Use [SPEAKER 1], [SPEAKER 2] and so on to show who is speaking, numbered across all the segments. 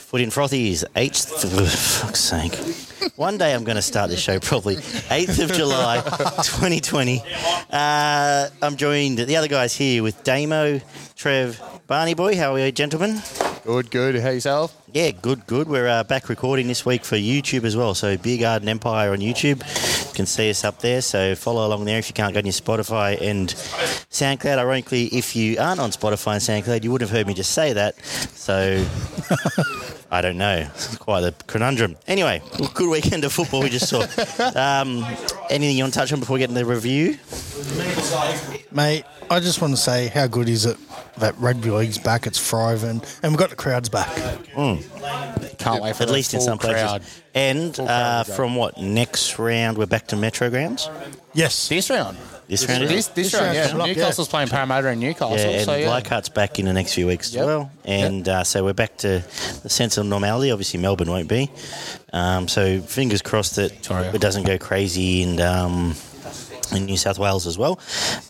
[SPEAKER 1] Footy and Frothies, 8th. fuck's sake. One day I'm going to start this show properly. 8th of July, 2020. Uh, I'm joined, the other guys here, with Damo, Trev, Barney Boy. How are you, gentlemen?
[SPEAKER 2] Good, good. How yourself?
[SPEAKER 1] Yeah, good, good. We're uh, back recording this week for YouTube as well. So, Beer Garden Empire on YouTube. You can see us up there. So, follow along there if you can't go on your Spotify and SoundCloud. Ironically, if you aren't on Spotify and SoundCloud, you would have heard me just say that. So, I don't know. It's quite a conundrum. Anyway, good weekend of football we just saw. Um, anything you want to touch on before we get into the review?
[SPEAKER 3] Mate, I just want to say how good is it that rugby league's back, it's thriving, and we've got the crowds back.
[SPEAKER 2] Can't wait for
[SPEAKER 1] At
[SPEAKER 2] the
[SPEAKER 1] least in
[SPEAKER 2] Uh, full
[SPEAKER 1] some places.
[SPEAKER 2] crowd.
[SPEAKER 1] And uh,
[SPEAKER 2] crowd, yeah.
[SPEAKER 1] from what? Next round, we're back to Metro Grounds?
[SPEAKER 3] Yes.
[SPEAKER 2] This round.
[SPEAKER 1] This round is?
[SPEAKER 2] This, this,
[SPEAKER 3] This
[SPEAKER 2] round,
[SPEAKER 3] round's
[SPEAKER 2] yeah.
[SPEAKER 3] coming up, yeah.
[SPEAKER 2] Newcastle's playing Parramatta and Newcastle.
[SPEAKER 1] Yeah, and
[SPEAKER 2] so, yeah.
[SPEAKER 1] Leichhardt's back in the next few weeks as
[SPEAKER 2] Yep.
[SPEAKER 1] well. And uh, so we're back to the sense of normality. Obviously, Melbourne won't be. Um, so fingers crossed that
[SPEAKER 2] Victoria.
[SPEAKER 1] it doesn't go crazy and. Um, in New South Wales as well,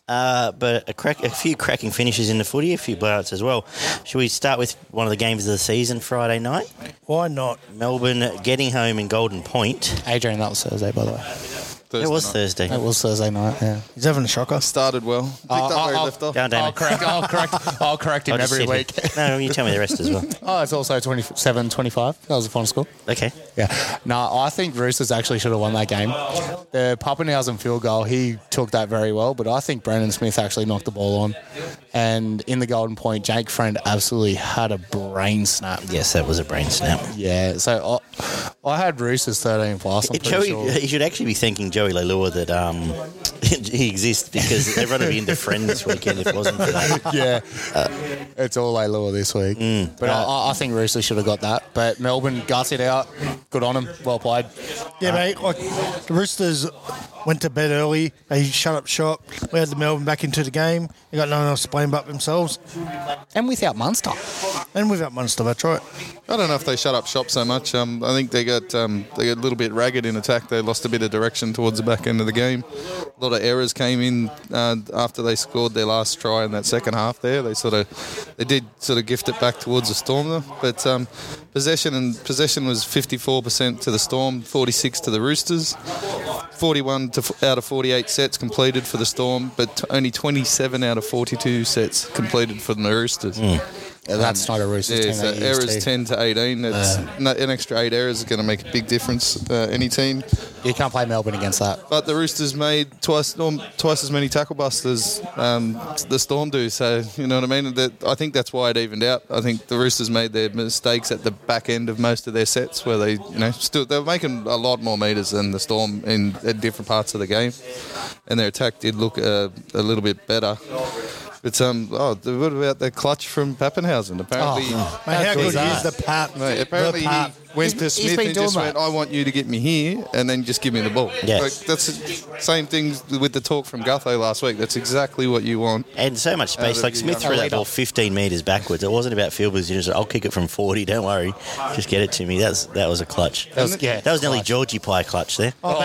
[SPEAKER 1] uh, but a, crack, a few cracking finishes in the footy, a few blowouts as well. Should we start with one of the games of the season Friday night?
[SPEAKER 3] Why not?
[SPEAKER 1] Melbourne getting home in Golden Point.
[SPEAKER 2] Adrian, that was Thursday, by the way.
[SPEAKER 1] It was Thursday.
[SPEAKER 2] That was Thursday night, yeah.
[SPEAKER 3] He's having a shocker.
[SPEAKER 4] Started well. Picked
[SPEAKER 2] Oh,
[SPEAKER 4] up
[SPEAKER 2] oh,
[SPEAKER 4] where he
[SPEAKER 2] oh.
[SPEAKER 4] left off.
[SPEAKER 1] Down, Damon.
[SPEAKER 2] I'll correct, I'll correct, I'll correct
[SPEAKER 1] I'll
[SPEAKER 2] him
[SPEAKER 1] just
[SPEAKER 2] every
[SPEAKER 1] sit
[SPEAKER 2] week.
[SPEAKER 1] here. No, you tell me the rest as well.
[SPEAKER 2] Oh, it's also 27 25. That was the final score.
[SPEAKER 1] Okay.
[SPEAKER 2] Yeah. No, I think Roosters actually should have won that game. The Pappenhausen field goal, he took that very well, but I think Brendan Smith actually knocked the ball on. And in the golden point, Jake Friend absolutely had a brain snap.
[SPEAKER 1] Yes, that was a brain snap.
[SPEAKER 2] Yeah, so I, I had Roosters 13 plus. I'm
[SPEAKER 1] It-
[SPEAKER 2] pretty
[SPEAKER 1] Joey,
[SPEAKER 2] sure.
[SPEAKER 1] you should actually be thanking Joey Lalua that um, he exists because everyone would be into friend this weekend if it wasn't for that.
[SPEAKER 2] yeah, it's all they lure this week. but I I, I think Roosters should have got that. But Melbourne guts it out. Good on them. Well played.
[SPEAKER 3] Yeah, mate. Like the Roosters went to bed early. They shut up shop. We had the Melbourne back into the game. They got no one else to blame but themselves.
[SPEAKER 2] And without Munster.
[SPEAKER 3] And without Munster, that's right.
[SPEAKER 4] I don't know if they shut up shop so much. Um, I think they got um, they got a little bit ragged in attack. They lost a bit of direction towards the back end of the game. A lot of errors came in uh, after they scored their last try in that second half. There, they sort of they did sort of gift it back towards the Storm, though. but um, possession and possession was 54% to the Storm, 46 to the Roosters. 41 to, f- out of 48 sets completed for the Storm, but t- only 27 out of 42 sets completed for the Roosters.
[SPEAKER 2] that's not a Roosters
[SPEAKER 4] Yeah,
[SPEAKER 2] team.
[SPEAKER 4] so
[SPEAKER 2] they used
[SPEAKER 4] errors
[SPEAKER 2] to.
[SPEAKER 4] 10 to 18. That's no, an extra eight errors is going to make a big difference. Uh, any team,
[SPEAKER 2] You can't play Melbourne against that.
[SPEAKER 4] but the Roosters made twice um, twice as many tackle busters um, the Storm do. So you know what I mean. That, I think that's why it evened out. I think the Roosters made their mistakes at the back end of most of their sets, where they you know still they were making a lot more meters than the Storm in at different parts of the game, and their attack did look uh, a little bit better. But um, oh, the- what about the clutch from Pappenhausen? Apparently.
[SPEAKER 3] Mate, how,
[SPEAKER 2] How
[SPEAKER 3] good
[SPEAKER 2] good
[SPEAKER 3] is,
[SPEAKER 2] is that?
[SPEAKER 3] the pat?
[SPEAKER 4] Mate, apparently
[SPEAKER 3] the
[SPEAKER 4] he
[SPEAKER 3] pat.
[SPEAKER 2] He's-
[SPEAKER 4] went to
[SPEAKER 2] he's
[SPEAKER 4] Smith
[SPEAKER 2] been
[SPEAKER 4] and
[SPEAKER 2] doing
[SPEAKER 4] just
[SPEAKER 2] that.
[SPEAKER 4] went, "Oh, I want you to get me here, and then just give me the ball.
[SPEAKER 1] Yes.
[SPEAKER 4] Like, that's the same thing with the talk from Gutho last week. That's exactly what you want.
[SPEAKER 1] And so much space.
[SPEAKER 4] but
[SPEAKER 1] Like
[SPEAKER 4] you
[SPEAKER 1] Smith
[SPEAKER 4] got-
[SPEAKER 1] threw that ball 15 metres backwards. It wasn't about field position. He said, I'll kick it from 40. Don't worry. Just get it to me. That's That was a clutch. That
[SPEAKER 2] was- yeah,
[SPEAKER 1] that was nearly
[SPEAKER 2] clutch.
[SPEAKER 1] Georgie Pie clutch there.
[SPEAKER 3] Oh,
[SPEAKER 4] oh."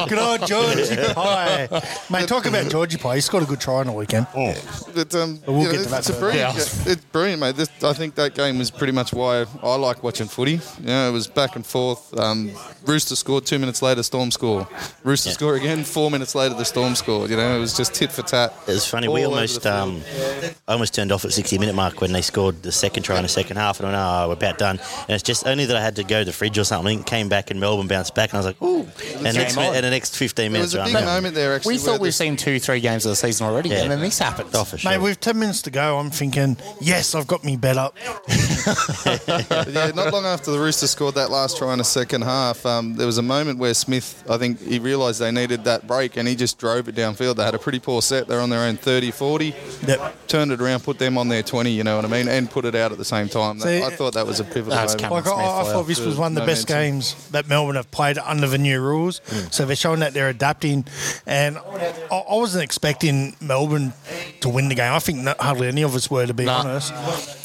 [SPEAKER 3] man. good old Georgie Pie. Mate, talk about Georgie Pie. He scored a good try on the weekend.
[SPEAKER 4] But, um,
[SPEAKER 3] But we'll
[SPEAKER 4] you know,
[SPEAKER 3] get to
[SPEAKER 4] it's,
[SPEAKER 3] that
[SPEAKER 4] it's a
[SPEAKER 3] further.
[SPEAKER 4] brilliant.
[SPEAKER 2] Yeah.
[SPEAKER 4] ga- It's brilliant, mate. This, I think that game was pretty much why I like watching footy. You know, it was back and forth. Um, Rooster scored two minutes later, Storm score. Rooster
[SPEAKER 1] Yeah.
[SPEAKER 4] score again, four minutes later, the Storm scored. You know, it was just tit for tat.
[SPEAKER 1] It was funny. we
[SPEAKER 4] All over
[SPEAKER 1] almost
[SPEAKER 4] the
[SPEAKER 1] um, I almost turned off at 60 minute mark when they scored the second try in the second half, and I went, "Oh, we're about done." And it's just only that I had to go to the fridge or something. Came back and Melbourne bounced back, and I was like, "Ooh!" And, next,
[SPEAKER 2] game
[SPEAKER 1] minute-
[SPEAKER 2] on.
[SPEAKER 1] and the next 15
[SPEAKER 4] There
[SPEAKER 1] minutes
[SPEAKER 4] was a
[SPEAKER 1] were
[SPEAKER 4] big
[SPEAKER 1] unreal.
[SPEAKER 4] moment there, actually.
[SPEAKER 2] We
[SPEAKER 4] where
[SPEAKER 2] thought
[SPEAKER 4] the-
[SPEAKER 2] we've seen two, three games of the season already,
[SPEAKER 1] Yeah.
[SPEAKER 2] and then this happens.
[SPEAKER 1] Oh, for sure.
[SPEAKER 3] Mate, with 10 minutes to go, I'm thinking, yes, I've got me bet up.
[SPEAKER 4] But yeah, not long after the Roosters scored that last try in the second half, um, there was a moment where Smith, I think he realised they needed that break and he just drove it downfield. They had a pretty poor set. They're on their own 30 40,
[SPEAKER 3] Yep.
[SPEAKER 4] turned it around, put them on their 20, you know what I mean, and put it out at the same time.
[SPEAKER 3] See,
[SPEAKER 4] I thought that was a pivotal
[SPEAKER 2] That's Cameron
[SPEAKER 4] moment.
[SPEAKER 3] Like I, I
[SPEAKER 2] Smith,
[SPEAKER 3] thought this was one of the
[SPEAKER 4] no
[SPEAKER 3] best
[SPEAKER 4] mention.
[SPEAKER 3] games that Melbourne have played under the new rules.
[SPEAKER 2] Hmm.
[SPEAKER 3] So they're showing that they're adapting, and I, I wasn't expecting Melbourne to win the game. I think not, hardly any of us were, to be
[SPEAKER 2] Nah.
[SPEAKER 3] honest.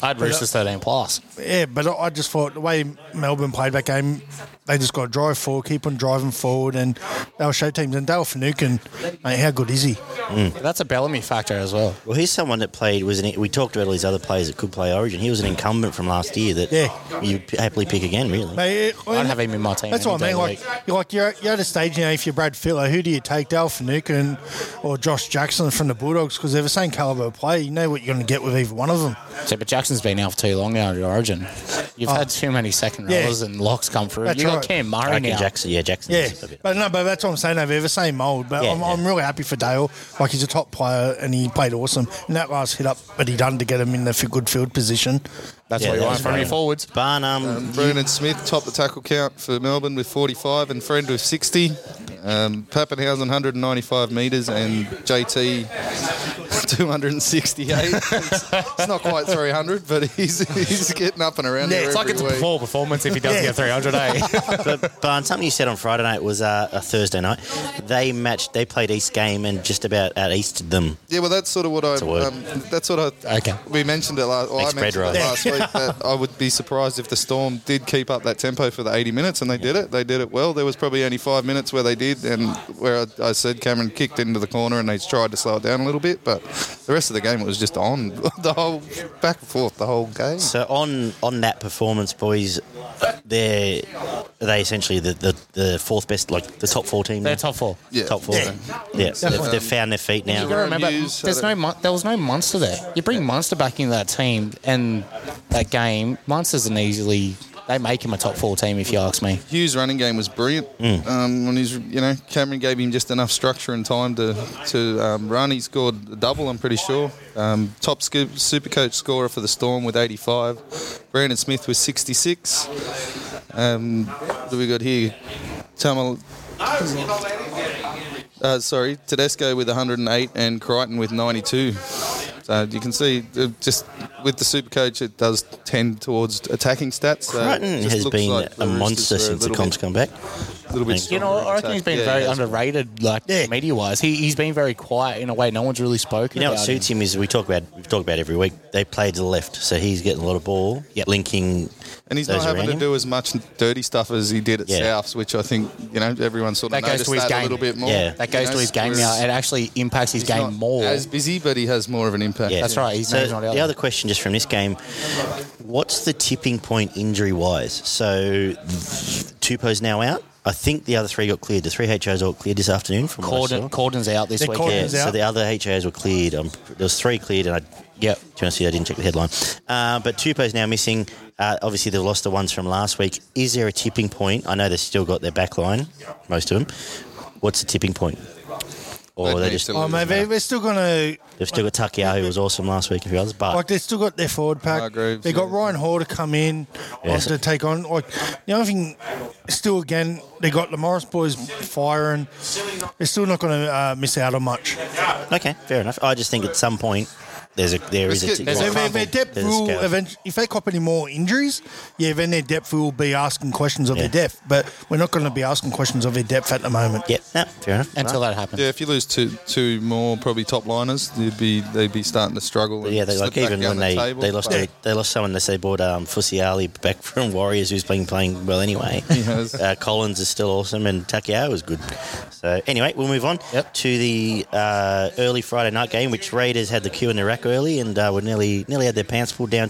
[SPEAKER 2] I had Roosters 13 plus.
[SPEAKER 3] Yeah, but I, I just thought the way Melbourne played that game, they just got to drive forward, keep on driving forward, and they'll show teams. And Dale Finucane, mate, how good is he?
[SPEAKER 2] That's a Bellamy factor as well.
[SPEAKER 1] Well, he's someone that played was an, we talked about all these other players that could play Origin. He was an incumbent from last year that
[SPEAKER 3] Yeah.
[SPEAKER 1] you happily pick again, really.
[SPEAKER 3] Mate, it-
[SPEAKER 2] I'd have him in my team.
[SPEAKER 3] That's what I
[SPEAKER 2] any
[SPEAKER 3] mean.
[SPEAKER 2] day of
[SPEAKER 3] Like,
[SPEAKER 2] the week.
[SPEAKER 3] you're, like you're, you're at a stage, you know, if you're Brad Fittler, who do you take, Dale Finucane or Josh Jackson from the Bulldogs? Because they're the same caliber of player. You know what you're going to get with either one of them.
[SPEAKER 2] So, but Jackson's been out for too long now at Origin. You've had too many second
[SPEAKER 3] Yeah.
[SPEAKER 2] rollers and locks come through.
[SPEAKER 3] That's
[SPEAKER 2] You got
[SPEAKER 3] right.
[SPEAKER 2] Cam
[SPEAKER 1] I
[SPEAKER 2] Murray
[SPEAKER 1] reckon
[SPEAKER 2] now.
[SPEAKER 1] Jackson, yeah, Jackson.
[SPEAKER 3] Yeah,
[SPEAKER 1] is a bit-
[SPEAKER 3] but no, but that's what I'm saying. They're the same mold. But
[SPEAKER 1] Yeah,
[SPEAKER 3] I'm,
[SPEAKER 1] yeah.
[SPEAKER 3] I'm really happy for Dale. Like he's a top player and he played awesome. And that last hit up that he done to get him in the f- good field position.
[SPEAKER 2] That's
[SPEAKER 1] Yeah,
[SPEAKER 2] what you
[SPEAKER 1] that
[SPEAKER 2] want
[SPEAKER 1] was
[SPEAKER 2] from your
[SPEAKER 1] brilliant.
[SPEAKER 2] forwards.
[SPEAKER 1] Barnum,
[SPEAKER 4] Um, Vernon Smith topped the tackle count for Melbourne with 45 and Friend with 60. Um, Pappenhausen 195 metres and JT 268. it's, it's not quite 300, but he's, he's getting up and around
[SPEAKER 3] Yeah,
[SPEAKER 4] there
[SPEAKER 2] It's like
[SPEAKER 4] every
[SPEAKER 2] it's a
[SPEAKER 4] week.
[SPEAKER 2] poor performance if he does
[SPEAKER 3] Yeah.
[SPEAKER 2] get 300, eh?
[SPEAKER 1] but Barn, something you said on Friday night was uh, a Thursday night. They matched, they played East game and just about out Easted them.
[SPEAKER 4] Yeah, well, that's sort of what I.
[SPEAKER 1] a word.
[SPEAKER 4] Um, that's what I.
[SPEAKER 2] Okay.
[SPEAKER 4] We mentioned it last. Well, I
[SPEAKER 1] Makes bread
[SPEAKER 4] mentioned it
[SPEAKER 1] rise.
[SPEAKER 4] last week that I would be surprised if the Storm did keep up that tempo for the 80 minutes, and they did it. They did it well. There was probably only five minutes where they did, and where I, I said Cameron kicked into the corner and they tried to slow it down a little bit, but the rest of the game it was just on the whole back and forth the whole game.
[SPEAKER 1] So on on that performance, boys, they're they essentially the, the, the fourth best, like the top four team.
[SPEAKER 2] They're
[SPEAKER 1] now?
[SPEAKER 2] top four.
[SPEAKER 4] Yeah.
[SPEAKER 1] Top four.
[SPEAKER 3] Yeah.
[SPEAKER 1] Yeah, so they've, they've found their feet
[SPEAKER 2] You
[SPEAKER 1] now.
[SPEAKER 2] gotta remember,
[SPEAKER 4] News,
[SPEAKER 2] there's
[SPEAKER 4] I
[SPEAKER 2] no Mon- there was no Munster there. You bring Munster back into that team and that game. Munster's an easily they make him a top four team if you ask me.
[SPEAKER 4] Hughes' running game was brilliant.
[SPEAKER 1] Mm.
[SPEAKER 4] Um, when he's, you know, Cameron gave him just enough structure and time to to um, run. He scored a double, I'm pretty sure. Um, top scoop, super coach scorer for the Storm with 85. Brandon Smith with 66. Um, what do we got here? Tamal. Uh, sorry, Tedesco with 108 and Crichton with 92. So you can see, uh, just with the super coach, it does tend towards attacking stats. So it
[SPEAKER 1] Crichton
[SPEAKER 4] just
[SPEAKER 1] has
[SPEAKER 4] looks
[SPEAKER 1] been
[SPEAKER 4] like the
[SPEAKER 1] a
[SPEAKER 4] Roosters
[SPEAKER 1] monster
[SPEAKER 4] were a
[SPEAKER 1] since the
[SPEAKER 4] little
[SPEAKER 1] comps
[SPEAKER 4] bit-
[SPEAKER 1] come back.
[SPEAKER 4] little bit
[SPEAKER 1] Thank you.
[SPEAKER 2] You know, I reckon he's been very underrated, like
[SPEAKER 3] Yeah.
[SPEAKER 2] media wise. He, he's been very quiet in a way. No one's really spoken
[SPEAKER 1] You know what
[SPEAKER 2] about
[SPEAKER 1] suits him is we talk about we've talked about every week. They play to the left, so he's getting a lot of ball. linking.
[SPEAKER 4] And he's
[SPEAKER 1] those
[SPEAKER 4] not having
[SPEAKER 1] around
[SPEAKER 4] to
[SPEAKER 1] him.
[SPEAKER 4] do as much dirty stuff as he did at
[SPEAKER 1] Yeah.
[SPEAKER 4] Souths, which I think you know everyone sort of
[SPEAKER 2] That goes
[SPEAKER 4] noticed
[SPEAKER 2] to his
[SPEAKER 4] that
[SPEAKER 2] game.
[SPEAKER 4] a little bit more.
[SPEAKER 1] Yeah.
[SPEAKER 2] That
[SPEAKER 4] You
[SPEAKER 2] goes
[SPEAKER 4] know,
[SPEAKER 2] to his game
[SPEAKER 4] whereas
[SPEAKER 2] now. It actually impacts his
[SPEAKER 4] he's
[SPEAKER 2] game
[SPEAKER 4] not
[SPEAKER 2] more.
[SPEAKER 4] As busy, but he has more of an impact.
[SPEAKER 1] Yeah.
[SPEAKER 2] That's right. He's
[SPEAKER 1] So
[SPEAKER 2] he's not out
[SPEAKER 1] the
[SPEAKER 2] there.
[SPEAKER 1] other question, just from this game, what's the tipping point injury wise? So Tupou's now out. I think the other three got cleared. The three HOs all cleared this afternoon. From what I saw.
[SPEAKER 2] Corden, Corden's out this
[SPEAKER 3] Yeah,
[SPEAKER 2] week.
[SPEAKER 1] Yeah,
[SPEAKER 3] Corden's
[SPEAKER 1] so
[SPEAKER 3] out.
[SPEAKER 1] the other HOs were cleared. Um, there was three cleared, and I, yeah, to be honest with you, I didn't check the headline. Uh, but Tupou's now missing. Uh, obviously, they've lost the ones from last week. Is there a tipping point? I know they've still got their back line, most of them. What's the tipping point? Or
[SPEAKER 4] They'd
[SPEAKER 1] they
[SPEAKER 4] need
[SPEAKER 1] just,
[SPEAKER 4] to
[SPEAKER 3] Oh,
[SPEAKER 4] lose
[SPEAKER 3] mate, they- they're still going to
[SPEAKER 1] they've still got Takia, who was awesome last week, and a few others.
[SPEAKER 3] like
[SPEAKER 1] But
[SPEAKER 3] they've still got their forward pack.
[SPEAKER 4] Hargreaves,
[SPEAKER 3] They got
[SPEAKER 4] yeah.
[SPEAKER 3] Ryan Hall to come in
[SPEAKER 1] Yeah.
[SPEAKER 3] like, to take on. Like the only thing, still again, they got the Morris boys firing. They're still not going to uh, miss out on much.
[SPEAKER 1] okay, fair enough. I just think at some point there's a there is a
[SPEAKER 4] Let's
[SPEAKER 1] tipping
[SPEAKER 4] get-
[SPEAKER 1] point.
[SPEAKER 3] So
[SPEAKER 4] There's
[SPEAKER 3] their, their depth
[SPEAKER 1] There's a
[SPEAKER 3] will
[SPEAKER 1] scale.
[SPEAKER 3] eventually, if they cop any more injuries, yeah, then their depth will be asking questions of
[SPEAKER 1] Yeah.
[SPEAKER 3] their depth. But we're not going to be asking questions of their depth at the moment.
[SPEAKER 1] Yep, no, fair enough.
[SPEAKER 2] Until that happens.
[SPEAKER 4] Yeah, if you lose two two more probably top liners, they'd be they'd be starting to struggle.
[SPEAKER 1] But
[SPEAKER 4] and
[SPEAKER 1] yeah, they,
[SPEAKER 4] slip
[SPEAKER 1] like
[SPEAKER 4] back
[SPEAKER 1] even
[SPEAKER 4] down
[SPEAKER 1] when
[SPEAKER 4] the
[SPEAKER 1] they,
[SPEAKER 4] table.
[SPEAKER 1] they lost
[SPEAKER 4] But-
[SPEAKER 1] they, they lost someone. They said they bought um, Fussy Ali back from Warriors, who's been playing well anyway.
[SPEAKER 4] has.
[SPEAKER 1] Uh, Collins is still awesome, and Takiao is good. So anyway, we'll move on
[SPEAKER 2] Yep.
[SPEAKER 1] to the uh, early Friday night game, which Raiders had the queue in the rack early and uh, were nearly nearly had their pants pulled down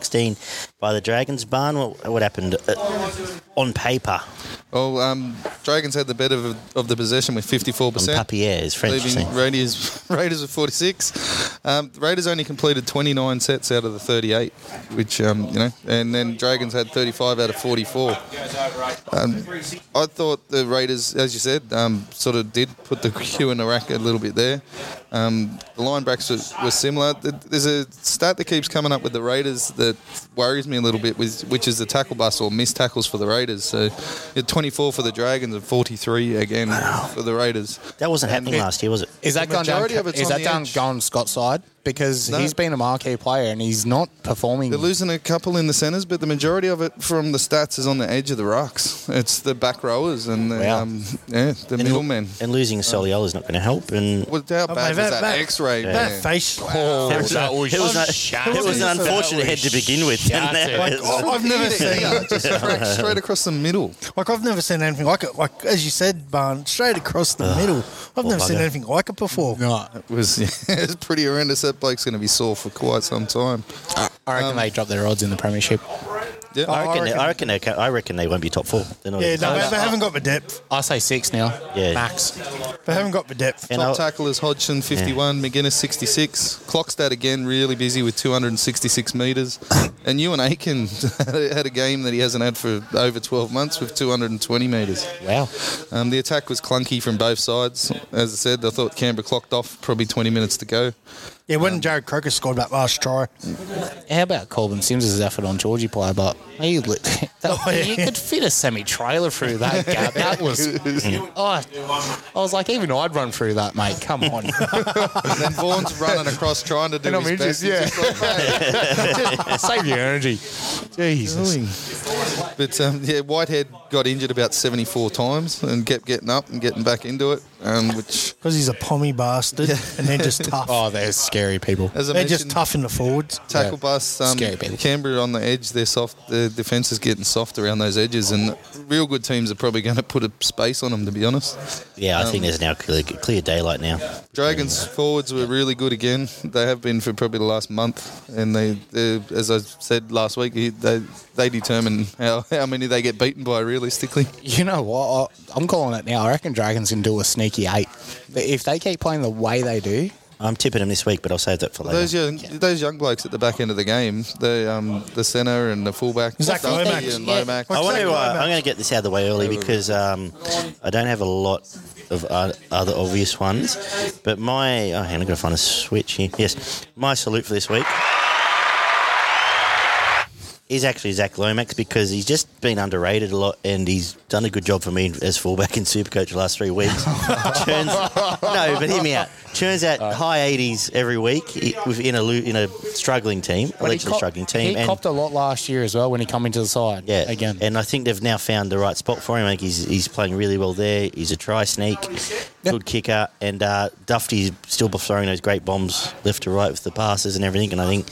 [SPEAKER 1] 22-16 by the Dragons. Barn, what, what happened uh, on paper?
[SPEAKER 4] Well, um, Dragons had the better of, of the possession with fifty four
[SPEAKER 1] On
[SPEAKER 4] percent.
[SPEAKER 1] Papier is French. I
[SPEAKER 4] leaving
[SPEAKER 1] think.
[SPEAKER 4] Raiders Raiders with 46. Um, the Raiders only completed 29 sets out of the 38, which um, you know, and then Dragons had 35 out of 44. Um, I thought the Raiders, as you said, um, sort of did put the queue in the rack a little bit there. Um, the linebacks were, were similar. Th- There's a stat that keeps coming up with the Raiders that worries me a little bit, with, which is the tackle bus or missed tackles for the Raiders. So, yeah, 24 for the Dragons and 43 again for the Raiders.
[SPEAKER 1] That wasn't
[SPEAKER 4] And
[SPEAKER 1] happening last year, was it?
[SPEAKER 2] Is that gone down?
[SPEAKER 4] majority of it's
[SPEAKER 2] Is
[SPEAKER 4] on
[SPEAKER 2] that
[SPEAKER 4] the
[SPEAKER 2] down
[SPEAKER 4] edge.
[SPEAKER 2] gone Scott's side? because
[SPEAKER 4] No.
[SPEAKER 2] he's been a marquee player and he's not performing.
[SPEAKER 1] Hmm.
[SPEAKER 4] They're losing a couple in the centres, but the majority of it from the stats is on the edge of the rocks. It's the back rowers and the,
[SPEAKER 1] Wow.
[SPEAKER 4] um, yeah, the
[SPEAKER 1] And,
[SPEAKER 4] middlemen.
[SPEAKER 1] and losing Soliola is not going to help. And
[SPEAKER 4] What, how
[SPEAKER 3] Oh,
[SPEAKER 4] bad
[SPEAKER 3] mate,
[SPEAKER 4] was that, X-ray?
[SPEAKER 3] That
[SPEAKER 4] man?
[SPEAKER 3] face.
[SPEAKER 1] That was,
[SPEAKER 2] That
[SPEAKER 1] a-
[SPEAKER 2] was
[SPEAKER 1] it was,
[SPEAKER 2] shit.
[SPEAKER 1] a- it was an
[SPEAKER 4] That was
[SPEAKER 1] unfortunate head to begin with.
[SPEAKER 2] shit.
[SPEAKER 1] and that
[SPEAKER 2] Like,
[SPEAKER 1] was-
[SPEAKER 3] oh, I've never
[SPEAKER 4] Here,
[SPEAKER 3] seen.
[SPEAKER 4] here, just cracked straight across the middle.
[SPEAKER 3] Like I've never seen anything like it. Like as you said, Barn, straight across the middle. I've never seen
[SPEAKER 1] bugger.
[SPEAKER 3] anything like it before.
[SPEAKER 2] No,
[SPEAKER 4] It was, it was pretty horrendous. That bloke's going to be sore for quite some time.
[SPEAKER 2] I
[SPEAKER 4] Um,
[SPEAKER 2] reckon they dropped their odds in the premiership.
[SPEAKER 4] Yeah.
[SPEAKER 1] I reckon,
[SPEAKER 3] I
[SPEAKER 1] they- I, reckon they, ca- I reckon they won't be top four. They're not
[SPEAKER 3] Yeah,
[SPEAKER 1] even
[SPEAKER 3] no,
[SPEAKER 1] close.
[SPEAKER 3] they, they haven't got the depth.
[SPEAKER 2] I say six now.
[SPEAKER 1] Yeah.
[SPEAKER 2] max.
[SPEAKER 3] They haven't got the depth.
[SPEAKER 1] And
[SPEAKER 4] Top
[SPEAKER 1] I'll-
[SPEAKER 4] tacklers Hodgson 51, McGuinness 66. Clockstad again really busy with 266 metres. and Ewan Aiken had a game that he hasn't had for over 12 months with 220 metres.
[SPEAKER 1] Wow.
[SPEAKER 4] Um, the attack was clunky from both sides. As I said, I thought Canberra clocked off probably 20 minutes to go.
[SPEAKER 3] Yeah, when Jared Croker scored that last try,
[SPEAKER 2] How about Corbin Sims' effort on Georgie play? But he lit, that,
[SPEAKER 3] Oh, yeah.
[SPEAKER 2] you could fit a semi trailer through that gap. That was. oh, I was like, even I'd run through that, mate. Come on.
[SPEAKER 4] And then Vaughan's running across trying to do
[SPEAKER 2] And I'm
[SPEAKER 4] his best.
[SPEAKER 2] injured,
[SPEAKER 4] He's just like, "Mate,
[SPEAKER 2] Save your energy. Jesus.
[SPEAKER 4] But um, yeah, Whitehead got injured about 74 times and kept getting up and getting back into it, um, which
[SPEAKER 3] because he's a pommy bastard, and they're just tough.
[SPEAKER 2] Oh, they're scary people.
[SPEAKER 4] as I
[SPEAKER 3] they're
[SPEAKER 4] mentioned,
[SPEAKER 3] just tough in the forwards.
[SPEAKER 4] tackle
[SPEAKER 2] Yeah.
[SPEAKER 4] bust. Um,
[SPEAKER 2] Scary people.
[SPEAKER 4] Canberra on the edge, they're soft. The defence is getting soft around those edges, and real good teams are probably going to put a space on them. To be honest,
[SPEAKER 1] Yeah, I think there's now clear, clear daylight now.
[SPEAKER 4] Dragons forwards were really good again. They have been for probably the last month, and they, they as I said last week, they they determine how, how many they get beaten by realistically.
[SPEAKER 2] You know what? I- I'm calling it now. I reckon Dragons can do a sneaky eight. If they keep playing the way they do,
[SPEAKER 1] I'm tipping them this week, but I'll save that for later.
[SPEAKER 4] Those young, those young blokes at the back end of the game, the um, the centre and the fullback,
[SPEAKER 3] Zach
[SPEAKER 4] Duffy
[SPEAKER 3] Lomax.
[SPEAKER 4] and Lomax.
[SPEAKER 1] I want to.
[SPEAKER 3] Exactly
[SPEAKER 1] Uh,
[SPEAKER 3] right, mate.
[SPEAKER 1] I'm going to get this out of the way early because um, I don't have a lot of uh, other obvious ones. But my, oh, hang on, I've got to find a switch here. Yes, my salute for this week is actually Zach Lomax because he's just been underrated a lot and he's done a good job for me as fullback in Supercoach the last three weeks. Turns, no, but hear me out. Turns out high 80s every week i- within a lo- in a struggling team,
[SPEAKER 2] But
[SPEAKER 1] allegedly
[SPEAKER 2] cop-
[SPEAKER 1] struggling team.
[SPEAKER 2] He copped a lot last year as well when he come into the side.
[SPEAKER 1] Yeah,
[SPEAKER 2] again.
[SPEAKER 1] And I think they've now found the right spot for him. Like he's he's playing really well there. He's a try sneak, good kicker, and uh, Dufty's still throwing those great bombs left to right with the passes and everything. And I think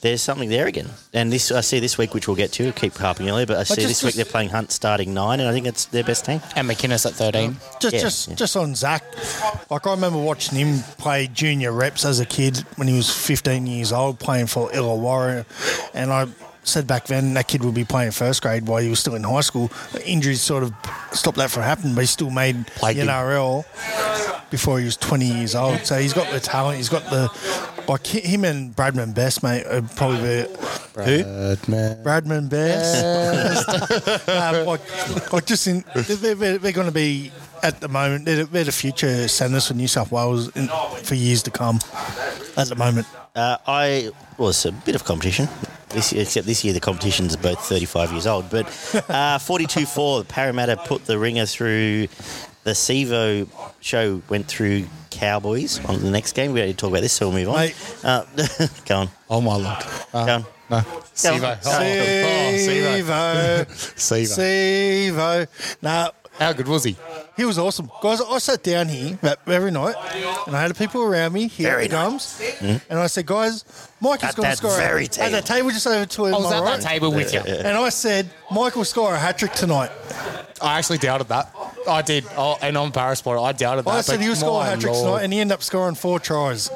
[SPEAKER 1] there's something there again. And this I see this week, which we'll get to. Keep harping earlier, but I see
[SPEAKER 2] just-
[SPEAKER 1] this week
[SPEAKER 2] just-
[SPEAKER 1] they're playing Hunt starting nine, and I think it's their best team.
[SPEAKER 2] and McInnes at 13.
[SPEAKER 3] Just,
[SPEAKER 1] Yeah,
[SPEAKER 3] just,
[SPEAKER 1] yeah.
[SPEAKER 3] just on Zach. Like I remember watching him play junior reps as a kid when he was 15 years old, playing for Illawarra, and I said back then that kid would be playing first grade while he was still in high school. Injuries sort of stopped that from happening, but he still made
[SPEAKER 2] Played
[SPEAKER 3] the
[SPEAKER 2] him.
[SPEAKER 3] NRL before he was 20 years old. So he's got the talent. He's got the like hi- him and Bradman Best, mate, are probably the
[SPEAKER 1] Who?
[SPEAKER 3] Bradman Best. um, like, like just in, they're, they're, they're going to be at the moment. They're, they're the future centres for New South Wales in, for years to come. At the moment,
[SPEAKER 1] Uh, I was a bit of competition. This year, except this year, the competition's both 35 years old. But uh, 42-4, Parramatta put the ringer through. The Sevo show went through Cowboys on the next game. We don't need to talk about this, so we'll move on.
[SPEAKER 3] Mate.
[SPEAKER 1] Uh, go on,
[SPEAKER 2] Oh, my Lord. Uh,
[SPEAKER 1] go on.
[SPEAKER 2] No.
[SPEAKER 1] Sivo.
[SPEAKER 2] Oh, Sivo.
[SPEAKER 3] Sevo,
[SPEAKER 2] Sivo.
[SPEAKER 3] Sevo. Nah,
[SPEAKER 2] How good was he?
[SPEAKER 3] he was awesome, guys. I sat down here that every night, and I had the people around me here
[SPEAKER 1] Very
[SPEAKER 3] at the drums, and I said, guys, Mike is
[SPEAKER 1] At
[SPEAKER 3] going to
[SPEAKER 1] that
[SPEAKER 3] score a-
[SPEAKER 1] very
[SPEAKER 3] at the table just over to him.
[SPEAKER 2] I was at Oh, that table with you.
[SPEAKER 3] And I said, Mike will score a hat trick tonight.
[SPEAKER 2] I actually doubted that. I did. Oh, and I'm embarrassed by it. I doubted that.
[SPEAKER 3] I said
[SPEAKER 2] but
[SPEAKER 3] he'll score a
[SPEAKER 2] my
[SPEAKER 3] hat trick
[SPEAKER 2] Lord.
[SPEAKER 3] tonight, and he ended up scoring four tries.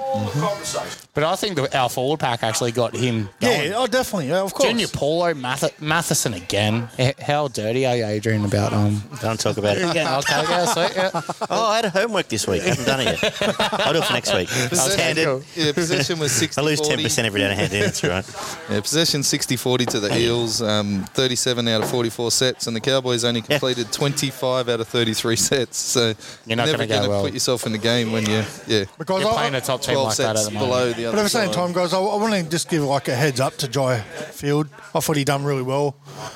[SPEAKER 2] But I think the, our forward pack actually got him going.
[SPEAKER 3] Yeah, oh, definitely. Yeah, of course.
[SPEAKER 2] Junior Paulo Math- Matheson again. Eh, How dirty are you, Adrian, about um?
[SPEAKER 1] Don't talk about it.
[SPEAKER 2] Yeah, okay, yeah, so, yeah.
[SPEAKER 1] Oh, I had homework this week. I haven't done it yet. I'll do it for next week. I was handed.
[SPEAKER 4] Yeah, possession was 60
[SPEAKER 1] I lose 10% every day I hand in. That's right.
[SPEAKER 4] Yeah, possession 60 40 to the Eels, um, 37 out of 44 sets, and the Cowboys only completed 25 out of 33 sets. So
[SPEAKER 2] You're not
[SPEAKER 4] never
[SPEAKER 2] gonna go
[SPEAKER 4] gonna
[SPEAKER 2] well.
[SPEAKER 4] put yourself in the game when you yeah.
[SPEAKER 3] Because
[SPEAKER 2] You're
[SPEAKER 3] I-
[SPEAKER 2] playing a top team
[SPEAKER 4] 12
[SPEAKER 2] like that at
[SPEAKER 4] sets
[SPEAKER 2] the moment.
[SPEAKER 4] below the other
[SPEAKER 3] But at the same
[SPEAKER 4] side.
[SPEAKER 3] time, guys, I, I want to just give like a heads up to Jai Field. I thought he done really well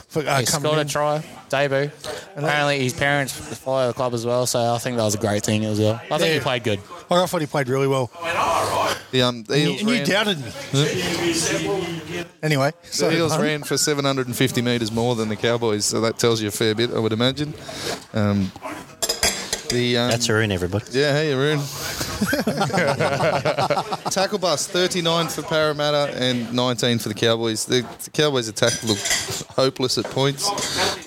[SPEAKER 3] for uh,
[SPEAKER 2] He
[SPEAKER 3] coming
[SPEAKER 2] scored
[SPEAKER 3] in.
[SPEAKER 2] a try, debut. Apparently, his parents follow the club as well, so I think that was a great thing as well. I think he
[SPEAKER 3] Yeah.
[SPEAKER 2] played good.
[SPEAKER 3] Like, I thought he played really well.
[SPEAKER 4] The um, the
[SPEAKER 3] And you,
[SPEAKER 4] Eels
[SPEAKER 3] and you
[SPEAKER 4] ran-
[SPEAKER 3] doubted me. anyway,
[SPEAKER 4] The
[SPEAKER 3] so
[SPEAKER 4] Eels ran for 750 metres more than the Cowboys, so that tells you a fair bit, I would imagine. Um, the um,
[SPEAKER 1] That's a ruin, everybody.
[SPEAKER 4] yeah, hey, Arun. Tackle bus 39 for Parramatta and 19 for the Cowboys. The, the Cowboys' attack looked hopeless at points.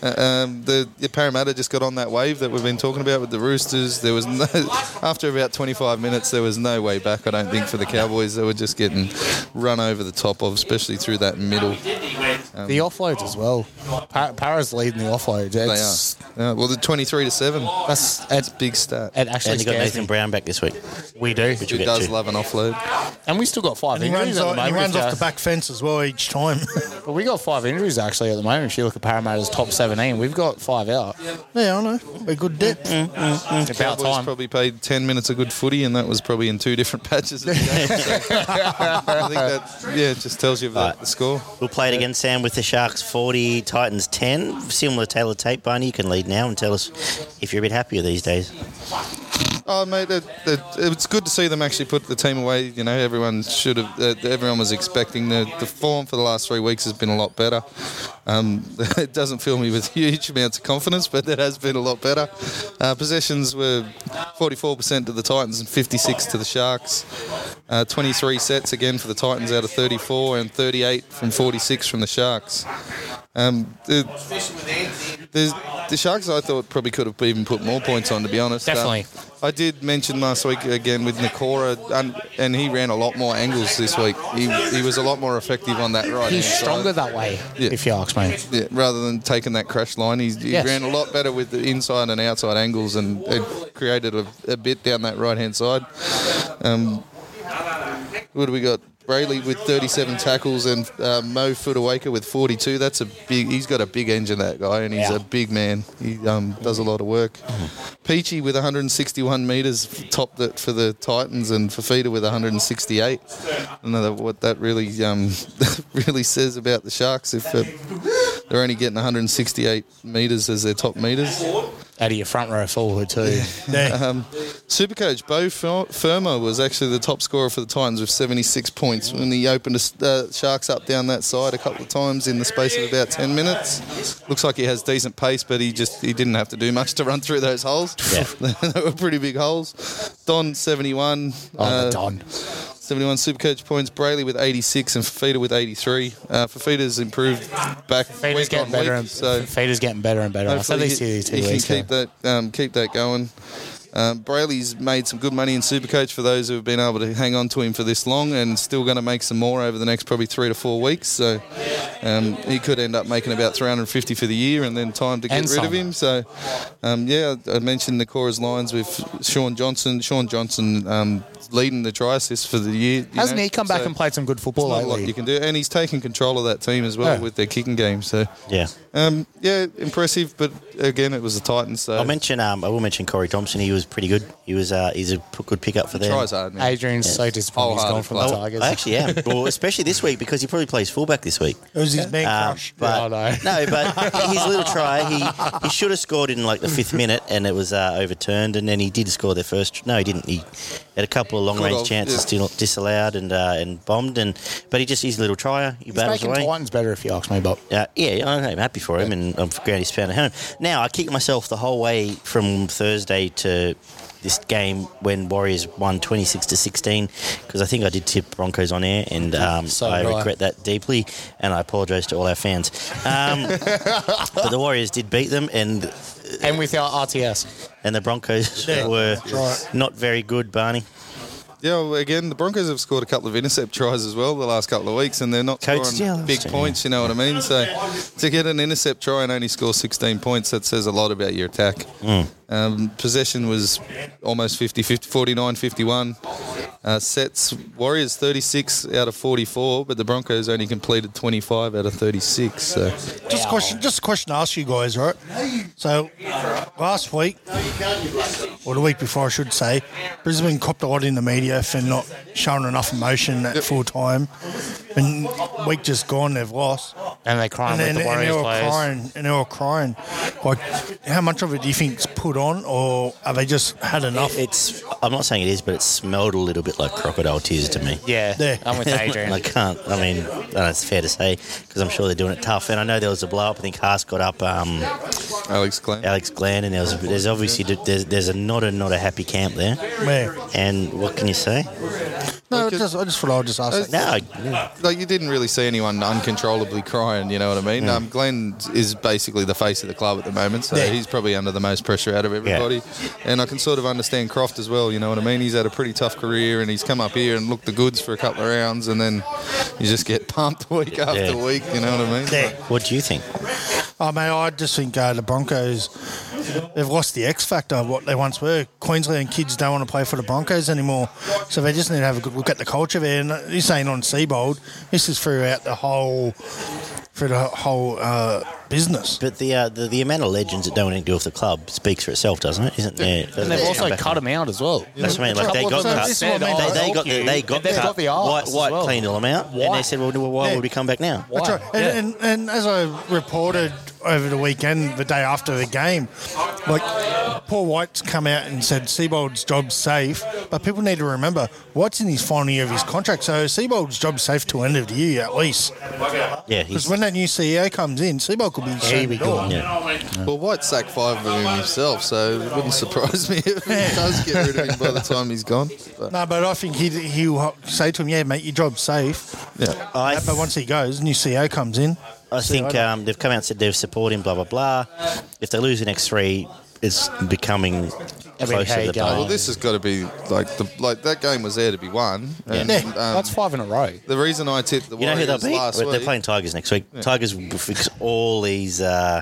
[SPEAKER 4] Uh, um, the, the Parramatta just got on that wave that we've been talking about with the Roosters. There was no after about 25 minutes, there was no way back. I don't think for the Cowboys, they were just getting run over the top of, especially through that middle.
[SPEAKER 3] Um,
[SPEAKER 2] The offloads as well. Par- Para's leading the offloads.
[SPEAKER 4] They
[SPEAKER 2] It's,
[SPEAKER 4] are. Uh, well, the 23 to 7.
[SPEAKER 2] That's it's
[SPEAKER 4] Big stat.
[SPEAKER 2] it actually
[SPEAKER 1] And they got
[SPEAKER 2] scares
[SPEAKER 1] Nathan
[SPEAKER 2] me.
[SPEAKER 1] Brown back this week.
[SPEAKER 2] We do,
[SPEAKER 1] Which
[SPEAKER 4] Who
[SPEAKER 1] we'll get
[SPEAKER 4] does
[SPEAKER 1] to.
[SPEAKER 4] love an offload?
[SPEAKER 2] and we still got five
[SPEAKER 3] and he
[SPEAKER 2] injuries
[SPEAKER 3] runs,
[SPEAKER 2] at
[SPEAKER 3] off,
[SPEAKER 2] the
[SPEAKER 3] he
[SPEAKER 2] moment.
[SPEAKER 3] runs
[SPEAKER 2] if you-
[SPEAKER 3] off the back fence as well each time.
[SPEAKER 2] But we got five injuries actually at the moment. If you look at Parramatta's top seventeen, we've got five out.
[SPEAKER 3] yeah, I know. A good depth.
[SPEAKER 2] Mm. It's about
[SPEAKER 4] Cowboys
[SPEAKER 2] time.
[SPEAKER 4] probably played 10 minutes of good footy, and that was probably in two different patches. Of the game. So, I think that, yeah, it just tells you the,
[SPEAKER 1] Right.
[SPEAKER 4] the score.
[SPEAKER 1] We'll play it again, Sam, with the Sharks 40, Titans 10. Similar Taylor Tape, Barney. You can lead now and tell us if you're a bit happier these days.
[SPEAKER 4] Oh, mate, that, that, it's good to see them actually put the team away. You know, everyone should have, uh, everyone was expecting. The, the form for the last three weeks has been a lot better. Um, it doesn't fill me with huge amounts of confidence, but it has been a lot better. Uh, possessions were 44% to the Titans and 56 to the Sharks. Uh, 23 sets again for the Titans out of 34 and 38 from 46 from the Sharks. Um, the, there's- the Sharks, I thought, probably could have even put more points on, to be honest. Uh,
[SPEAKER 2] Definitely.
[SPEAKER 4] I did mention last week again with Nakora, and, and he ran a lot more angles this week. He, he was a lot more effective on that right hand
[SPEAKER 2] He's stronger
[SPEAKER 4] side.
[SPEAKER 2] that way,
[SPEAKER 4] Yeah.
[SPEAKER 2] if you ask me.
[SPEAKER 4] Yeah, rather than taking that crash line, he, he
[SPEAKER 2] Yes.
[SPEAKER 4] ran a lot better with the inside and outside angles and it created a, a bit down that right hand side. Um, what do we got? Brayley with 37 tackles and uh, Mo Futawaker with 42. That's a big. He's got a big engine, that guy, and he's
[SPEAKER 2] Yeah.
[SPEAKER 4] a big man. He um, does a lot of work. Peachy with 161 meters topped it for the Titans, and Fafita with 168. I don't know what that really um, really says about the Sharks if uh, they're only getting 168 meters as their top meters.
[SPEAKER 2] Out of your front row forward too.
[SPEAKER 3] Yeah.
[SPEAKER 2] Uh-huh.
[SPEAKER 4] Um, Supercoach Bo Fir- Firma was actually the top scorer for the Titans with 76 points when he opened the uh, Sharks up down that side a couple of times in the space of about 10 minutes. Looks like he has decent pace, but he just he didn't have to do much to run through those holes.
[SPEAKER 1] Yeah.
[SPEAKER 4] they were pretty big holes. Don 71.
[SPEAKER 2] Oh,
[SPEAKER 4] uh,
[SPEAKER 2] the Don.
[SPEAKER 4] 71 Supercoach points. Brayley with 86 and Fafita with 83. Uh, Fafita's improved back
[SPEAKER 2] Feeder's
[SPEAKER 4] week on
[SPEAKER 2] getting better
[SPEAKER 4] week,
[SPEAKER 2] and
[SPEAKER 4] so
[SPEAKER 2] Feeder's getting better and better. I said
[SPEAKER 4] Hopefully
[SPEAKER 2] these two, two
[SPEAKER 4] you can
[SPEAKER 2] weeks
[SPEAKER 4] keep
[SPEAKER 2] ago.
[SPEAKER 4] that um, keep that going. Um, Brayley's made some good money in Supercoach for those who have been able to hang on to him for this long, and still going to make some more over the next probably three to four weeks. So um, he could end up making about 350 for the year, and then time to get
[SPEAKER 2] And
[SPEAKER 4] rid of
[SPEAKER 2] some.
[SPEAKER 4] him. So um, yeah, I mentioned the Cora's lines with Sean Johnson. Sean Johnson um, leading the try assist for the year. you
[SPEAKER 2] Hasn't
[SPEAKER 4] know,
[SPEAKER 2] he come back
[SPEAKER 4] so
[SPEAKER 2] and played some good football
[SPEAKER 4] not a lot
[SPEAKER 2] lately?
[SPEAKER 4] you can do, and he's taken control of that team as well
[SPEAKER 2] Yeah.
[SPEAKER 4] with their kicking game. So.
[SPEAKER 1] Yeah.
[SPEAKER 4] Um, yeah, impressive, but again, it was the Titans. So
[SPEAKER 1] I'll mention, um, I will mention Corey Thompson. He was pretty good. He was, uh, he's a p- good pickup for them.
[SPEAKER 4] tries hard. Man.
[SPEAKER 2] Adrian's so disappointed he's gone
[SPEAKER 4] Wholehearted
[SPEAKER 2] from
[SPEAKER 4] play.
[SPEAKER 2] the
[SPEAKER 1] Oh,
[SPEAKER 2] Tigers.
[SPEAKER 1] I actually am. Well, especially this week because he probably plays fullback this week.
[SPEAKER 3] It was his man
[SPEAKER 1] Um,
[SPEAKER 3] crush.
[SPEAKER 1] but
[SPEAKER 2] Yeah,
[SPEAKER 1] no, but his little try, he, he should have scored in like the fifth minute, and it was uh, overturned. And then he did score their first. No, he didn't. He had a couple of long
[SPEAKER 4] Good
[SPEAKER 1] range
[SPEAKER 4] old-
[SPEAKER 1] chances
[SPEAKER 4] yeah.
[SPEAKER 1] still disallowed and uh, and bombed. And but he just he's a little tryer. He
[SPEAKER 2] He's
[SPEAKER 1] battles
[SPEAKER 2] making
[SPEAKER 1] away.
[SPEAKER 2] Titans better if you ask me, but
[SPEAKER 1] Uh, yeah, I'm happy for him, and I'm glad he's found a home. Now I kicked myself the whole way from Thursday to this game when Warriors won 26 to 16 because I think I did tip Broncos on air, and um,
[SPEAKER 2] So
[SPEAKER 1] I
[SPEAKER 2] did I.
[SPEAKER 1] regret that deeply, and I apologise to all our fans. Um, but the Warriors did beat them, and
[SPEAKER 2] and without RTS,
[SPEAKER 1] and the Broncos
[SPEAKER 3] Yeah,
[SPEAKER 1] were
[SPEAKER 3] that's right.
[SPEAKER 1] not very good, Barney.
[SPEAKER 4] Yeah, well, again, the Broncos have scored a couple of intercept tries as well the last couple of weeks, and they're not
[SPEAKER 1] Coach
[SPEAKER 4] scoring
[SPEAKER 1] Steele.
[SPEAKER 4] big points. You know what I mean? So to get an intercept try and only score 16 points, that says a lot about your attack.
[SPEAKER 1] Mm.
[SPEAKER 4] Um, possession was almost 50, 50 49, 51. Uh, sets Warriors 36 out of 44, but the Broncos only completed 25 out of 36. So
[SPEAKER 3] Just a question. Just a question to ask you guys, right? So last week, or the week before, I should say, Brisbane copped a lot in the media for not showing enough emotion at full time. And week just gone, they've lost.
[SPEAKER 2] and they crying with
[SPEAKER 3] and, and,
[SPEAKER 2] the
[SPEAKER 3] and they
[SPEAKER 2] Warriors
[SPEAKER 3] were
[SPEAKER 2] players.
[SPEAKER 3] crying, and they were crying. Like, how much of it do you think's put on, or are they just had enough?
[SPEAKER 1] It's. I'm not saying it is, but it smelled a little bit like crocodile tears to me.
[SPEAKER 2] Yeah,
[SPEAKER 3] Yeah.
[SPEAKER 2] I'm with Adrian.
[SPEAKER 1] I can't. I mean, uh, it's fair to say because I'm sure they're doing it tough. And I know there was a blow up. I think Haas got up. Um,
[SPEAKER 4] Alex Glenn.
[SPEAKER 1] Alex Glenn, and there was, there's obviously there's, there's a not a not a happy camp there.
[SPEAKER 3] yeah.
[SPEAKER 1] And what can you say?
[SPEAKER 3] No, I just, I just thought I'd just ask. that.
[SPEAKER 1] No,
[SPEAKER 4] like you didn't really see anyone uncontrollably crying. You know what I mean? Um, Glenn is basically the face of the club at the moment, so
[SPEAKER 3] Yeah.
[SPEAKER 4] he's probably under the most pressure out of everybody. And I can sort of understand Croft as well. You know what I mean? He's had a pretty tough career, and he's come up here and looked the goods for a couple of rounds, and then you just get pumped week after
[SPEAKER 1] Yeah.
[SPEAKER 4] week. You know what I mean?
[SPEAKER 3] Yeah.
[SPEAKER 1] what do you think?
[SPEAKER 3] I mean, Oh, I just think uh, the Broncos, they've lost the X factor of what they once were. Queensland kids don't want to play for the Broncos anymore. So they just need to have a good look at the culture there. And this ain't on Seabold. This is throughout the whole, through the whole uh, business.
[SPEAKER 1] But the, uh, the the amount of legends that don't want to do with the club speaks for itself, doesn't it? Isn't there?
[SPEAKER 2] And they've also cut them out as well.
[SPEAKER 1] That's what I mean. Like they got
[SPEAKER 2] So
[SPEAKER 1] cut.
[SPEAKER 2] this is
[SPEAKER 1] They,
[SPEAKER 2] what I mean,
[SPEAKER 1] they,
[SPEAKER 2] they'll help
[SPEAKER 1] got the, they
[SPEAKER 2] you,
[SPEAKER 1] got
[SPEAKER 2] and they've
[SPEAKER 1] cut.
[SPEAKER 2] got the arse
[SPEAKER 1] White,
[SPEAKER 2] as
[SPEAKER 1] White
[SPEAKER 2] well.
[SPEAKER 1] cleaned them out, and they
[SPEAKER 2] White.
[SPEAKER 1] said, "Well, why would we come back now?"
[SPEAKER 2] Why?
[SPEAKER 3] That's right.
[SPEAKER 2] Yeah.
[SPEAKER 3] And, and, and as I reported over the weekend, the day after the game, like Paul White's come out and said Seabold's job's safe, but people need to remember White's in his final year of his contract, so Seabold's job's safe till end of the year at least.
[SPEAKER 1] Yeah,
[SPEAKER 3] Because
[SPEAKER 1] he's,
[SPEAKER 3] when that new CEO comes in, Seabold could be
[SPEAKER 1] he
[SPEAKER 3] shut door.
[SPEAKER 1] yeah.
[SPEAKER 4] Well, White sacked five of him himself, so it wouldn't surprise me if he does get rid of him by the time he's gone. But,
[SPEAKER 3] No, but I think he'd, he'll say to him, "Yeah, mate, your job's safe."
[SPEAKER 4] yeah.
[SPEAKER 1] I
[SPEAKER 3] but once he goes, new CEO comes in.
[SPEAKER 1] I think um, they've come out and said they've supporting blah blah blah. If they lose the next three, it's becoming closer
[SPEAKER 2] hey,
[SPEAKER 1] to the
[SPEAKER 2] go.
[SPEAKER 1] bottom.
[SPEAKER 4] Well, this has got to be like the like that game was there to be won. And,
[SPEAKER 1] Yeah.
[SPEAKER 4] um,
[SPEAKER 2] That's five in a row.
[SPEAKER 4] the reason I tipped the
[SPEAKER 1] You know who
[SPEAKER 4] Warriors
[SPEAKER 1] they'll beat?
[SPEAKER 4] last
[SPEAKER 1] Well, They're
[SPEAKER 4] week.
[SPEAKER 1] playing Tigers next week. Tigers will fix all these uh,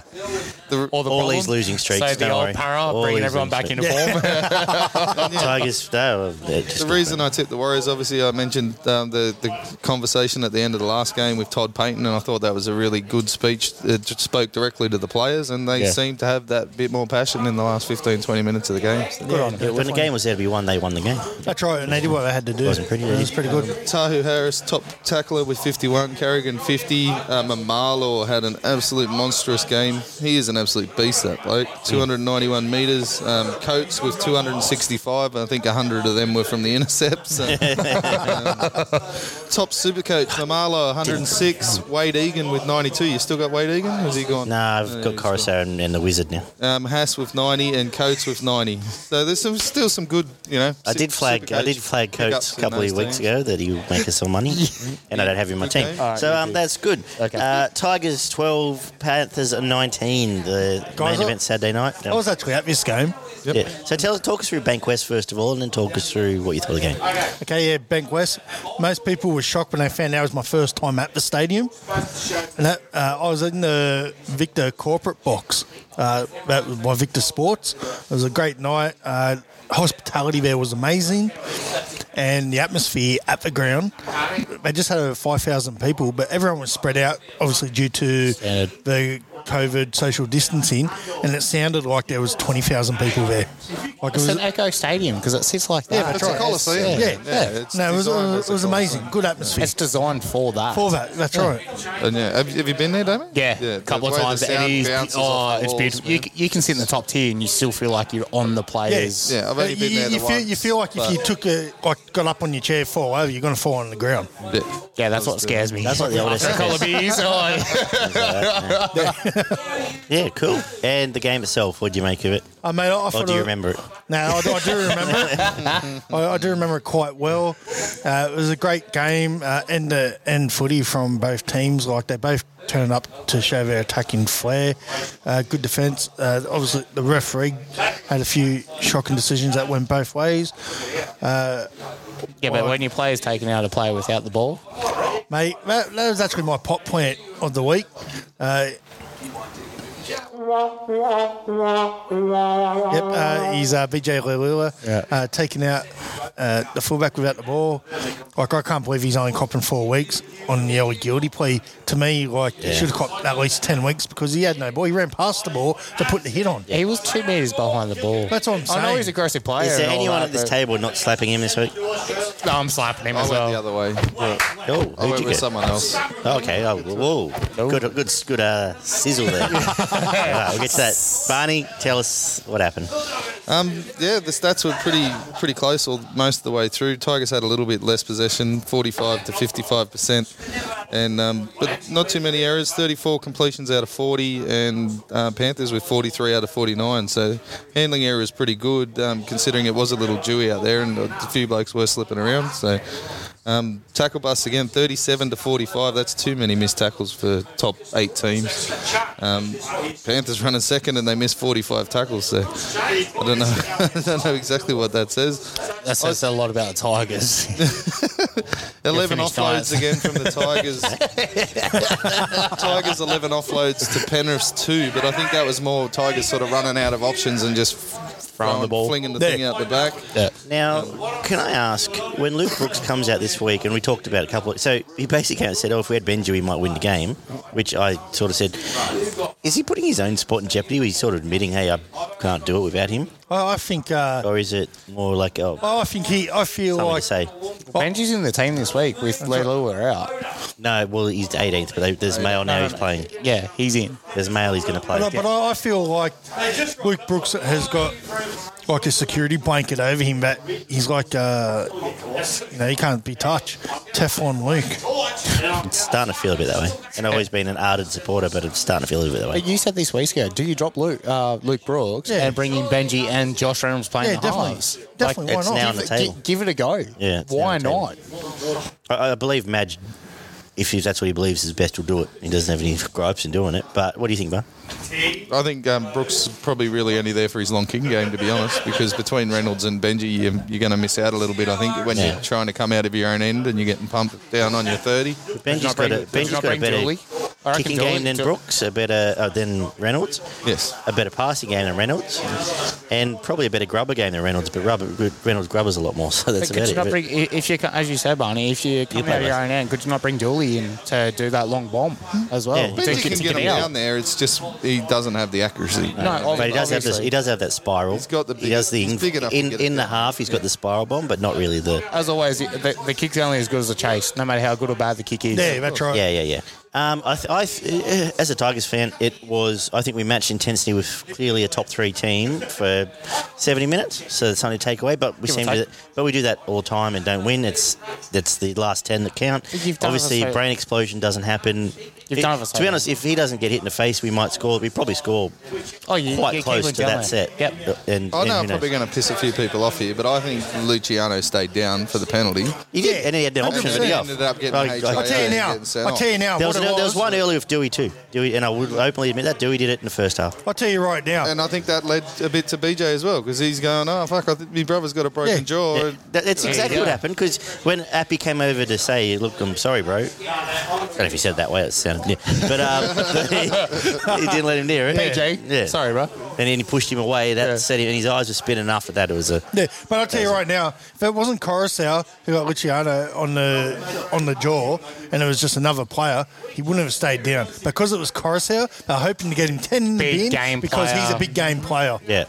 [SPEAKER 4] the-
[SPEAKER 1] all these losing streaks.
[SPEAKER 2] So the
[SPEAKER 1] don't
[SPEAKER 2] old
[SPEAKER 1] worry.
[SPEAKER 2] para
[SPEAKER 1] All
[SPEAKER 2] bringing
[SPEAKER 1] these
[SPEAKER 2] everyone back
[SPEAKER 1] losing
[SPEAKER 2] into form.
[SPEAKER 1] streaks. Tigers. No, they're just
[SPEAKER 4] the reason I tipped the Warriors, obviously, I mentioned um, the the conversation at the end of the last game with Todd Payton, and I thought that was a really good speech. It just spoke directly to the players, and they
[SPEAKER 1] Yeah.
[SPEAKER 4] seemed to have that bit more passion in the last 15, 20 minutes of the game. So.
[SPEAKER 3] Good on him.
[SPEAKER 1] when the game was there to be won, they won the game.
[SPEAKER 3] That's right, and they did what they had to do.
[SPEAKER 1] Wasn't pretty,
[SPEAKER 3] it was pretty good.
[SPEAKER 4] Tahu Harris, top tackler with 51. Carrigan, 50. Um, Mamalo had an absolute monstrous game. He is an absolute beast, that bloke.
[SPEAKER 1] Hmm.
[SPEAKER 4] 291 metres. Um, Coates with 265. I think 100 of them were from the intercepts. Um, top supercoach, Mamalo, 106. Wade Egan with 92. You still got Wade Egan? Has he gone?
[SPEAKER 1] Nah, I've got
[SPEAKER 4] he's
[SPEAKER 1] Coruscant and, and the Wizard now.
[SPEAKER 4] Um, Haas with 90 and Coates with 90. So there's some, still some good, you know.
[SPEAKER 1] I did flag I did flag Coates a couple of weeks ago that he would make us some money, and I don't have him in my team.
[SPEAKER 4] Okay.
[SPEAKER 1] So um, that's good. Uh, Tigers 12, Panthers 19, the
[SPEAKER 3] Guys,
[SPEAKER 1] main
[SPEAKER 3] I-
[SPEAKER 1] event Saturday night.
[SPEAKER 3] I was actually at this game.
[SPEAKER 1] Yeah. So tell talk us through Bankwest first of all, and then talk us through what you thought of the game.
[SPEAKER 3] Okay, yeah, Bank West. Most people were shocked when they found out it was my first time at the stadium. And that, uh, I was in the Victor corporate box. Uh, that was by Victor Sports. It was a great night. Uh, hospitality there was amazing, and the atmosphere at the ground. They just had over five thousand people, but everyone was spread out, obviously due to
[SPEAKER 2] Standard.
[SPEAKER 3] the COVID social distancing, and it sounded like there was twenty thousand people there. Like
[SPEAKER 2] It's
[SPEAKER 3] it was
[SPEAKER 2] an Echo Stadium because it sits like that.
[SPEAKER 3] but
[SPEAKER 4] It's a coliseum.
[SPEAKER 2] Yeah.
[SPEAKER 3] Yeah,
[SPEAKER 4] yeah.
[SPEAKER 2] yeah.
[SPEAKER 4] It's
[SPEAKER 3] no, it was, uh,
[SPEAKER 4] designed
[SPEAKER 3] it
[SPEAKER 4] as a
[SPEAKER 3] was amazing. Good atmosphere.
[SPEAKER 2] It's designed for that.
[SPEAKER 3] For that, that's right.
[SPEAKER 4] And yeah, have, have you been there, Damon?
[SPEAKER 2] Yeah, a
[SPEAKER 4] the
[SPEAKER 2] couple of
[SPEAKER 4] way the
[SPEAKER 2] times.
[SPEAKER 4] sound
[SPEAKER 2] And he's,
[SPEAKER 4] bounces off
[SPEAKER 2] oh,
[SPEAKER 4] the
[SPEAKER 2] it's
[SPEAKER 4] walls,
[SPEAKER 2] beautiful.
[SPEAKER 4] man.
[SPEAKER 2] You, you can sit in the top tier and you still feel like you're on the players.
[SPEAKER 4] Yeah, I've only
[SPEAKER 3] Uh, you,
[SPEAKER 4] been there the
[SPEAKER 3] you feel,
[SPEAKER 4] once,
[SPEAKER 3] you feel like if
[SPEAKER 4] but-
[SPEAKER 3] you took a like got up on your chair, fall over, you're going to fall on the ground.
[SPEAKER 4] Yeah.
[SPEAKER 2] Yeah, that's what scares me.
[SPEAKER 1] That's like the old
[SPEAKER 2] After a couple of beers, I'm like-
[SPEAKER 1] Yeah, cool. And the game itself, what do you make of it?
[SPEAKER 3] I mean, Uh, I, I
[SPEAKER 1] Or
[SPEAKER 3] thought
[SPEAKER 1] do you
[SPEAKER 3] it-
[SPEAKER 1] remember it?
[SPEAKER 3] No, I, do- I do remember. it. I, I do remember it quite well. Uh, it was a great game, uh, and the and footy from both teams. Like they both turned up to show their attacking flair. Uh, good defence. Uh, obviously, the referee had a few shocking decisions that went both ways.
[SPEAKER 2] yeah, but when your player's taking out a player without the ball,
[SPEAKER 3] Mate, that, that was actually my pop point of the week. Uh, Yep, uh, he's uh, VJ Lelula
[SPEAKER 2] Yeah.
[SPEAKER 3] uh, taking out uh, the fullback without the ball. Like, I can't believe he's only copping four weeks on the early guilty plea. To me, like, he
[SPEAKER 1] Yeah.
[SPEAKER 3] should have copped at least 10 weeks because he had no ball. He ran past the ball to put the hit on.
[SPEAKER 2] He was two meters behind the ball.
[SPEAKER 3] That's what I'm
[SPEAKER 2] I know
[SPEAKER 3] saying.
[SPEAKER 2] he's an aggressive player.
[SPEAKER 1] Is there
[SPEAKER 2] and all
[SPEAKER 1] anyone
[SPEAKER 2] that,
[SPEAKER 1] at this
[SPEAKER 2] but-
[SPEAKER 1] table not slapping him this week?
[SPEAKER 2] No, I'm slapping him
[SPEAKER 4] I
[SPEAKER 2] as
[SPEAKER 4] went
[SPEAKER 2] well.
[SPEAKER 4] the other way.
[SPEAKER 1] Oh,
[SPEAKER 4] I
[SPEAKER 1] who'd
[SPEAKER 4] went
[SPEAKER 1] you
[SPEAKER 4] with
[SPEAKER 1] get?
[SPEAKER 4] someone else.
[SPEAKER 1] Okay. Oh, whoa. Good, good, good uh, sizzle there. All right, we'll get to that. Barney, tell us what happened.
[SPEAKER 4] Um, yeah, the stats were pretty pretty close all, most of the way through. Tigers had a little bit less possession, 45 to 55 percent, and um, but not too many errors. 34 completions out of 40, and uh, Panthers with 43 out of 49. So handling error is pretty good, um, considering it was a little dewy out there, and a few blokes were slipping around. So. Um, tackle bust again, 37 to 45. That's too many missed tackles for top eight teams. Um, Panthers running second and they missed 45 tackles. So I don't know. I don't know exactly what that says.
[SPEAKER 2] That says a lot about the Tigers.
[SPEAKER 4] 11
[SPEAKER 2] finished,
[SPEAKER 4] offloads
[SPEAKER 2] guys.
[SPEAKER 4] again from the Tigers. Tigers 11 offloads to Penrith's 2, but I think that was more Tigers sort of running out of options and just throwing
[SPEAKER 2] the ball.
[SPEAKER 4] flinging the
[SPEAKER 2] Yeah.
[SPEAKER 4] thing out the back.
[SPEAKER 2] yeah.
[SPEAKER 1] Now, can I ask, when Luke Brooks comes out this week, and we talked about a couple of. So he basically came out and said, oh, if we had Benji, we might win the game, which I sort of said, is he putting his own spot in jeopardy? He's sort of admitting, hey, I can't do it without him?
[SPEAKER 3] I, I think. Uh,
[SPEAKER 1] Or is it more like, oh,
[SPEAKER 3] Oh, I think he. I feel
[SPEAKER 1] something
[SPEAKER 3] like
[SPEAKER 1] to say?
[SPEAKER 2] Benji's in the team this week with Lelua out.
[SPEAKER 1] No, well, he's 18th, but they, there's Mail now he's playing.
[SPEAKER 2] Yeah, he's in.
[SPEAKER 1] There's Mail he's going to play.
[SPEAKER 3] But, I, but I I feel like Luke Brooks has got like a security blanket over him that he's like, uh, you know, he can't be touched. Teflon Luke.
[SPEAKER 1] It's starting to feel a bit that way. And I've always been an ardent supporter, but it's starting to feel a bit that way.
[SPEAKER 2] But Uh, you said this week ago, do you drop Luke, uh, Luke Brooks
[SPEAKER 3] Yeah.
[SPEAKER 2] and bring in Benji and Josh Reynolds playing
[SPEAKER 3] Yeah,
[SPEAKER 2] the
[SPEAKER 3] definitely.
[SPEAKER 2] halves?
[SPEAKER 3] Definitely, why
[SPEAKER 1] it's
[SPEAKER 3] not?
[SPEAKER 1] now
[SPEAKER 2] give,
[SPEAKER 1] on the
[SPEAKER 2] it-
[SPEAKER 1] table.
[SPEAKER 2] gi- give it a go.
[SPEAKER 1] Yeah, it's
[SPEAKER 2] Why
[SPEAKER 1] now on
[SPEAKER 2] not?
[SPEAKER 1] I, I believe Madge, if he- that's what he believes is best, will do it. He doesn't have any gripes in doing it. But what do you think, Bar?
[SPEAKER 4] I think um, Brooks is probably really only there for his long kicking game, to be honest, because between Reynolds and Benji, you, you're going to miss out a little bit, I think, when
[SPEAKER 1] Yeah.
[SPEAKER 4] you're trying to come out of your own end and you're getting pumped down on your 30.
[SPEAKER 1] Benji's got a, Benji's got a better kicking game than Brooks, a better uh, than Reynolds,
[SPEAKER 4] Yes.
[SPEAKER 1] a better passing game than Reynolds, and probably a better grubber game than Reynolds. But rubber, Reynolds grubbers a lot more, so that's
[SPEAKER 2] But could
[SPEAKER 1] about
[SPEAKER 2] you
[SPEAKER 1] it.
[SPEAKER 2] not
[SPEAKER 1] But-
[SPEAKER 2] bring, i- if you, ca- as you said, Barney, if you come
[SPEAKER 1] play
[SPEAKER 2] out of your
[SPEAKER 1] both.
[SPEAKER 2] own end, could you not bring Dooley in to do that long bomb as well?
[SPEAKER 1] Hmm? Yeah.
[SPEAKER 2] To
[SPEAKER 4] Benji
[SPEAKER 2] get-
[SPEAKER 4] can
[SPEAKER 2] to
[SPEAKER 4] get
[SPEAKER 2] get
[SPEAKER 4] him
[SPEAKER 2] out?
[SPEAKER 4] down there. It's just he doesn't have the accuracy.
[SPEAKER 2] No,
[SPEAKER 1] but he does have this.
[SPEAKER 2] obviously.
[SPEAKER 1] He does have that spiral.
[SPEAKER 4] He's got the
[SPEAKER 1] he
[SPEAKER 4] big-
[SPEAKER 1] does the
[SPEAKER 4] he's
[SPEAKER 1] in,
[SPEAKER 4] big enough to
[SPEAKER 1] in,
[SPEAKER 4] get it
[SPEAKER 1] in the
[SPEAKER 4] down.
[SPEAKER 1] half. He's got the spiral bomb, but not really the.
[SPEAKER 2] As always, the, the kick's only as good as the chase, no matter how good or bad the kick is.
[SPEAKER 3] Yeah, that's right.
[SPEAKER 1] Yeah, yeah, yeah. Um, I, th- I th- uh, as a Tigers fan, it was. I think we matched intensity with clearly a top three team for seventy minutes, so it's only take away. But we
[SPEAKER 2] Give or
[SPEAKER 1] seem to,
[SPEAKER 2] take.
[SPEAKER 1] but we do that all the time and don't win. It's that's the last ten that count.
[SPEAKER 2] You've done
[SPEAKER 1] Obviously,
[SPEAKER 2] it for so-
[SPEAKER 1] brain explosion doesn't happen.
[SPEAKER 2] You've
[SPEAKER 1] It-
[SPEAKER 2] done it for so
[SPEAKER 1] to be
[SPEAKER 2] long.
[SPEAKER 1] honest, if he doesn't get hit in the face, we might score. We probably score
[SPEAKER 2] Oh, you,
[SPEAKER 1] quite
[SPEAKER 2] you keep
[SPEAKER 1] close
[SPEAKER 2] him
[SPEAKER 1] to
[SPEAKER 2] down
[SPEAKER 1] that
[SPEAKER 2] there.
[SPEAKER 1] set.
[SPEAKER 2] Yep.
[SPEAKER 1] And,
[SPEAKER 4] I
[SPEAKER 1] and who
[SPEAKER 4] know I'm probably
[SPEAKER 1] knows?
[SPEAKER 4] going to piss a few people off here, but I think Luciano stayed down for the penalty.
[SPEAKER 1] He did, and he had no option. but he
[SPEAKER 4] 100%
[SPEAKER 1] off.
[SPEAKER 4] ended up getting
[SPEAKER 1] Right,
[SPEAKER 4] HIA.
[SPEAKER 1] right.
[SPEAKER 3] I tell you
[SPEAKER 4] Yeah,
[SPEAKER 3] now.
[SPEAKER 4] getting sent
[SPEAKER 3] I tell you
[SPEAKER 4] off.
[SPEAKER 3] now.
[SPEAKER 1] There was,
[SPEAKER 3] what it
[SPEAKER 1] an, there was
[SPEAKER 3] was-
[SPEAKER 1] one earlier with Dewey too. Dewey, and I would openly admit that Dewey did it in the first half.
[SPEAKER 3] I tell you right now.
[SPEAKER 4] And I think that led a bit to BJ as well, because he's going, oh, fuck, I think my brother's got a broken
[SPEAKER 3] Yeah.
[SPEAKER 4] jaw.
[SPEAKER 1] Yeah, that- that's
[SPEAKER 2] you
[SPEAKER 1] exactly
[SPEAKER 2] go.
[SPEAKER 1] what happened because when Appy came over to say, "Look, I'm sorry, bro," I don't know if he said it that way. It sounded, yeah. but um, he, didn't let him near it.
[SPEAKER 2] PJ,
[SPEAKER 1] yeah.
[SPEAKER 2] sorry, bro.
[SPEAKER 1] And then he pushed him away. That
[SPEAKER 2] Yeah.
[SPEAKER 1] set him, and his eyes were spinning after that. It was a
[SPEAKER 3] Yeah, but I'll tell you right now, if it wasn't Coruscant who got Luciano on the on the jaw, and it was just another player, he wouldn't have stayed down. Because it was Coruscant, they're hoping to get him ten in the
[SPEAKER 2] Big
[SPEAKER 3] bin
[SPEAKER 2] game
[SPEAKER 3] because he's
[SPEAKER 2] player.
[SPEAKER 3] a big game player.
[SPEAKER 1] yeah.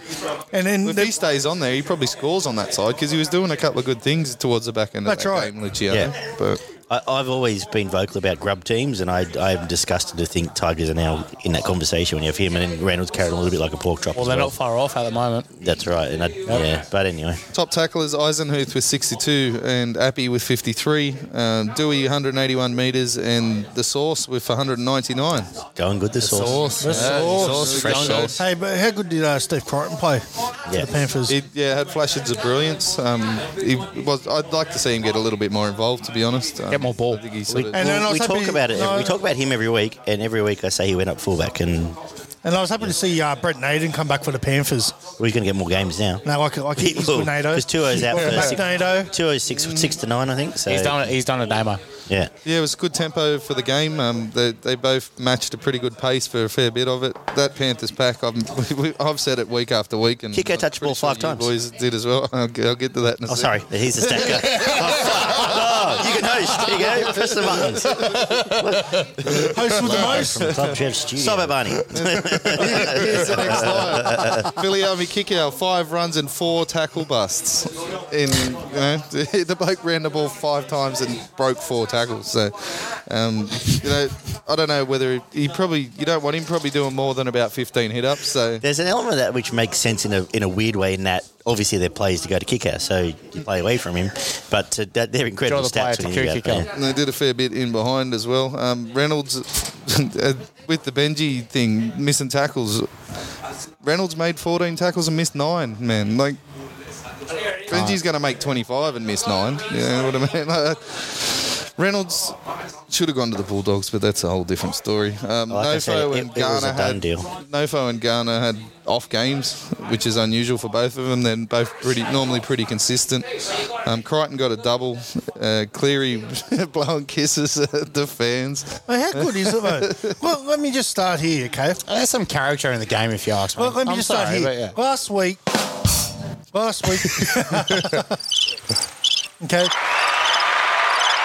[SPEAKER 3] And then
[SPEAKER 4] If
[SPEAKER 3] the-
[SPEAKER 4] he stays on there, he probably scores on that side because he was doing a couple of good things towards the back end
[SPEAKER 3] That's
[SPEAKER 4] of that
[SPEAKER 3] right.
[SPEAKER 4] game, Luciano.
[SPEAKER 1] Yeah.
[SPEAKER 4] But
[SPEAKER 1] I, I've always been vocal about grub teams, and I, I am disgusted to think Tigers are now in that conversation when you have him and then Reynolds carrying a little bit like a pork chop.
[SPEAKER 2] Well,
[SPEAKER 1] as
[SPEAKER 2] they're
[SPEAKER 1] well.
[SPEAKER 2] not far off at the moment.
[SPEAKER 1] That's right. And I, yeah, but anyway,
[SPEAKER 4] top tacklers Eisenhuth with 62 and Appy with 53, um, Dewey 181 meters, and the Source with 199.
[SPEAKER 1] going good. The sauce.
[SPEAKER 4] Yeah,
[SPEAKER 1] Uh,
[SPEAKER 3] sauce.
[SPEAKER 1] Fresh
[SPEAKER 4] Going
[SPEAKER 1] sauce.
[SPEAKER 3] hey, but how good did uh, Steve Crichton play
[SPEAKER 1] Yeah.
[SPEAKER 3] for the Panthers?
[SPEAKER 4] He, yeah, had flashes of brilliance. Um, he was. I'd like to see him get a little bit more involved, to be honest. Um,
[SPEAKER 2] Get more ball.
[SPEAKER 4] I think he
[SPEAKER 1] We,
[SPEAKER 4] sort of-
[SPEAKER 3] And then I
[SPEAKER 1] we
[SPEAKER 3] was
[SPEAKER 1] talk
[SPEAKER 3] happy-
[SPEAKER 1] about it.
[SPEAKER 3] no.
[SPEAKER 1] we talk about him every week, and every week I say he went up fullback, and
[SPEAKER 3] And I was happy to see uh, Brett Naden come back for the Panthers.
[SPEAKER 1] We're going to get more games now.
[SPEAKER 3] No, I can, I can he's
[SPEAKER 1] Well,
[SPEAKER 3] good NATO.
[SPEAKER 1] 'cause Tuo's out
[SPEAKER 3] Welcome
[SPEAKER 1] for
[SPEAKER 3] back,
[SPEAKER 1] six-
[SPEAKER 3] NATO.
[SPEAKER 1] Two oh six, six to nine, I think. So
[SPEAKER 2] He's done it. He's done a demo.
[SPEAKER 1] Yeah,
[SPEAKER 4] Yeah, it was good tempo for the game. Um, they, they both matched a pretty good pace for a fair bit of it. That Panthers pack, I've, I've said it week after week. and
[SPEAKER 1] Kiko
[SPEAKER 4] I'm
[SPEAKER 1] touched the ball
[SPEAKER 4] pretty sure
[SPEAKER 1] five
[SPEAKER 4] you
[SPEAKER 1] times.
[SPEAKER 4] boys did as well. I'll, get- I'll get to that in a
[SPEAKER 1] Oh,
[SPEAKER 4] sec.
[SPEAKER 1] sorry. He's the stacker. oh, fuck. Oh, you can host. There you go. Press the buttons.
[SPEAKER 3] Host with the most.
[SPEAKER 1] From Club Trev's studio. Stop it, Barney.
[SPEAKER 4] Here's the next line. Billy Army kick out, five runs and four tackle busts. In you know, the bloke ran the ball five times and broke four tackles. So, um, you know, I don't know whether he, he probably you don't want him probably doing more than about fifteen hit ups. So
[SPEAKER 1] There's an element of that which makes sense in a, in a weird way in that obviously their plays to go to kicker, so you play away from him. But uh, that, they're incredible
[SPEAKER 2] Draw the player
[SPEAKER 1] stats.
[SPEAKER 2] to
[SPEAKER 1] when you
[SPEAKER 2] kick
[SPEAKER 1] think about it,
[SPEAKER 2] kicker.
[SPEAKER 1] yeah.
[SPEAKER 4] And they did a fair bit in behind as well. Um, Reynolds, uh, with the Benji thing, missing tackles. Reynolds made 14 tackles and missed nine, man. Like, Benji's going to make 25 and miss nine. You know what I mean? Like, Reynolds should have gone to the Bulldogs, but that's a whole different story. Um,
[SPEAKER 1] Like I said,
[SPEAKER 4] Nofo
[SPEAKER 1] it-
[SPEAKER 4] and
[SPEAKER 1] it was a
[SPEAKER 4] Garner
[SPEAKER 1] done
[SPEAKER 4] had
[SPEAKER 1] deal.
[SPEAKER 4] Nofo and Garner had off games, which is unusual for both of them. They're both pretty normally pretty consistent. Um, Crichton got a double. Uh, Cleary blowing kisses at the fans.
[SPEAKER 3] Well, how good is it, though? well, let me just start here, okay?
[SPEAKER 2] Oh, There's some character in the game, if you ask me.
[SPEAKER 3] Well, let me
[SPEAKER 2] I'm
[SPEAKER 3] just
[SPEAKER 2] sorry,
[SPEAKER 3] start here.
[SPEAKER 2] but yeah.
[SPEAKER 3] Last week, last week. okay.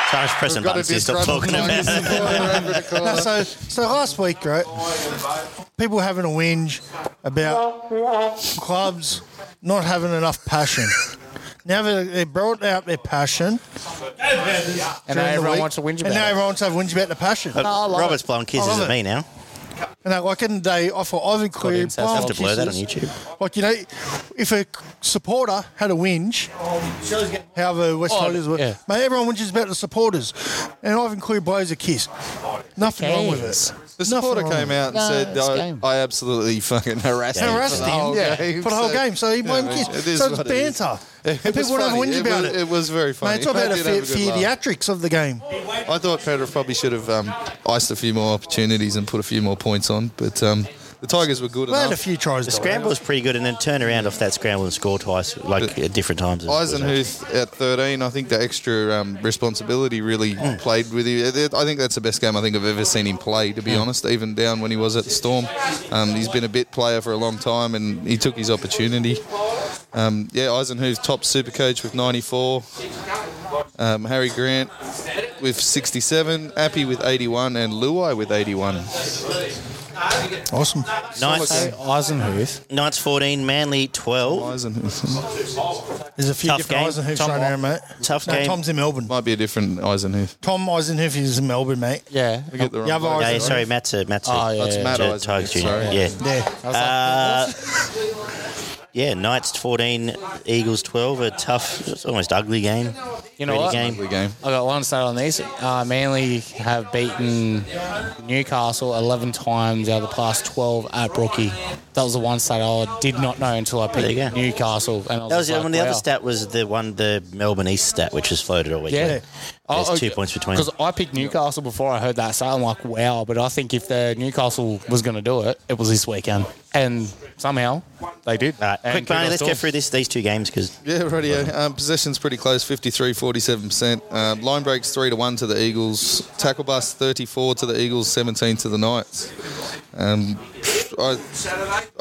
[SPEAKER 1] So I'm just pressing
[SPEAKER 4] Got a
[SPEAKER 1] buttons to stop
[SPEAKER 4] disgruntled
[SPEAKER 1] talking about
[SPEAKER 4] Tigers
[SPEAKER 1] it.
[SPEAKER 4] supporter over the
[SPEAKER 3] No,
[SPEAKER 4] corner.
[SPEAKER 3] so, so last week, right? People having a whinge about clubs not having enough passion. Now they they brought out their passion,
[SPEAKER 2] And
[SPEAKER 3] during
[SPEAKER 2] now
[SPEAKER 3] the
[SPEAKER 2] everyone
[SPEAKER 3] week,
[SPEAKER 2] wants to whinge about
[SPEAKER 3] and now
[SPEAKER 2] it.
[SPEAKER 3] everyone wants to have whinge about the passion.
[SPEAKER 2] I love
[SPEAKER 1] Robert's
[SPEAKER 2] it.
[SPEAKER 1] blowing
[SPEAKER 3] I
[SPEAKER 1] kisses
[SPEAKER 3] love
[SPEAKER 1] at
[SPEAKER 3] it.
[SPEAKER 1] me now.
[SPEAKER 3] And they, like, and they offer Ivan Cleary
[SPEAKER 2] incest.
[SPEAKER 1] I have
[SPEAKER 3] blowing
[SPEAKER 1] to blur that on
[SPEAKER 3] kisses.
[SPEAKER 1] YouTube.
[SPEAKER 3] Like you know, if a supporter had a whinge, however West
[SPEAKER 2] Oh,
[SPEAKER 3] Tigers were,
[SPEAKER 2] yeah.
[SPEAKER 3] mate, everyone whinges about the supporters, and Ivan Cleary blows a kiss. Nothing wrong with it.
[SPEAKER 4] The supporter
[SPEAKER 3] Nothing wrong.
[SPEAKER 4] came out and
[SPEAKER 2] No,
[SPEAKER 4] said,
[SPEAKER 2] it's
[SPEAKER 4] I,
[SPEAKER 2] game.
[SPEAKER 4] I absolutely fucking harassed him.
[SPEAKER 3] Harassed
[SPEAKER 4] for the whole
[SPEAKER 3] him,
[SPEAKER 2] yeah,
[SPEAKER 4] game."
[SPEAKER 3] for the whole
[SPEAKER 4] So-
[SPEAKER 3] game. So he
[SPEAKER 4] Yeah,
[SPEAKER 3] won't
[SPEAKER 4] man,
[SPEAKER 3] kiss.
[SPEAKER 4] it is
[SPEAKER 3] so it's
[SPEAKER 4] what it is.
[SPEAKER 3] banter.
[SPEAKER 4] It
[SPEAKER 3] and
[SPEAKER 4] was
[SPEAKER 3] people don't
[SPEAKER 4] funny.
[SPEAKER 3] whinge
[SPEAKER 4] It
[SPEAKER 3] about
[SPEAKER 4] was-
[SPEAKER 3] it.
[SPEAKER 4] it was very funny.
[SPEAKER 3] Mate, it's all
[SPEAKER 4] I
[SPEAKER 3] about the
[SPEAKER 4] did have a good laugh.
[SPEAKER 3] theatrics of the game.
[SPEAKER 4] I thought Penrith probably should have um, iced a few more opportunities and put a few more points on, but um, the Tigers were good
[SPEAKER 3] We had a
[SPEAKER 4] enough.
[SPEAKER 3] few tries.
[SPEAKER 1] The
[SPEAKER 3] though.
[SPEAKER 1] scramble was pretty good, and then turn around off that scramble and score twice, like at different times.
[SPEAKER 4] Eisenhuth at 13, I think the extra um, responsibility really played with him. It- it- I think that's the best game I think I've ever seen him play, to be honest, even down when he was at the Storm. Um, he's been a bit player for a long time and he took his opportunity. Um, yeah, Eisenhuth, top super coach with 94. Um, Harry Grant with 67, Appy with 81, and Luai with 81.
[SPEAKER 3] Awesome.
[SPEAKER 1] Knights,
[SPEAKER 2] So Eisenhuth.
[SPEAKER 1] Knights 14, Manly 12.
[SPEAKER 4] Eisenhuth.
[SPEAKER 3] There's a few
[SPEAKER 1] Tough game.
[SPEAKER 3] different Eisenhoofs
[SPEAKER 1] Tom-
[SPEAKER 3] right now, mate.
[SPEAKER 1] tough
[SPEAKER 3] no,
[SPEAKER 1] game.
[SPEAKER 3] Tom's in Melbourne.
[SPEAKER 4] Might be a different Eisenhuth.
[SPEAKER 3] Tom Eisenhoof is in Melbourne, mate.
[SPEAKER 2] Yeah.
[SPEAKER 4] We get the wrong
[SPEAKER 3] Yeah, I've
[SPEAKER 4] bloke.
[SPEAKER 1] Yeah, sorry, uh, Matsu. Matsu.
[SPEAKER 2] Oh, yeah,
[SPEAKER 4] That's
[SPEAKER 2] yeah,
[SPEAKER 4] Matt
[SPEAKER 1] Ju-
[SPEAKER 4] Eisenhuth,
[SPEAKER 1] uh, Tigers Junior.
[SPEAKER 4] sorry.
[SPEAKER 1] Yeah.
[SPEAKER 3] Yeah.
[SPEAKER 2] I was like,
[SPEAKER 1] Yeah, Knights 14, Eagles 12. A tough, it's almost ugly game.
[SPEAKER 2] You know
[SPEAKER 1] Pretty
[SPEAKER 2] what?
[SPEAKER 1] game.
[SPEAKER 4] Lovely game.
[SPEAKER 2] I got one stat on these. Uh, Manly have beaten Newcastle 11 times out of the past 12 at Brookie. That was the one stat I did not know until I
[SPEAKER 1] There you go.
[SPEAKER 2] picked Newcastle. And I was
[SPEAKER 1] That
[SPEAKER 2] just
[SPEAKER 1] was the,
[SPEAKER 2] like,
[SPEAKER 1] one. the other
[SPEAKER 2] wow.
[SPEAKER 1] stat was the one, the Melbourne East stat, which was floated all
[SPEAKER 2] Yeah.
[SPEAKER 1] weekend. There's two points between.
[SPEAKER 2] Oh, Because I picked Newcastle before I heard that stat. I'm like, wow. But I think if the Newcastle was going to do it, it was this weekend. And somehow they did.
[SPEAKER 1] All right,
[SPEAKER 2] And
[SPEAKER 1] quick,
[SPEAKER 2] beat
[SPEAKER 1] Barney,
[SPEAKER 2] us
[SPEAKER 1] let's
[SPEAKER 2] to
[SPEAKER 1] go
[SPEAKER 2] it.
[SPEAKER 1] through this these two games because
[SPEAKER 4] Yeah, radio. Um, possession's pretty close, 53 47%. Um, line breaks 3 to 1 to the Eagles. Tackle bust 34 to the Eagles, 17 to the Knights. Um, I,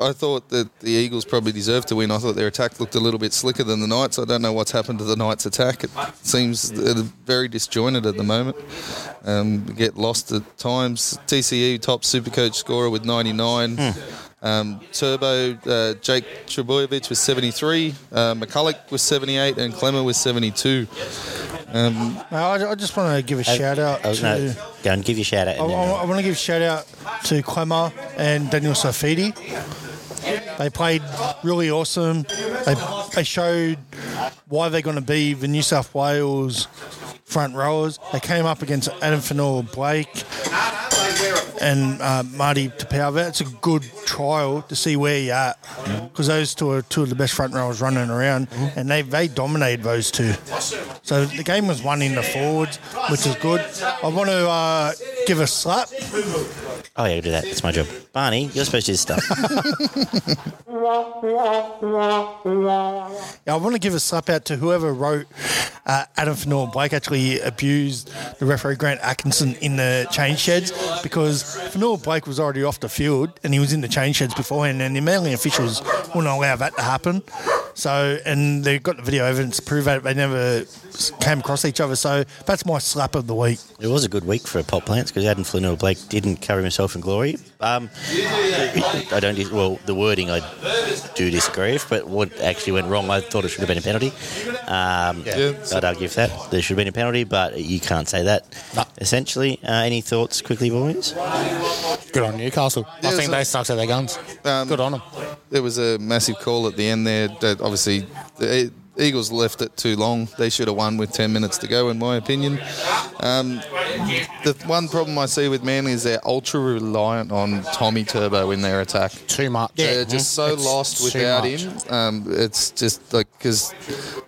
[SPEAKER 4] I thought that the Eagles probably deserved to win. I thought their attack looked a little bit slicker than the Knights. I don't know what's happened to the Knights' attack. It seems uh, very disjointed at the moment. Um, get lost at times. TCE, top supercoach scorer with 99. Um, Turbo, uh, Jake Trebojevic was 73, uh, McCulloch was 78, and Clemmer was 72.
[SPEAKER 3] I, I just want to give a shout out
[SPEAKER 1] Oh,
[SPEAKER 3] to.
[SPEAKER 1] no, go and give your shout out. and
[SPEAKER 3] I,
[SPEAKER 2] Oh,
[SPEAKER 1] then-
[SPEAKER 3] want to give a shout out to Clemmer and Daniel Safidi. They played really awesome. They, they showed why they're going to be the New South Wales front rowers. They came up against Adam Fanor Blake and uh, Marty Tapau. That's a good trial to see where you're at because those two are two of the best front rowers running around and they, they dominated those two. So the game was won in the forwards, which is good. I want to uh, give a slap
[SPEAKER 1] Oh, yeah, do that. It's my job. Barney, you're supposed to do this stuff.
[SPEAKER 3] Yeah, I want to give a slap out to whoever wrote uh, Adam Fanor Blake actually abused the referee Grant Atkinson in the chain sheds because Fanor Blake was already off the field and he was in the chain sheds beforehand, and the Manly officials wouldn't allow that to happen. So, and they got the video evidence to prove that they never s- came across each other. So that's my slap of the week.
[SPEAKER 1] It was a good week for Pop Plants because Adam Flanell Blake didn't cover himself in glory. Um, I don't, dis- well, the wording I do disagree with, but what actually went wrong, I thought it should have been a penalty. Um,
[SPEAKER 4] Yeah.
[SPEAKER 1] I'd argue with that. There should have been a penalty, but you can't say that. Essentially, uh, any thoughts quickly, boys?
[SPEAKER 2] Good on Newcastle.
[SPEAKER 4] Yeah,
[SPEAKER 2] I think
[SPEAKER 4] so-
[SPEAKER 2] they stuck to their guns.
[SPEAKER 4] Um,
[SPEAKER 2] Good on them.
[SPEAKER 4] there was a massive call at the end there that obviously the E- Eagles left it too long. They should have won with 10 minutes to go, in my opinion. Um, the one problem I see with Manly is they're ultra reliant on Tommy Turbo in their attack.
[SPEAKER 2] Too much.
[SPEAKER 4] They're just so
[SPEAKER 2] hmm. It's
[SPEAKER 4] lost
[SPEAKER 2] too
[SPEAKER 4] without
[SPEAKER 2] much.
[SPEAKER 4] him. Um, it's just like because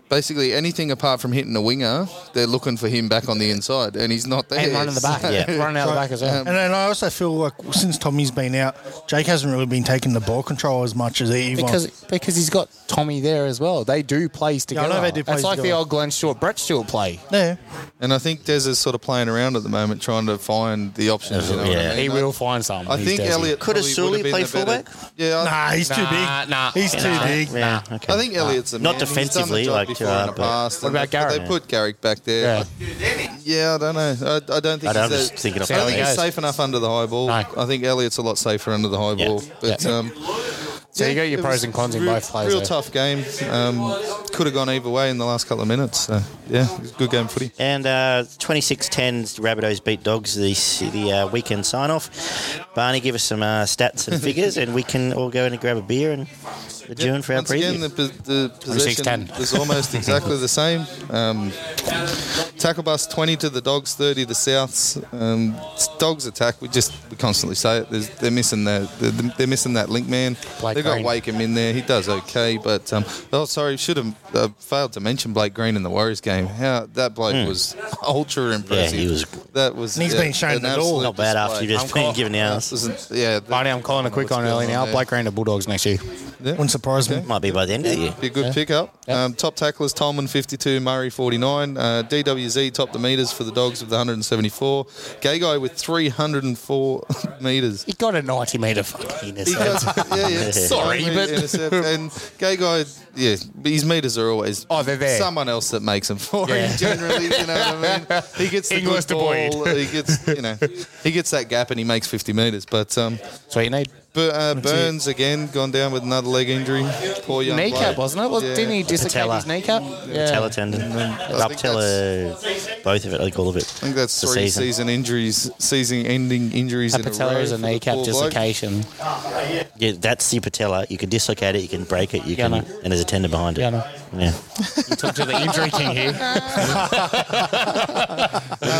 [SPEAKER 4] basically anything apart from hitting a winger, they're looking for him back on the inside, and he's not there.
[SPEAKER 2] And running the back.
[SPEAKER 4] So-
[SPEAKER 1] Yeah.
[SPEAKER 2] Running out the back as well.
[SPEAKER 4] Um,
[SPEAKER 3] And then I also feel like since Tommy's been out, Jake hasn't really been taking the ball control as much as Eve.
[SPEAKER 2] because because he's got Tommy there as well. They do plays
[SPEAKER 3] I know
[SPEAKER 2] together.
[SPEAKER 3] they do plays
[SPEAKER 2] it's like the
[SPEAKER 3] together.
[SPEAKER 2] old Glenn Stewart, Brett Stewart play.
[SPEAKER 3] yeah.
[SPEAKER 4] And I think Des is sort of playing around at the moment, trying to find the options. You know what I
[SPEAKER 1] Yeah.
[SPEAKER 4] mean?
[SPEAKER 2] He will find some.
[SPEAKER 4] I
[SPEAKER 2] He's
[SPEAKER 4] think
[SPEAKER 2] Desi.
[SPEAKER 4] Elliot
[SPEAKER 1] Could a
[SPEAKER 4] probably would
[SPEAKER 1] Sully
[SPEAKER 4] have been
[SPEAKER 1] play
[SPEAKER 4] the better-
[SPEAKER 1] fullback?
[SPEAKER 4] Yeah, I,
[SPEAKER 3] Nah, he's too
[SPEAKER 2] Nah,
[SPEAKER 3] big.
[SPEAKER 2] nah.
[SPEAKER 3] He's too big.
[SPEAKER 1] Yeah, okay.
[SPEAKER 4] I think uh, Elliot's a
[SPEAKER 1] Not
[SPEAKER 4] man. He's done the
[SPEAKER 1] defensively,
[SPEAKER 4] job
[SPEAKER 1] like,
[SPEAKER 4] before
[SPEAKER 1] uh,
[SPEAKER 4] in the
[SPEAKER 1] but-
[SPEAKER 4] past.
[SPEAKER 2] What
[SPEAKER 4] and
[SPEAKER 2] about
[SPEAKER 4] they- but
[SPEAKER 2] Garrick?
[SPEAKER 4] They put Garrick back
[SPEAKER 2] Yeah.
[SPEAKER 4] there. Yeah, I don't know. I, I don't think
[SPEAKER 1] I don't- I'm
[SPEAKER 4] he's,
[SPEAKER 1] just thinking off
[SPEAKER 4] I don't
[SPEAKER 1] the
[SPEAKER 4] think he's
[SPEAKER 2] top.
[SPEAKER 4] safe enough under the high ball.
[SPEAKER 2] No.
[SPEAKER 4] I think Elliot's a lot safer under the high
[SPEAKER 1] Yeah.
[SPEAKER 4] ball. But
[SPEAKER 2] Yeah.
[SPEAKER 4] um,
[SPEAKER 2] So you
[SPEAKER 4] yeah,
[SPEAKER 2] got your
[SPEAKER 4] it
[SPEAKER 2] pros
[SPEAKER 4] was
[SPEAKER 2] and cons in
[SPEAKER 4] real-
[SPEAKER 2] both plays. eh?
[SPEAKER 4] Real
[SPEAKER 2] there.
[SPEAKER 4] tough game. Um, could have gone either way in the last couple of minutes. So, yeah, it was a good game of footy.
[SPEAKER 1] And uh, 26-10, Rabbitohs beat Dogs this, the uh, weekend sign-off. Barney, give us some uh, stats and figures, and we can all go in and grab a beer and adjourn for our
[SPEAKER 4] Once
[SPEAKER 1] preview.
[SPEAKER 4] again, the, pos- the
[SPEAKER 2] 26-10.
[SPEAKER 4] possession is almost exactly the same. Um, tackle bus 20 to the Dogs, 30 to Souths. Um, it's dogs attack. We just we constantly say it. There's, they're missing the, the they're missing that link man.
[SPEAKER 2] Blake
[SPEAKER 4] They've
[SPEAKER 2] Green.
[SPEAKER 4] got Wakeham in there. He does okay, but um, oh sorry, should have uh, failed to mention Blake Green in the Warriors game. How that bloke was ultra impressive.
[SPEAKER 1] Hmm. he was-
[SPEAKER 4] That was.
[SPEAKER 3] And he's
[SPEAKER 4] yeah,
[SPEAKER 3] been shown
[SPEAKER 4] an
[SPEAKER 3] the door.
[SPEAKER 4] absolute
[SPEAKER 1] Not bad after
[SPEAKER 4] display.
[SPEAKER 1] you've just been given the hours.
[SPEAKER 4] Wasn't- Yeah, that-
[SPEAKER 2] Barney, I'm calling a quick
[SPEAKER 4] What's
[SPEAKER 2] on early
[SPEAKER 4] going
[SPEAKER 2] now.
[SPEAKER 4] there?
[SPEAKER 2] Blake Green to Bulldogs next year.
[SPEAKER 4] Yeah.
[SPEAKER 3] Wouldn't surprise me.
[SPEAKER 1] Might be by the end of the year.
[SPEAKER 4] Be a good pickup.
[SPEAKER 2] Yeah.
[SPEAKER 4] Um, top tacklers, Tolman 52, Murray 49. Uh, DWZ top the meters for the Dogs with 174. Gay guy with 304 meters.
[SPEAKER 2] He got a 90 metre fucking
[SPEAKER 4] He
[SPEAKER 2] intercept.
[SPEAKER 4] goes- yeah, yeah.
[SPEAKER 2] Sorry,
[SPEAKER 4] Sorry,
[SPEAKER 2] but-
[SPEAKER 4] intercept. and gay guy, yeah, his meters are always
[SPEAKER 2] Oh, they're there.
[SPEAKER 4] someone else that makes them for
[SPEAKER 2] Yeah.
[SPEAKER 4] him. Generally, you know what I mean. He gets the
[SPEAKER 2] Inglis to
[SPEAKER 4] good
[SPEAKER 2] Boyd.
[SPEAKER 4] ball. He gets, you know, he gets that gap and he makes 50 meters. But um,
[SPEAKER 2] That's what you need.
[SPEAKER 4] but uh, Burns again gone down with another leg injury. Poor young
[SPEAKER 2] Kneecap,
[SPEAKER 4] bloke.
[SPEAKER 2] wasn't it? Was,
[SPEAKER 4] Yeah.
[SPEAKER 2] Didn't he dislocate
[SPEAKER 1] Patella.
[SPEAKER 2] his kneecap? Yeah.
[SPEAKER 1] Patella tendon. Uptella, both of it, I think all of it.
[SPEAKER 4] I think that's
[SPEAKER 1] The
[SPEAKER 4] three
[SPEAKER 1] season.
[SPEAKER 4] season. injuries, season-ending injuries
[SPEAKER 2] A
[SPEAKER 4] in a
[SPEAKER 2] patella
[SPEAKER 4] row
[SPEAKER 2] is a
[SPEAKER 4] for the
[SPEAKER 2] kneecap
[SPEAKER 4] poor bloke.
[SPEAKER 2] dislocation.
[SPEAKER 1] Yeah, that's the patella. You can dislocate it, you can break it, you
[SPEAKER 2] Yeah,
[SPEAKER 1] can,
[SPEAKER 2] I know.
[SPEAKER 1] and there's a tendon behind it.
[SPEAKER 2] Yeah, I know.
[SPEAKER 1] Yeah.
[SPEAKER 2] Talk to the injury king here.
[SPEAKER 4] Um,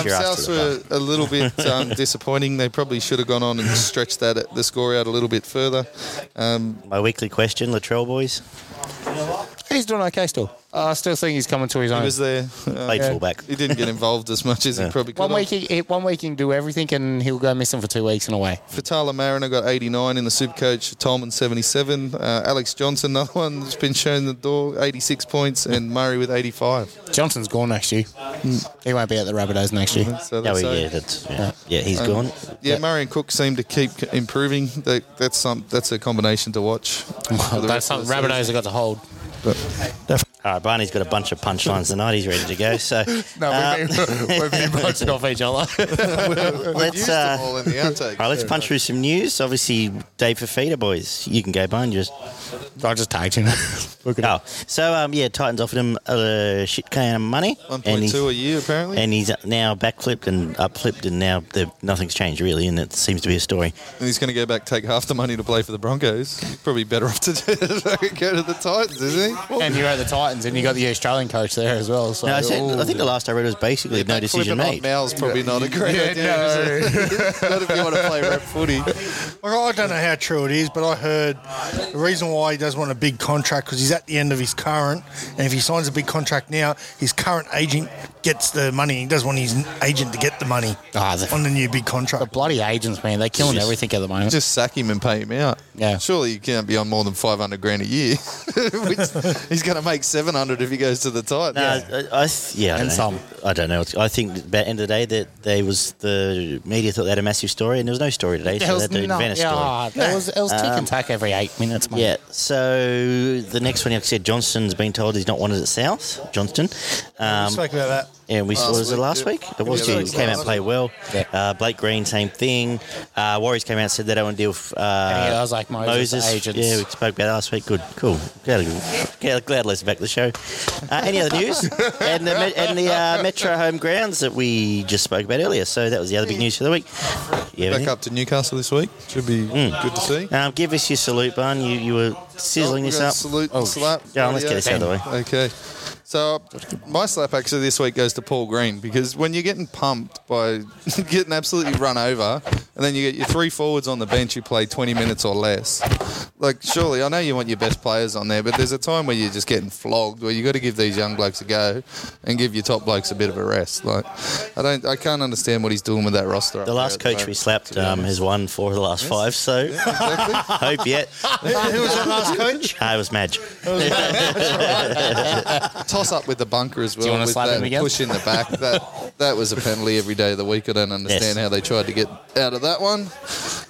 [SPEAKER 1] You're after
[SPEAKER 4] Souths
[SPEAKER 1] the
[SPEAKER 4] were a little bit um, disappointing. They probably should have gone on and stretched that the score out a little bit further. Um,
[SPEAKER 1] My weekly question, Latrell boys,
[SPEAKER 2] He's doing okay still. Uh, I still think he's coming to his
[SPEAKER 4] he
[SPEAKER 2] own.
[SPEAKER 4] was there. Uh,
[SPEAKER 1] played fullback.
[SPEAKER 4] he didn't get involved as much as he probably could.
[SPEAKER 2] One
[SPEAKER 4] have.
[SPEAKER 2] week, he, he- one week he can do everything and he'll go missing for two weeks in a way.
[SPEAKER 4] Fatala Mariner got 89 in the Supercoach. Tolman 77. Uh, Alex Johnson, another one that's been shown the door, 86 points, and Murray with 85.
[SPEAKER 2] Johnson's gone next year. Mm. He won't be at the Rabbitohs next year.
[SPEAKER 4] So Um,
[SPEAKER 1] Yeah,
[SPEAKER 4] that's
[SPEAKER 1] well,
[SPEAKER 4] eight.
[SPEAKER 1] yeah, that's yeah, yeah he's gone.
[SPEAKER 4] Yeah, Murray and Cook seem to keep c- improving. They, that's some. That's a combination to watch. For the
[SPEAKER 2] That's
[SPEAKER 4] rest of
[SPEAKER 2] something
[SPEAKER 4] the season.
[SPEAKER 2] Rabbitohs have got to hold.
[SPEAKER 1] All right, Barney's got a bunch of punchlines tonight. He's ready to go. So uh,
[SPEAKER 2] we've been punching off each other.
[SPEAKER 1] let's
[SPEAKER 4] Used
[SPEAKER 1] uh,
[SPEAKER 4] them
[SPEAKER 1] all
[SPEAKER 4] all in the outtake.
[SPEAKER 1] right, let's punch through some news. Obviously, Dave Fafita, boys, you can go behind yours.
[SPEAKER 2] I just tagged him. Look at
[SPEAKER 1] Oh, so um, yeah, Titans offered him a shit can of money, and he-
[SPEAKER 4] 1.2 a year apparently.
[SPEAKER 1] and he's now backflipped and upflipped, and now the- nothing's changed really, and it seems to be a story.
[SPEAKER 4] And he's going to go back, take half the money to play for the Broncos. He's probably better off to do- go to the Titans, isn't he?
[SPEAKER 2] And you're at the Titans, and you got the Australian coach there as well. So
[SPEAKER 1] No, I, said,
[SPEAKER 2] Ooh.
[SPEAKER 1] I think the last I read was basically no decision
[SPEAKER 4] Flipping
[SPEAKER 1] made.
[SPEAKER 4] Off Mal's probably not a great idea. is it? not if you want to play rep footy.
[SPEAKER 3] Like, I don't know how true it is, but I heard the reason why he doesn't want a big contract because he's at the end of his current, and if he signs a big contract now, his current agent gets the money. He doesn't want his agent to get the money
[SPEAKER 2] Ah, the-
[SPEAKER 3] on the new big
[SPEAKER 2] the
[SPEAKER 3] contract.
[SPEAKER 2] bloody agents, man, they're killing
[SPEAKER 1] Jeez.
[SPEAKER 2] everything at the moment.
[SPEAKER 4] Just sack him and pay him out.
[SPEAKER 2] Yeah.
[SPEAKER 4] Surely you can't be on more than 500 grand a year. Which he's going to make 700 if he goes to the Titans.
[SPEAKER 1] No, I, I th- yeah, I
[SPEAKER 2] And
[SPEAKER 1] don't know.
[SPEAKER 2] some.
[SPEAKER 1] I don't know. I think at the end of the day that they was the media thought they had a massive story, and there was no story today,
[SPEAKER 2] There
[SPEAKER 1] so they
[SPEAKER 2] was
[SPEAKER 1] had to
[SPEAKER 2] no-
[SPEAKER 1] invent a story.
[SPEAKER 2] yeah, there was it was tick and tack every eight minutes, mate.
[SPEAKER 1] Yeah. So the next one, like I said, Johnston's been told he's not wanted at South. Johnston. Um,
[SPEAKER 3] Spoke about that.
[SPEAKER 1] and we saw was it
[SPEAKER 4] week,
[SPEAKER 1] last
[SPEAKER 4] yeah.
[SPEAKER 1] week? It was.
[SPEAKER 4] Yeah,
[SPEAKER 1] Yeah,
[SPEAKER 4] that was
[SPEAKER 1] came out
[SPEAKER 4] last
[SPEAKER 1] and played well.
[SPEAKER 2] Yeah.
[SPEAKER 1] Uh, Blake Green, same thing. Uh, Warriors came out and said they don't want to deal with. Uh,
[SPEAKER 2] yeah, I was like, Moses, agents.
[SPEAKER 1] Yeah, we spoke about it last week. Good, cool. Glad, glad, glad Les back to the show. Uh, any other news? and the, me- and the uh, Metro home grounds that we just spoke about earlier. So that was the other big news for the week. Yeah.
[SPEAKER 4] Back up to Newcastle this week. Should be good to see.
[SPEAKER 1] Um, give us your salute, Bun. You you were sizzling
[SPEAKER 4] Oh, We're
[SPEAKER 1] this
[SPEAKER 4] gonna
[SPEAKER 1] up.
[SPEAKER 4] Salute, slap.
[SPEAKER 1] Yeah, let's get this out of the way.
[SPEAKER 4] Okay. So my slap actually this week goes to Paul Green because when you're getting pumped by getting absolutely run over, and then you get your three forwards on the bench who play 20 minutes or less, like surely I know you want your best players on there, but there's a time where you're just getting flogged, where you got to give these young blokes a go and give your top blokes a bit of a rest. Like I don't, I can't understand what he's doing with that roster. up
[SPEAKER 1] The
[SPEAKER 4] there
[SPEAKER 1] last
[SPEAKER 4] at the
[SPEAKER 1] coach we
[SPEAKER 4] moment.
[SPEAKER 1] slapped um, has won four of the last five, so hope yet.
[SPEAKER 3] Who was that last coach?
[SPEAKER 1] I was Madge.
[SPEAKER 4] toss up with the bunker as well.
[SPEAKER 2] you wanna
[SPEAKER 4] with
[SPEAKER 2] slap
[SPEAKER 4] that
[SPEAKER 2] him again?
[SPEAKER 4] Push in the back. That that was a penalty every day of the week. I don't understand
[SPEAKER 1] Yes.
[SPEAKER 4] how they tried to get out of that one.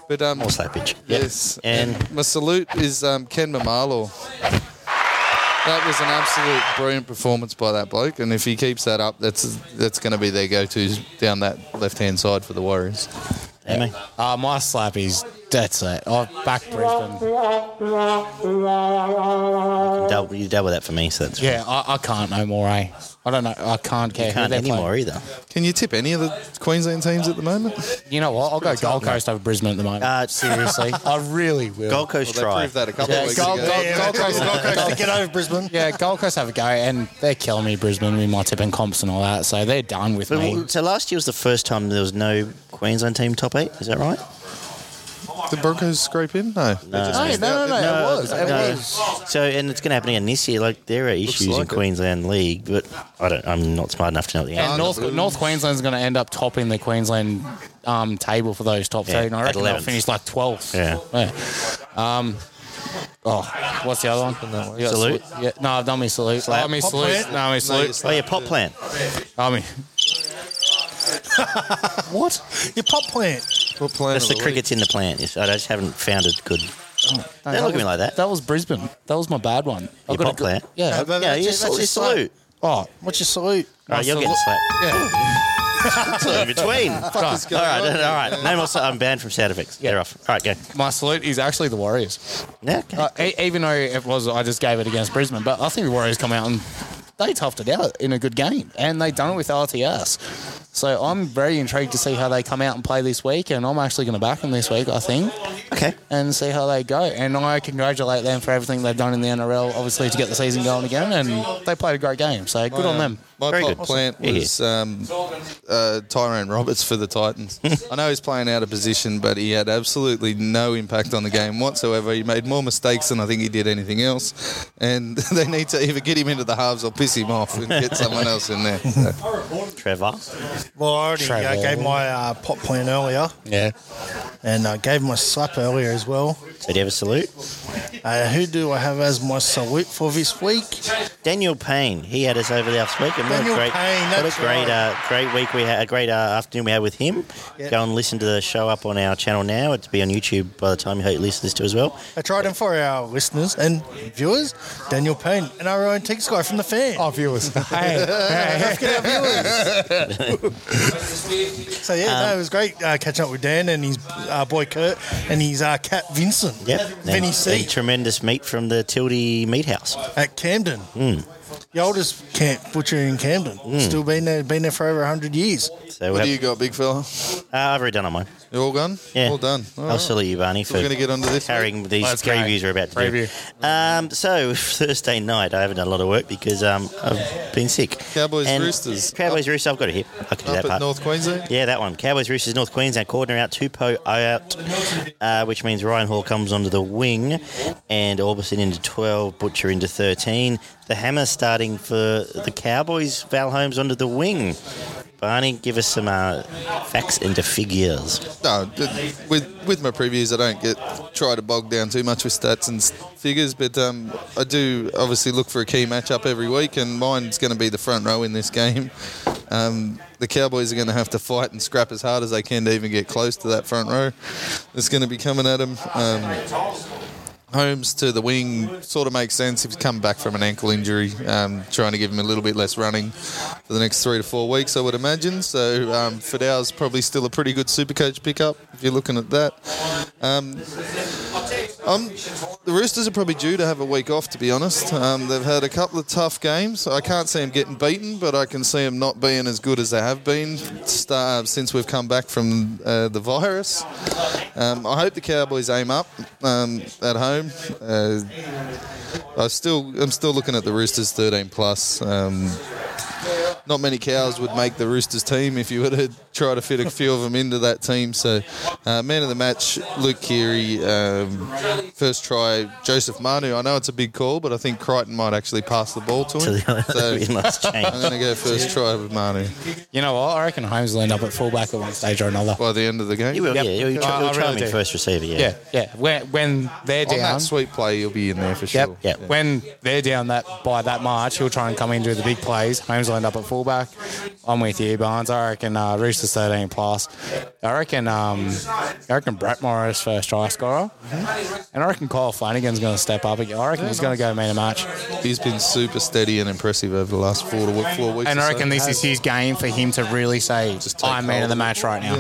[SPEAKER 4] But um,
[SPEAKER 1] More slappage. Yep.
[SPEAKER 4] yes,
[SPEAKER 1] And
[SPEAKER 4] my salute is um, Ken Mamalo. That was an absolute brilliant performance by that bloke, and if he keeps that up, that's that's going to be their go-to down that left-hand side for the Warriors.
[SPEAKER 1] Amy.
[SPEAKER 2] Uh, my slap is that's it. Oh, back Brisbane.
[SPEAKER 1] Double, you double that for me, so that's
[SPEAKER 2] Yeah, I, I can't no more. Eh? I don't know. I can't care. who
[SPEAKER 1] can't
[SPEAKER 2] they're
[SPEAKER 1] anymore
[SPEAKER 2] playing.
[SPEAKER 1] either.
[SPEAKER 4] Can you tip any of the Queensland teams at the moment?
[SPEAKER 2] You know what? I'll go Gold Coast over Brisbane at the moment.
[SPEAKER 1] Uh,
[SPEAKER 2] Seriously, I really will.
[SPEAKER 1] Gold Coast
[SPEAKER 4] Well, they
[SPEAKER 1] try.
[SPEAKER 4] proved that a couple
[SPEAKER 2] Yeah,
[SPEAKER 4] of weeks
[SPEAKER 2] Gold-
[SPEAKER 4] ago.
[SPEAKER 2] Gold-
[SPEAKER 3] Yeah, Gold Coast to get over Brisbane.
[SPEAKER 2] yeah, Gold Coast have a go, and they're killing me. Brisbane with my tipping comps and all that, so they're done with
[SPEAKER 1] But,
[SPEAKER 2] me.
[SPEAKER 1] well, so last year was the first time there was no Queensland team top eight. Is that right?
[SPEAKER 4] Did Broncos scrape in? No. They just missed out, didn't they?
[SPEAKER 2] was.
[SPEAKER 1] No. So, and it's going to happen again this year. Like there are issues
[SPEAKER 4] like
[SPEAKER 1] in
[SPEAKER 4] it.
[SPEAKER 1] Queensland league, but I don't. I'm not smart enough to know what the
[SPEAKER 2] And
[SPEAKER 1] answer.
[SPEAKER 2] North, North Queensland's going to end up topping the Queensland um, table for those top
[SPEAKER 1] Yeah,
[SPEAKER 2] three, and I
[SPEAKER 1] at
[SPEAKER 2] reckon they'll
[SPEAKER 1] 11th.
[SPEAKER 2] finish like 12th.
[SPEAKER 1] Yeah.
[SPEAKER 2] Um, oh, what's the other one? You got
[SPEAKER 1] Salute?
[SPEAKER 2] sal- Yeah, no, I've done me salute.
[SPEAKER 1] Slap.
[SPEAKER 2] Oh, me
[SPEAKER 1] Pop
[SPEAKER 2] salute.
[SPEAKER 3] plant?
[SPEAKER 2] No, me
[SPEAKER 4] No, you
[SPEAKER 2] salute.
[SPEAKER 1] Oh yeah, pot plant.
[SPEAKER 2] Oh, me.
[SPEAKER 3] What? Your pop plant.
[SPEAKER 4] What plan
[SPEAKER 1] That's
[SPEAKER 4] of
[SPEAKER 1] the
[SPEAKER 4] week?
[SPEAKER 1] crickets in the plant. It's- I just haven't found it good.
[SPEAKER 2] No,
[SPEAKER 1] Don't look at me
[SPEAKER 2] was-
[SPEAKER 1] like that.
[SPEAKER 2] That was Brisbane. That was my bad one. I
[SPEAKER 1] Your
[SPEAKER 2] got a
[SPEAKER 1] pop
[SPEAKER 2] good-
[SPEAKER 1] plant.
[SPEAKER 2] Yeah.
[SPEAKER 3] No, but
[SPEAKER 1] yeah,
[SPEAKER 3] that's
[SPEAKER 1] you
[SPEAKER 3] it,
[SPEAKER 1] that's
[SPEAKER 3] that's
[SPEAKER 1] your
[SPEAKER 3] it,
[SPEAKER 1] salute.
[SPEAKER 2] Oh,
[SPEAKER 3] What's your salute?
[SPEAKER 1] All right, Ah, you're getting slapped.
[SPEAKER 2] yeah.
[SPEAKER 1] in between. all right,
[SPEAKER 4] is
[SPEAKER 1] all
[SPEAKER 4] going on here?
[SPEAKER 1] right. No more. sal- I'm banned from sound effects. They're off. All right, go.
[SPEAKER 2] My salute is actually the Warriors.
[SPEAKER 1] Yeah, okay.
[SPEAKER 2] Uh, e- even though it was, I just gave it against Brisbane, but I think the Warriors come out and they toughed it out in a good game, and they done it with RTS. So I'm very intrigued to see how they come out and play this week, and I'm actually going to back them this week, I think,
[SPEAKER 1] okay.
[SPEAKER 2] and see how they go. And I congratulate them for everything they've done in the NRL, obviously to get the season going again, and they played a great game. So good on them.
[SPEAKER 4] Um, My
[SPEAKER 1] Very
[SPEAKER 4] pot
[SPEAKER 1] good.
[SPEAKER 4] plant
[SPEAKER 1] Yeah, yeah.
[SPEAKER 4] was um, uh, Tyrone Roberts for the Titans. I know he's playing out of position, but he had absolutely no impact on the game whatsoever. He made more mistakes than I think he did anything else. And they need to either get him into the halves or piss him off and get someone else in there. So,
[SPEAKER 1] Trevor.
[SPEAKER 3] Well, I already uh,
[SPEAKER 2] Travel.
[SPEAKER 3] gave my uh, pop plant earlier
[SPEAKER 2] Yeah.
[SPEAKER 3] and uh, gave my slap earlier as well.
[SPEAKER 1] Did you have a salute?
[SPEAKER 3] Uh, who do I have as my salute for this week?
[SPEAKER 1] Daniel Payne, he had us over last week, and what a
[SPEAKER 3] Daniel
[SPEAKER 1] great,
[SPEAKER 3] Payne,
[SPEAKER 1] what
[SPEAKER 3] that's
[SPEAKER 1] a great,
[SPEAKER 3] right.
[SPEAKER 1] uh, great week we had, a great uh, afternoon we had with him.
[SPEAKER 3] Yeah.
[SPEAKER 1] Go and listen to the show up on our channel now. It'll be on YouTube by the time you hope you listen to this too as well.
[SPEAKER 3] I tried him for our listeners and viewers. Daniel Payne, NRL Antiques guy from the fan.
[SPEAKER 2] Oh, viewers. hey.
[SPEAKER 3] so yeah, no, it was great uh, catching up with Dan and his uh, boy Kurt and his uh, cat Vincent.
[SPEAKER 1] Yep,
[SPEAKER 3] Vinny
[SPEAKER 1] And- and
[SPEAKER 3] C
[SPEAKER 1] tremendous meat from the Tildy Meat House.
[SPEAKER 3] at Camden. The oldest camp butcher in Camden.
[SPEAKER 2] Hmm.
[SPEAKER 3] Still been there, been there for over hundred years.
[SPEAKER 1] So we
[SPEAKER 4] What do
[SPEAKER 1] have,
[SPEAKER 4] you got, big fella?
[SPEAKER 1] uh, I've already done on mine.
[SPEAKER 4] You all gone?
[SPEAKER 1] Yeah.
[SPEAKER 4] All done. All
[SPEAKER 1] I'll
[SPEAKER 3] Oh.
[SPEAKER 4] right.
[SPEAKER 1] salute you, Barney, for
[SPEAKER 4] We're gonna get onto this,
[SPEAKER 1] carrying these
[SPEAKER 2] Let's go.
[SPEAKER 1] previews we're about to do. Um, so Thursday night, I haven't done a lot of work because um, I've been sick.
[SPEAKER 4] Cowboys, Roosters.
[SPEAKER 1] Cowboys Roosters. I've got it here. I can do
[SPEAKER 4] Up
[SPEAKER 1] that
[SPEAKER 4] at
[SPEAKER 1] part.
[SPEAKER 4] North Queensland.
[SPEAKER 1] Yeah, that one. Cowboys, Roosters, North Queensland. Cordner out, Tupo out, uh, which means Ryan Hall comes onto the wing and Orbison into 12, Butcher into 13. The Hammer starting for the Cowboys, Val Holmes onto the wing. Barney, give us some uh, facts into figures.
[SPEAKER 4] No, d- with with my previews, I don't get try to bog down too much with stats and s- figures, but um, I do obviously look for a key matchup every week, and mine's going to be the front row in this game. Um, the Cowboys are going to have to fight and scrap as hard as they can to even get close to that front row. It's going to be coming at them. Um, Holmes to the wing sort of makes sense. He's come back from an ankle injury, um, trying to give him a little bit less running for the next three to four weeks, I would imagine. So um, Fidow's probably still a pretty good supercoach pickup if you're looking at that. Um, the Roosters are probably due to have a week off, to be honest. Um, they've had a couple of tough games. I can't see them getting beaten, but I can see them not being as good as they have been sta- uh, since we've come back from uh, the virus. Um, I hope the Cowboys aim up um, at home. Uh, I still, I'm still looking at the Roosters 13 plus. Um, not many cows would make the Roosters team if you were to try to fit a few of them into that team. So, uh, man of the match, Luke Keary. Um, first try, Joseph Manu. I know it's a big call, but I think Crichton might actually pass the ball to
[SPEAKER 1] To
[SPEAKER 4] him.
[SPEAKER 1] the
[SPEAKER 4] So,
[SPEAKER 1] so, last
[SPEAKER 4] I'm
[SPEAKER 1] change.
[SPEAKER 4] going to go first try with Manu
[SPEAKER 2] You know what? I reckon Holmes will end up at fullback at one stage or another.
[SPEAKER 4] by the end of the game.
[SPEAKER 1] You will,
[SPEAKER 2] Yep.
[SPEAKER 1] yeah. You'll, try,
[SPEAKER 2] I-
[SPEAKER 1] you'll
[SPEAKER 2] I
[SPEAKER 1] try
[SPEAKER 2] really
[SPEAKER 1] him in
[SPEAKER 2] do.
[SPEAKER 1] first receiver, yeah.
[SPEAKER 2] Yeah, yeah. When, when they're
[SPEAKER 4] On
[SPEAKER 2] down,
[SPEAKER 4] that sweep play, you'll be in there for
[SPEAKER 2] Yep.
[SPEAKER 4] sure.
[SPEAKER 1] Yep.
[SPEAKER 4] Yeah.
[SPEAKER 2] When they're down that by that much, he'll try and come in do the big plays. Holmes will end up at fullback. I'm with you, Barnes. I reckon uh, Roosters 13 plus. I reckon um, I reckon Brett Morris first try scorer, and I reckon Kyle Flanagan's going to step up again. I reckon he's going to go man a match,
[SPEAKER 4] He's been super steady and impressive over the last four to four weeks.
[SPEAKER 2] and I
[SPEAKER 4] or
[SPEAKER 2] reckon
[SPEAKER 4] so.
[SPEAKER 2] this is his game for him to really say
[SPEAKER 4] Just take
[SPEAKER 2] I'm man of the match right now.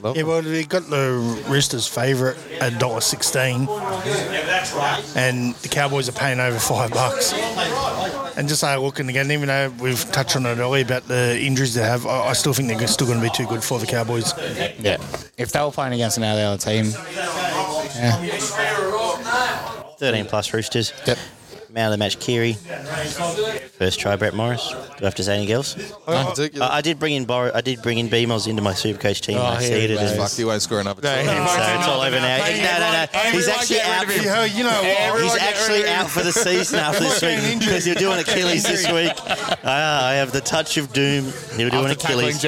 [SPEAKER 4] Love
[SPEAKER 3] Yeah,
[SPEAKER 4] it.
[SPEAKER 3] well, they got the Roosters' favourite at dollar sixteen, and the Cowboys are paying over five bucks. And just like looking again, even though we've touched on it earlier about the injuries they have, I, I still think they're still going to be too good for the Cowboys.
[SPEAKER 2] Yeah. If they were playing against another other team,
[SPEAKER 1] 13 plus Roosters.
[SPEAKER 2] Yep.
[SPEAKER 1] Man of the match, Keary. First try, Brett Morris. Do I have to say anything else?
[SPEAKER 4] Oh, ridiculous.
[SPEAKER 2] uh,
[SPEAKER 1] I, I did bring in Bor- I did bring in BMOS into my Supercoach team.
[SPEAKER 2] Oh,
[SPEAKER 1] I
[SPEAKER 2] here
[SPEAKER 1] see it
[SPEAKER 2] he
[SPEAKER 1] as
[SPEAKER 2] goes.
[SPEAKER 4] Fuck, you won't score another try.
[SPEAKER 1] so it's all over now. No, no, no. He's actually out.
[SPEAKER 3] You know, you know what?
[SPEAKER 1] He's actually out for the season after this week because he'll do an Achilles this week. Ah, I have the touch of doom. He'll do an
[SPEAKER 2] after tackling
[SPEAKER 1] Achilles.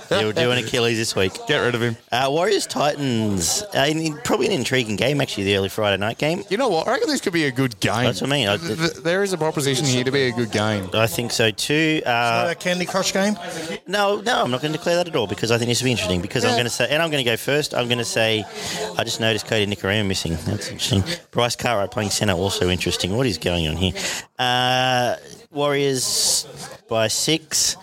[SPEAKER 2] GI,
[SPEAKER 1] He'll do an Achilles this week.
[SPEAKER 2] get rid of him.
[SPEAKER 1] Uh, Warriors Titans. Uh, in- probably an intriguing game actually. The early Friday night game.
[SPEAKER 2] You know what? I reckon this could be a good game.
[SPEAKER 1] That's what I mean. I,
[SPEAKER 2] Th- There is a proposition here to be a good game.
[SPEAKER 1] I think so too. Uh,
[SPEAKER 3] That Candy Crush game.
[SPEAKER 1] No, no, I'm not going to declare that at all because I think this will be interesting. Because I'm going to say, and I'm going to go first. I'm going to say, I just noticed Cody Nicaragua missing. That's interesting. Bryce Cartwright playing centre, also interesting. What is going on here? Uh, Warriors by six.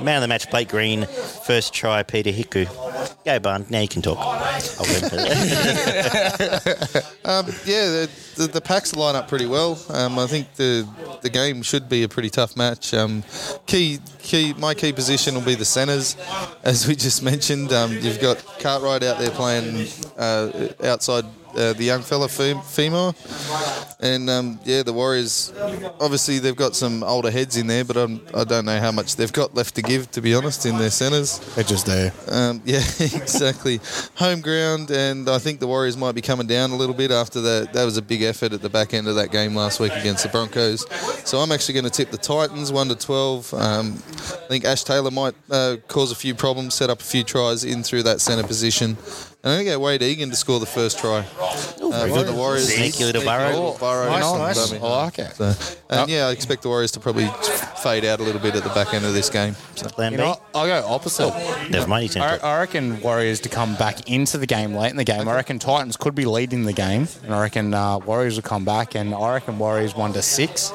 [SPEAKER 1] Man of the match, Blake Green. First try, Peter Hiku. Go, Barn. Now you can talk. I'll wait for that.
[SPEAKER 4] Um, yeah, the, the, the packs line up pretty well. Um, I think the the game should be a pretty tough match. Um, key key my key position will be the centres, as we just mentioned. Um, you've got Cartwright out there playing uh, outside uh, the young fella Fe- Femor, and um, yeah, the Warriors. Obviously, they've got some older heads in there, but I'm, I don't know how much they've got left to give. To be honest, in their centres.
[SPEAKER 2] It just do.
[SPEAKER 4] Um, yeah, exactly. Home ground, and I think the Warriors might be coming down a little bit after that. That was a big effort at the back end of that game last week against the Broncos. So I'm actually going to tip the Titans one to twelve. Um, I think Ash Taylor might uh, cause a few problems, set up a few tries in through that centre position, and I'm going to go Wade Egan to score the first try.
[SPEAKER 1] Ooh,
[SPEAKER 4] Uh,
[SPEAKER 1] very
[SPEAKER 4] for
[SPEAKER 1] good.
[SPEAKER 4] the Warriors,
[SPEAKER 1] Sneaky little burrow.
[SPEAKER 4] Little burrow.
[SPEAKER 3] Nice, nice.
[SPEAKER 4] Dummy.
[SPEAKER 2] I like it.
[SPEAKER 4] So, and yeah, I expect the Warriors to probably fade out a little bit at the back end of this game. So.
[SPEAKER 1] Plan
[SPEAKER 2] You
[SPEAKER 1] B.
[SPEAKER 2] know, what? I'll go opposite.
[SPEAKER 1] Never mind. You can
[SPEAKER 2] I,
[SPEAKER 1] talk.
[SPEAKER 2] I reckon Warriors to come back into the game late in the game. I reckon Titans could be leading the game, and I reckon uh, Warriors will come back. And I reckon Warriors one to six.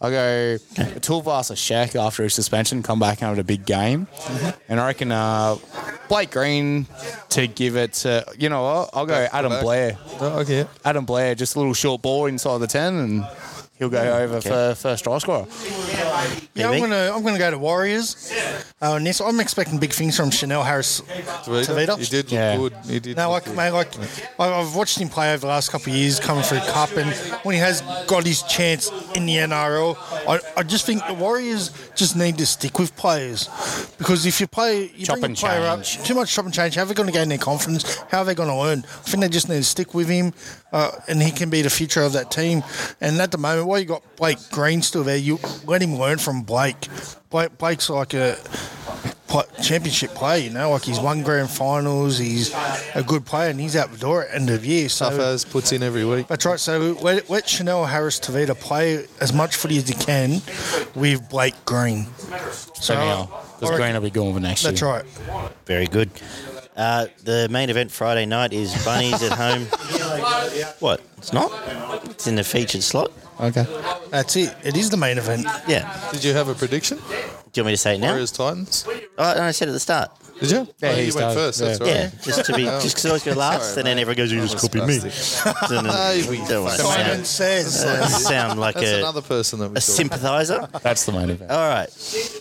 [SPEAKER 2] I'll go Tulvas or Shaq after his suspension, come back and have a big game.
[SPEAKER 3] Mm-hmm.
[SPEAKER 2] And I reckon uh, Blake Green to give it to you know what? I'll go Adam
[SPEAKER 4] back.
[SPEAKER 2] Blair.
[SPEAKER 4] Oh, okay.
[SPEAKER 2] Adam Blair, just a little short ball inside the ten, and He'll go over for first try scorer.
[SPEAKER 3] Yeah,
[SPEAKER 1] PB?
[SPEAKER 3] I'm gonna I'm gonna go to Warriors. Uh, and this, I'm expecting big things from Chanel Harris. Tavita?
[SPEAKER 4] He did look
[SPEAKER 2] Yeah.
[SPEAKER 4] good. He did.
[SPEAKER 3] Now,
[SPEAKER 4] look
[SPEAKER 3] like,
[SPEAKER 4] good.
[SPEAKER 3] mate, like I- I've watched him play over the last couple of years, coming through cup, and when he has got his chance in the NRL, I, I just think the Warriors just need to stick with players because if you play, you
[SPEAKER 2] Chop
[SPEAKER 3] bring a
[SPEAKER 2] and
[SPEAKER 3] player
[SPEAKER 2] change.
[SPEAKER 3] up too much chop and change. How are they going to gain their confidence? How are they going to learn? I think they just need to stick with him, uh, and he can be the future of that team. And at the moment, while you got Blake Green still there, you let him learn from Blake. Blake Blake's like a pl- championship player, you know, like he's won grand finals, he's a good player, and he's out the door at end of year. So
[SPEAKER 4] Tough as puts in every week.
[SPEAKER 3] that's right. So let, let Chanel Harris Tavita play as much footy as he can with Blake Green. So
[SPEAKER 2] because Green will be gone for next
[SPEAKER 3] that's
[SPEAKER 2] year.
[SPEAKER 3] right.
[SPEAKER 1] Very good. Uh, the main event Friday night is Bunnies at home. What? It's not? It's in the featured slot?
[SPEAKER 2] Okay.
[SPEAKER 3] That's it. It is the main event.
[SPEAKER 1] Yeah.
[SPEAKER 4] Did you have a prediction?
[SPEAKER 1] Do you want me to say it now?
[SPEAKER 4] Warriors Titans.
[SPEAKER 1] Oh, no, I said at the start.
[SPEAKER 4] Did you?
[SPEAKER 2] Yeah,
[SPEAKER 4] oh, you
[SPEAKER 2] he's
[SPEAKER 4] went
[SPEAKER 2] done.
[SPEAKER 4] first. That's
[SPEAKER 2] Yeah.
[SPEAKER 4] right.
[SPEAKER 1] Yeah, just to be, just because I always go last,
[SPEAKER 4] Oh. Sorry,
[SPEAKER 1] and then everyone goes, "You just copied me." Doesn't
[SPEAKER 4] we
[SPEAKER 1] don't wanna
[SPEAKER 3] Simon
[SPEAKER 4] fucking-
[SPEAKER 1] sound,
[SPEAKER 3] says. uh,
[SPEAKER 1] doesn't sound like
[SPEAKER 4] That's
[SPEAKER 1] a,
[SPEAKER 4] another person that we
[SPEAKER 1] a
[SPEAKER 4] saw.
[SPEAKER 1] sympathiser.
[SPEAKER 2] That's the main event.
[SPEAKER 1] All right,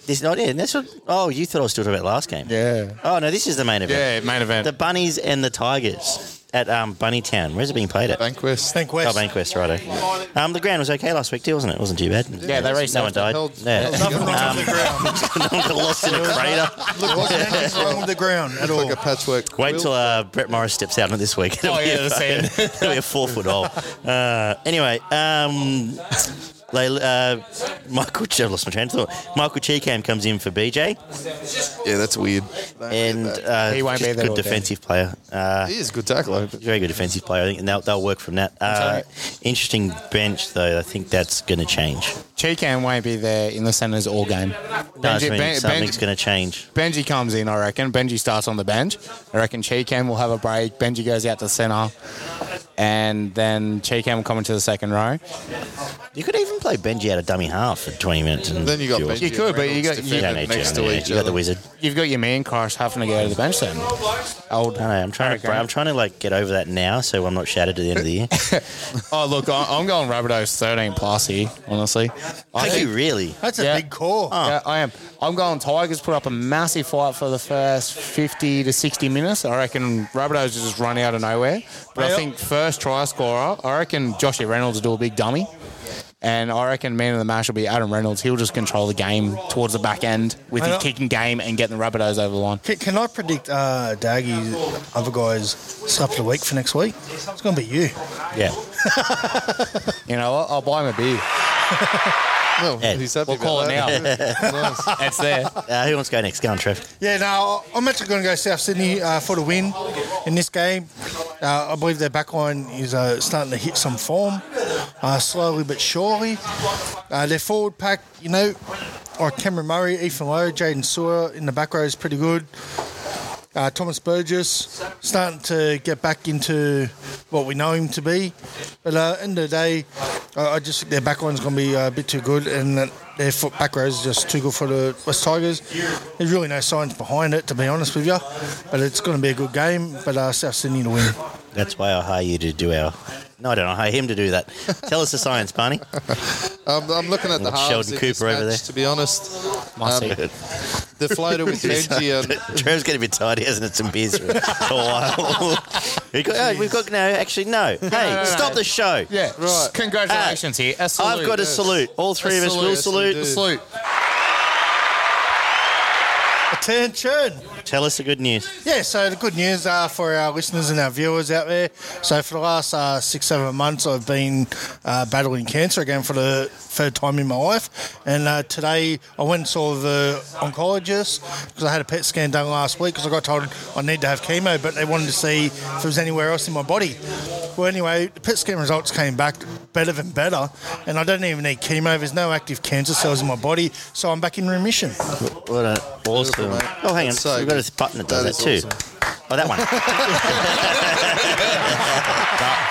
[SPEAKER 1] this not it. And that's what. Oh, you thought I was still talking about last game?
[SPEAKER 2] Yeah.
[SPEAKER 1] Oh no, this is the main event.
[SPEAKER 2] Yeah, main event.
[SPEAKER 1] The Bunnies and the Tigers at um, Bunnytown. Where's it being played at?
[SPEAKER 4] Bankwest.
[SPEAKER 3] Thank
[SPEAKER 1] Oh,
[SPEAKER 3] West.
[SPEAKER 1] Bankwest, righto. Um, the ground was okay last week too, wasn't it? It wasn't too bad.
[SPEAKER 2] Yeah, they raced
[SPEAKER 1] No
[SPEAKER 2] off
[SPEAKER 1] one
[SPEAKER 2] the
[SPEAKER 1] died.
[SPEAKER 4] held-
[SPEAKER 1] yeah. Um,
[SPEAKER 3] Nothing
[SPEAKER 4] held-
[SPEAKER 3] wrong with the ground.
[SPEAKER 1] no one got lost in a crater.
[SPEAKER 3] Look, like nothing's wrong with the ground at all.
[SPEAKER 4] Like a patchwork.
[SPEAKER 1] Wait
[SPEAKER 4] quilt.
[SPEAKER 1] till uh, Brett Morris steps out on it this week. It'll
[SPEAKER 2] Oh,
[SPEAKER 1] be
[SPEAKER 2] yeah,
[SPEAKER 1] a-
[SPEAKER 2] the same.
[SPEAKER 1] it'll be a four foot hole. Uh, anyway, um, Lay- uh, Michael, I lost my train of thought. Michael Cheekham comes in for BJ,
[SPEAKER 4] Yeah, that's weird.
[SPEAKER 1] and uh,
[SPEAKER 2] He won't
[SPEAKER 1] just
[SPEAKER 2] be there
[SPEAKER 1] good
[SPEAKER 2] all day.
[SPEAKER 1] defensive player. Uh,
[SPEAKER 4] He is a good tackler. but-
[SPEAKER 1] very good defensive player, I think, and they'll, they'll work from that. Uh, interesting bench, though. I think that's going to change.
[SPEAKER 2] Cheekan won't be there in the centres all game.
[SPEAKER 1] No, I
[SPEAKER 2] Benji-
[SPEAKER 1] mean,
[SPEAKER 2] Ben-
[SPEAKER 1] something's
[SPEAKER 2] Benji-
[SPEAKER 1] going to change.
[SPEAKER 2] Benji comes in, I reckon. Benji starts on the bench. I reckon Cheekham will have a break. Benji goes out to centre. And then Cheekham will come into the second row.
[SPEAKER 1] You could even play Benji out of dummy half for 20 minutes. And
[SPEAKER 4] Then you got
[SPEAKER 1] do it.
[SPEAKER 4] Benji
[SPEAKER 2] You could, but you got-
[SPEAKER 4] Reynolds
[SPEAKER 1] You
[SPEAKER 2] you
[SPEAKER 1] don't
[SPEAKER 4] defended
[SPEAKER 1] need
[SPEAKER 4] next
[SPEAKER 1] to.
[SPEAKER 4] to
[SPEAKER 1] yeah.
[SPEAKER 4] each
[SPEAKER 1] You got the
[SPEAKER 4] other.
[SPEAKER 1] wizard.
[SPEAKER 2] You've got your man crush having to go to the bench then. Old.
[SPEAKER 1] I know, I'm trying to.
[SPEAKER 2] Hurricane.
[SPEAKER 1] I'm trying to like get over that now, so I'm not shattered at the end of the year.
[SPEAKER 2] Oh, look, I- I'm going Rabbitohs 13 plus here, honestly. I
[SPEAKER 1] Are
[SPEAKER 2] think-
[SPEAKER 1] you really?
[SPEAKER 3] That's a
[SPEAKER 2] Yeah.
[SPEAKER 3] big call.
[SPEAKER 4] Oh.
[SPEAKER 2] Yeah, I am. I'm going Tigers put up a massive fight for the first 50 to 60 minutes. I reckon Rabbitohs just run out of nowhere. But I
[SPEAKER 3] Yep.
[SPEAKER 2] think first try scorer, I reckon Joshy Reynolds will do a big dummy. And I reckon man of the match will be Adam Reynolds. He'll just control the game towards the back end with
[SPEAKER 3] I
[SPEAKER 2] his
[SPEAKER 3] know-
[SPEAKER 2] kicking game and getting the Rabbitohs over the line.
[SPEAKER 3] Can, can I predict uh, Daggy's other guys' slap of the week for next week? It's going to be you.
[SPEAKER 1] Yeah.
[SPEAKER 2] You know what? I'll buy him a beer.
[SPEAKER 4] Well,
[SPEAKER 1] Ed,
[SPEAKER 4] he's happy
[SPEAKER 2] We'll call it
[SPEAKER 4] about
[SPEAKER 2] now.
[SPEAKER 4] that. Nice.
[SPEAKER 2] It's there.
[SPEAKER 1] Uh, who wants to go next? Go on, Trev.
[SPEAKER 3] Yeah, no, I'm actually going to go South Sydney uh, for the win in this game. Uh, I believe their backline is uh, starting to hit some form, uh, slowly but surely. Uh, their forward pack, you know, like Cameron Murray, Ethan Lowe, Jaden Sewer in the back row is pretty good. Uh, Thomas Burgess starting to get back into what we know him to be. But uh, end of the day, I I just think their back line's going to be uh, a bit too good, and that their foot back row is just too good for the West Tigers. There's really no signs behind it, to be honest with you. But it's going to be a good game. But uh, South Sydney to win.
[SPEAKER 1] That's why I hire you to do our. No, I don't. I hire him to do that. Tell us the science, Barney.
[SPEAKER 4] I'm, I'm looking at the
[SPEAKER 1] Look,
[SPEAKER 4] halves
[SPEAKER 1] Sheldon
[SPEAKER 4] in this
[SPEAKER 1] Cooper over
[SPEAKER 4] match,
[SPEAKER 1] there.
[SPEAKER 4] To be honest,
[SPEAKER 2] Must
[SPEAKER 4] Um,
[SPEAKER 2] see.
[SPEAKER 4] the floater with Benji and
[SPEAKER 1] Trev's going to be tired. He hasn't had some beers for a while. we got, oh, we've got no. Actually, no. Hey,
[SPEAKER 2] no, no.
[SPEAKER 1] stop the show.
[SPEAKER 2] Yeah, right. Congratulations here. A salute.
[SPEAKER 1] I've got to
[SPEAKER 4] yes.
[SPEAKER 1] salute. All three of us
[SPEAKER 4] salute,
[SPEAKER 1] will
[SPEAKER 4] yes, we
[SPEAKER 1] salute.
[SPEAKER 4] do.
[SPEAKER 2] salute.
[SPEAKER 3] Attention!
[SPEAKER 1] Tell us the good news.
[SPEAKER 3] Yeah, so the good news uh, for our listeners and our viewers out there. So for the last uh, six, seven months, I've been uh, battling cancer again for the third time in my life. And uh, today I went and saw the oncologist because I had a PET scan done last week because I got told I need to have chemo, but they wanted to see if it was anywhere else in my body. Well, anyway, the PET scan results came back better than better, and I don't even need chemo. There's no active cancer cells in my body, so I'm back in remission.
[SPEAKER 1] What an awesome.
[SPEAKER 4] mate.
[SPEAKER 1] Oh, hang on.
[SPEAKER 4] That's so
[SPEAKER 1] We've got
[SPEAKER 4] good.
[SPEAKER 1] a button that does
[SPEAKER 4] That
[SPEAKER 1] that,
[SPEAKER 4] is
[SPEAKER 1] too. Oh, that one.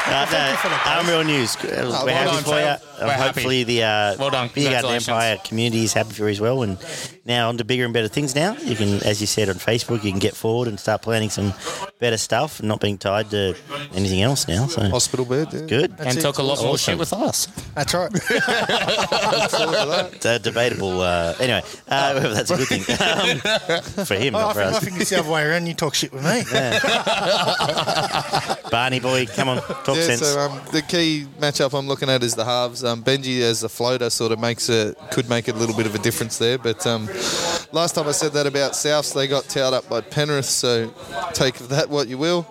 [SPEAKER 1] no, no, no. uh, Unreal news. We're
[SPEAKER 4] well
[SPEAKER 1] happy
[SPEAKER 2] done,
[SPEAKER 1] for you.
[SPEAKER 2] Phil. We're
[SPEAKER 1] Um,
[SPEAKER 2] happy.
[SPEAKER 1] hopefully, the uh,
[SPEAKER 2] Well done.
[SPEAKER 1] Big Garden
[SPEAKER 2] Congratulations.
[SPEAKER 1] Empire community is happy for you as well. And now on to bigger and better things. Now you can, as you said on Facebook, you can get forward and start planning some better stuff, and not being tied to anything else now. So
[SPEAKER 4] Hospital bed. Yeah.
[SPEAKER 1] good.
[SPEAKER 2] and talk a lot more shit with us.
[SPEAKER 3] That's right.
[SPEAKER 1] It's a debatable. Uh, anyway, uh, whether that's a good thing um, for him,
[SPEAKER 3] Oh, I
[SPEAKER 1] not for
[SPEAKER 3] think, I
[SPEAKER 1] us.
[SPEAKER 3] think it's the other way around. You talk shit with me.
[SPEAKER 1] Barney boy, come on, talk
[SPEAKER 4] Yeah,
[SPEAKER 1] sense.
[SPEAKER 4] so um, the key matchup I'm looking at is the halves. Um, Benji as the floater sort of makes it could make a little bit of a difference there. But um, last time I said that about Souths, they got towed up by Penrith, so take of that what you will.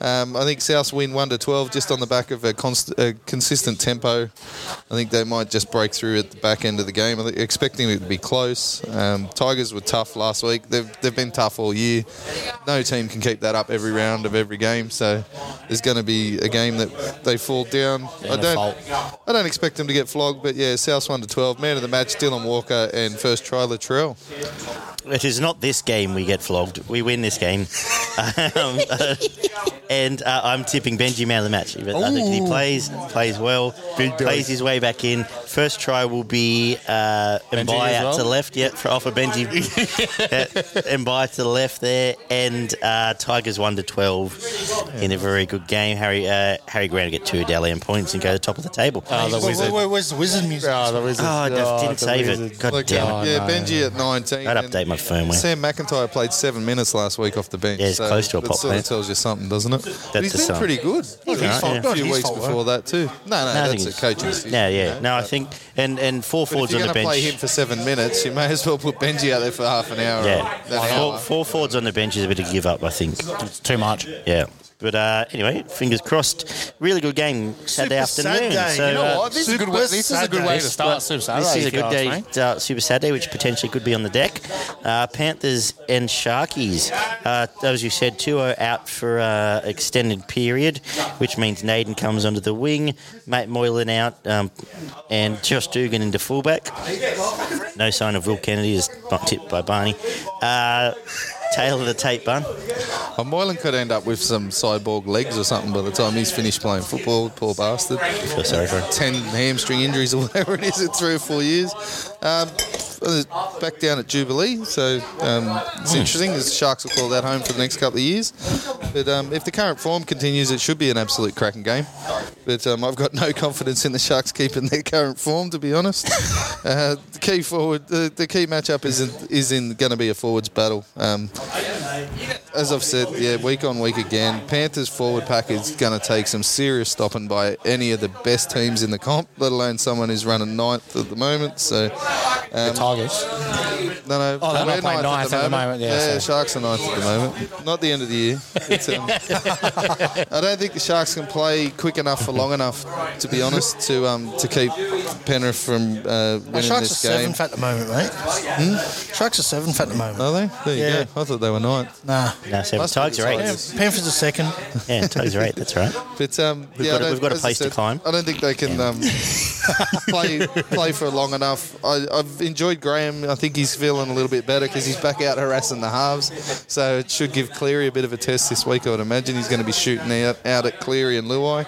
[SPEAKER 4] Um, I think Souths win one to twelve just on the back of a, const- a consistent tempo. I think they might just break through at the back end of the game. I think expecting it to be close. Um, Tigers were tough last week. They've they've been tough all year. No team can keep that up every round of every game. So there's going to be a game that they fall down. I
[SPEAKER 2] a
[SPEAKER 4] don't.
[SPEAKER 2] fault.
[SPEAKER 4] I don't expect them to get flogged, but yeah, South one to twelve. Man of the match, Dylan Walker, and first try Latrell.
[SPEAKER 1] It is not this game we get flogged. We win this game. um, uh, and uh, I'm tipping Benji man of the match. I think he plays plays well, plays his way back in. First try will be uh, Mbaya
[SPEAKER 2] as well?
[SPEAKER 1] to the left. Yep, for off of Benji. uh, Mbaya to the left there. And uh, Tigers 1 to 12 in a very good game. Harry uh, Harry Grant will get two Dalian points and go to the top of the table.
[SPEAKER 2] Oh, the
[SPEAKER 3] Where,
[SPEAKER 2] wizard.
[SPEAKER 3] where, where's the wizard music?
[SPEAKER 2] Oh, the wizard.
[SPEAKER 1] Oh, I just didn't save it. God
[SPEAKER 4] Like,
[SPEAKER 1] damn it.
[SPEAKER 4] yeah, Benji at nineteen.
[SPEAKER 1] I'd
[SPEAKER 4] and
[SPEAKER 1] update my firmware.
[SPEAKER 4] Sam McIntyre played seven minutes last week off the bench.
[SPEAKER 1] Yeah, he's close to a
[SPEAKER 4] that
[SPEAKER 1] pop
[SPEAKER 4] sort
[SPEAKER 1] plant.
[SPEAKER 4] of tells you something, doesn't it? But he's
[SPEAKER 1] the
[SPEAKER 4] been
[SPEAKER 1] sum.
[SPEAKER 4] pretty good.
[SPEAKER 1] right,
[SPEAKER 4] a
[SPEAKER 1] yeah.
[SPEAKER 4] few
[SPEAKER 3] Not his
[SPEAKER 4] weeks
[SPEAKER 3] fault,
[SPEAKER 4] before that too. No, no,
[SPEAKER 1] I think
[SPEAKER 4] that's a
[SPEAKER 1] it's-
[SPEAKER 4] coaching decision.
[SPEAKER 1] Yeah,
[SPEAKER 4] you
[SPEAKER 1] yeah.
[SPEAKER 4] know?
[SPEAKER 1] No, I
[SPEAKER 4] But
[SPEAKER 1] think and and four
[SPEAKER 4] if
[SPEAKER 1] forwards
[SPEAKER 4] you're
[SPEAKER 1] on the
[SPEAKER 4] going to
[SPEAKER 1] bench.
[SPEAKER 4] play him for seven minutes, you may as well put Benji out there for half an hour.
[SPEAKER 1] Yeah,
[SPEAKER 4] That
[SPEAKER 1] four,
[SPEAKER 4] hour.
[SPEAKER 1] four forwards on the bench is a bit of give up, I think.
[SPEAKER 2] It's too much.
[SPEAKER 1] Yeah, but uh, anyway, fingers crossed. Really good game Saturday
[SPEAKER 3] Super
[SPEAKER 1] afternoon.
[SPEAKER 3] Saturday.
[SPEAKER 1] So
[SPEAKER 3] You know
[SPEAKER 1] uh,
[SPEAKER 2] Oh, this, is a good way, this is a good way to start Super Saturday.
[SPEAKER 1] this is a
[SPEAKER 2] if you
[SPEAKER 1] good
[SPEAKER 2] ask
[SPEAKER 1] day,
[SPEAKER 2] me.
[SPEAKER 1] uh, Super Saturday, which potentially could be on the deck. Uh, Panthers and Sharkies, uh, as you said, two are out for uh, extended period, which means Naden comes onto the wing, Matt Moylan out, um, and Josh Dugan into fullback. No sign of Will Kennedy is not tipped by Barney. Uh, tail of the tape bun.
[SPEAKER 4] Oh, Moylan could end up with some cyborg legs or something by the time he's finished playing football. Poor bastard.
[SPEAKER 1] feel Oh, sorry for him.
[SPEAKER 4] Ten hamstring injuries or whatever it is in three or four years. Um, uh, back down at Jubilee, so um, it's interesting. The Sharks will call that home for the next couple of years. But um, if the current form continues, it should be an absolute cracking game. But um, I've got no confidence in the Sharks keeping their current form, to be honest. uh, the key forward, the, the key matchup is in, is in going to be a forwards battle. Um, as I've said, yeah, week on week again, Panthers forward pack is going to take some serious stopping by any of the best teams in the comp, let alone someone who's running ninth at the moment. So,
[SPEAKER 2] The Tigers.
[SPEAKER 4] no, no,
[SPEAKER 2] Oh, they're
[SPEAKER 4] we're
[SPEAKER 2] not playing ninth at the moment, yeah, so-
[SPEAKER 4] Sharks are ninth at the moment. Not the end of the year. It's, um, I don't think the Sharks can play quick enough for long enough, to be honest, to um, to keep Penrith from uh, winning
[SPEAKER 3] The Sharks are
[SPEAKER 4] this game. Oh.
[SPEAKER 3] seventh at the moment, mate. Hmm? Sharks are seventh at the moment.
[SPEAKER 4] Are they? There you
[SPEAKER 3] Yeah.
[SPEAKER 4] go. I thought they were ninth.
[SPEAKER 3] Nah.
[SPEAKER 1] Now seven
[SPEAKER 4] Must be the
[SPEAKER 1] Tigers are
[SPEAKER 4] Tigers.
[SPEAKER 1] eight.
[SPEAKER 3] Panthers are second.
[SPEAKER 1] Yeah, Tigers are eight. That's right.
[SPEAKER 4] But um,
[SPEAKER 1] We've
[SPEAKER 4] yeah, I
[SPEAKER 1] got a-
[SPEAKER 4] don't-
[SPEAKER 1] we've got a
[SPEAKER 4] as I
[SPEAKER 1] place to
[SPEAKER 4] said,
[SPEAKER 1] climb.
[SPEAKER 4] I don't think they can um, play play for long enough. I, I've enjoyed Graham. I think he's feeling a little bit better because he's back out harassing the halves. So it should give Cleary a bit of a test this week. I would imagine he's going to be shooting out, out at Cleary and Luai.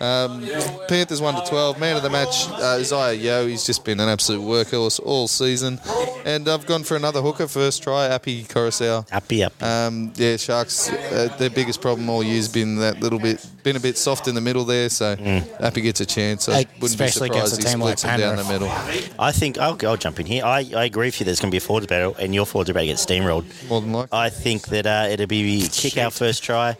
[SPEAKER 4] Um, Panthers one to twelve. Man of the match, uh, Isaiah Yo. He's just been an absolute workhorse all season. And I've gone for another hooker first try. Appy Coruscant.
[SPEAKER 1] Uppy up.
[SPEAKER 4] Um, yeah, Sharks. Uh, their biggest problem all year's been that little bit, been a bit soft in the middle there. So Appy gets a chance. I
[SPEAKER 2] Like,
[SPEAKER 4] wouldn't
[SPEAKER 2] especially
[SPEAKER 4] be surprised
[SPEAKER 2] against a
[SPEAKER 4] he
[SPEAKER 2] team like
[SPEAKER 4] splits them down the
[SPEAKER 2] Penrith.
[SPEAKER 4] middle.
[SPEAKER 1] I think I'll, I'll jump in here. I, I agree with you. There's going to be a forwards battle, and your forwards battle gets steamrolled.
[SPEAKER 4] More than likely.
[SPEAKER 1] I think that uh, it'll be kick our first try.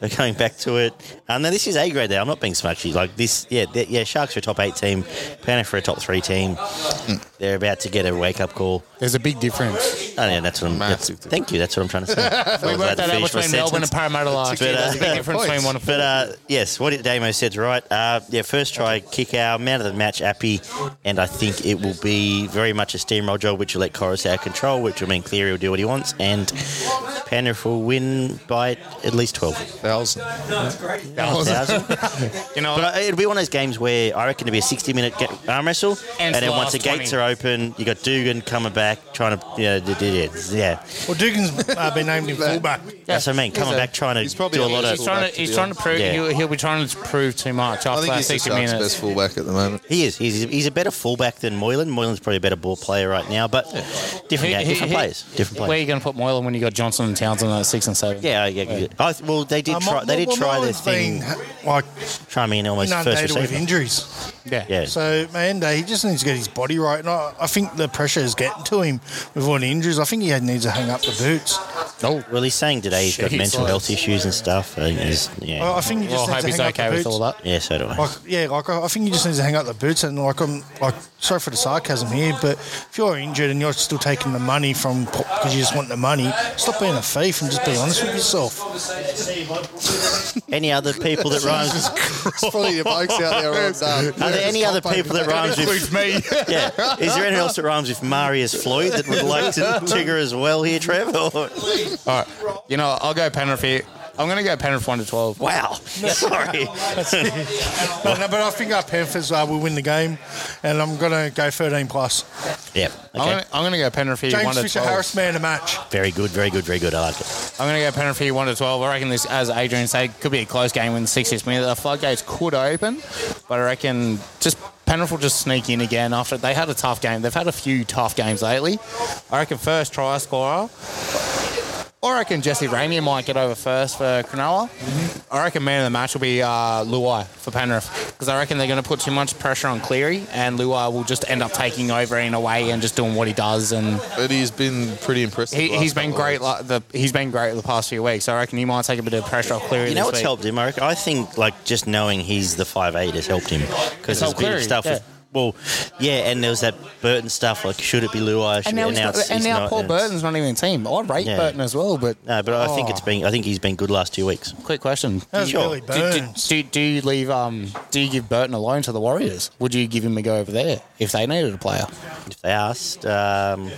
[SPEAKER 1] They're going back to it. Um, now this is A grade. There, I'm not being smuchy. Like this, yeah, th- yeah. Sharks are a top eight team. Panthers are a top three team.
[SPEAKER 2] Hmm.
[SPEAKER 1] They're about to get a wake up call.
[SPEAKER 2] There's a big difference.
[SPEAKER 1] Oh yeah, that's what I'm. That's,
[SPEAKER 4] Massive difference.
[SPEAKER 1] thank you. That's what I'm trying to say. I
[SPEAKER 2] We
[SPEAKER 1] was allowed
[SPEAKER 2] worked
[SPEAKER 1] to
[SPEAKER 2] that out
[SPEAKER 1] finish my
[SPEAKER 2] between Melbourne
[SPEAKER 1] sentence.
[SPEAKER 2] and Parramatta last year.
[SPEAKER 1] But, uh,
[SPEAKER 2] There's a big difference between one and four.
[SPEAKER 1] But uh, yes, what Damo said's right. Uh, yeah, first try, kick out, man of the match, Appy, and I think it will be very much a steamroll job, which will let Corus out of control, which will mean Cleary will do what he wants, and Penrith will win by at least 12.
[SPEAKER 4] Thousand.
[SPEAKER 1] Thousand.
[SPEAKER 5] You know,
[SPEAKER 1] But I- it'll be one of those games where I reckon it'll be a 60 minute ga- arm wrestle,
[SPEAKER 5] And
[SPEAKER 1] and,
[SPEAKER 5] it's
[SPEAKER 1] then
[SPEAKER 5] the
[SPEAKER 1] once the
[SPEAKER 5] last 20.
[SPEAKER 1] gates are open, you got Dugan coming back, trying to, yeah, d- d- d- yeah.
[SPEAKER 3] Well, Dugan's uh, been named in fullback.
[SPEAKER 1] That's what I mean, coming
[SPEAKER 4] He's a-
[SPEAKER 1] back, trying
[SPEAKER 4] he's
[SPEAKER 1] to
[SPEAKER 4] probably
[SPEAKER 1] do a
[SPEAKER 4] a
[SPEAKER 1] lot
[SPEAKER 4] little
[SPEAKER 1] of.
[SPEAKER 4] bit-
[SPEAKER 2] He's trying to, he's trying to prove
[SPEAKER 1] Yeah.
[SPEAKER 2] he'll, he'll be trying to prove too much
[SPEAKER 4] I
[SPEAKER 2] after
[SPEAKER 4] think
[SPEAKER 2] that
[SPEAKER 4] he's the
[SPEAKER 2] sixty
[SPEAKER 4] Sharks'
[SPEAKER 2] minutes.
[SPEAKER 4] best fullback at the moment.
[SPEAKER 1] He is. He's, he's a better fullback than Moylan. Moylan's probably a better ball player right now, but different,
[SPEAKER 2] He-
[SPEAKER 1] game,
[SPEAKER 2] he-
[SPEAKER 1] different
[SPEAKER 2] he-
[SPEAKER 1] players. Different
[SPEAKER 2] Where are
[SPEAKER 1] players.
[SPEAKER 2] you going to put Moylan when you got Johnson and Townsend at six and seven?
[SPEAKER 1] Yeah, yeah. yeah. I, th- well, they did
[SPEAKER 3] Um,
[SPEAKER 1] try. They did
[SPEAKER 3] well,
[SPEAKER 1] try their
[SPEAKER 3] Moylan's
[SPEAKER 1] thing,
[SPEAKER 3] been, like
[SPEAKER 1] trying me in almost first
[SPEAKER 3] inundated with
[SPEAKER 1] receiver.
[SPEAKER 3] injuries.
[SPEAKER 2] yeah.
[SPEAKER 1] Yeah.
[SPEAKER 3] So Maenda, he just needs to get his body right, and I, I think the pressure is getting to him with all the injuries. I think he needs to hang up the boots.
[SPEAKER 2] Oh,
[SPEAKER 1] Well, he's saying today he's got
[SPEAKER 2] Jeez,
[SPEAKER 1] mental
[SPEAKER 2] like-
[SPEAKER 1] health issues and stuff. I think he's- yeah.
[SPEAKER 3] I, I think he
[SPEAKER 2] well,
[SPEAKER 3] just
[SPEAKER 2] I hope
[SPEAKER 3] needs
[SPEAKER 2] he's
[SPEAKER 3] to hang
[SPEAKER 2] okay
[SPEAKER 3] up the
[SPEAKER 2] with
[SPEAKER 3] boots.
[SPEAKER 2] all that.
[SPEAKER 1] yeah, so do I.
[SPEAKER 3] Like, yeah, like I I think he just needs to hang up the boots and like I'm like sorry for the sarcasm here, but if you're injured and you're still taking the money from because you just want the money, stop being a thief and just be honest with yourself.
[SPEAKER 1] Any other people that rhymes?
[SPEAKER 4] It's probably the blokes out there all done.
[SPEAKER 1] Are there any other people that rhymes with
[SPEAKER 2] me.
[SPEAKER 1] Yeah. Is there anyone else that rhymes with Marius Floyd that would like to trigger as well here, Trevor?
[SPEAKER 2] all right. You know, I'll go Penrith here. I'm going to go Penrith one to twelve.
[SPEAKER 1] wow. Sorry.
[SPEAKER 3] No, no, but I think our Panthers uh, will win the game, and I'm gonna go 13 plus.
[SPEAKER 1] yep.
[SPEAKER 2] I'm
[SPEAKER 1] Okay.
[SPEAKER 2] gonna- I'm going to go Penrith here one
[SPEAKER 3] James
[SPEAKER 2] to
[SPEAKER 3] Fisher
[SPEAKER 2] twelve.
[SPEAKER 3] Harris man of the match.
[SPEAKER 1] Very good. Very good. Very good. I like it.
[SPEAKER 2] I'm going to go Penrith here, 1 to 12. I reckon this, as Adrian said, could be a close game in the 60th minute. The floodgates could open, but I reckon just Penrith will just sneak in again after they had a tough game. They've had a few tough games lately. I reckon first try scorer. I reckon Jesse Ramey might get over first for Cronulla. I reckon man of the match will be uh, Luai for Penrith because I reckon they're going to put too much pressure on Cleary and Luai will just end up taking over in a way and just doing what he does and
[SPEAKER 4] But he's been pretty impressive.
[SPEAKER 2] he,
[SPEAKER 4] the last
[SPEAKER 2] he's been
[SPEAKER 4] couple of
[SPEAKER 2] great.
[SPEAKER 4] weeks.
[SPEAKER 2] Like the he's been great the past few weeks. So I reckon he might take a bit of pressure off Cleary.
[SPEAKER 1] You know
[SPEAKER 2] this
[SPEAKER 1] what's
[SPEAKER 2] week.
[SPEAKER 1] helped him? I, reckon? I think like just knowing he's the five eight has helped him because there's
[SPEAKER 2] helped
[SPEAKER 1] a bit of
[SPEAKER 2] Cleary,
[SPEAKER 1] stuff.
[SPEAKER 2] yeah.
[SPEAKER 1] With, well, yeah, and there was that Burton stuff. Like, should it be Luai? Should
[SPEAKER 2] And now,
[SPEAKER 1] it
[SPEAKER 2] he's not,
[SPEAKER 1] announce?
[SPEAKER 2] and now Paul
[SPEAKER 1] and it's-
[SPEAKER 2] Burton's not even in the team. I'd rate
[SPEAKER 1] Yeah.
[SPEAKER 2] Burton as well, but
[SPEAKER 1] No, but I think
[SPEAKER 2] Oh.
[SPEAKER 1] it's been. I think he's been good last two weeks.
[SPEAKER 2] quick question:
[SPEAKER 3] That was
[SPEAKER 1] Sure.
[SPEAKER 3] Billy
[SPEAKER 1] Did-
[SPEAKER 2] do, do,
[SPEAKER 3] Burns.
[SPEAKER 2] do, do you leave? Um, do you give Burton a loan to the Warriors? Would you give him a go over there if they needed a player?
[SPEAKER 1] If they asked, um,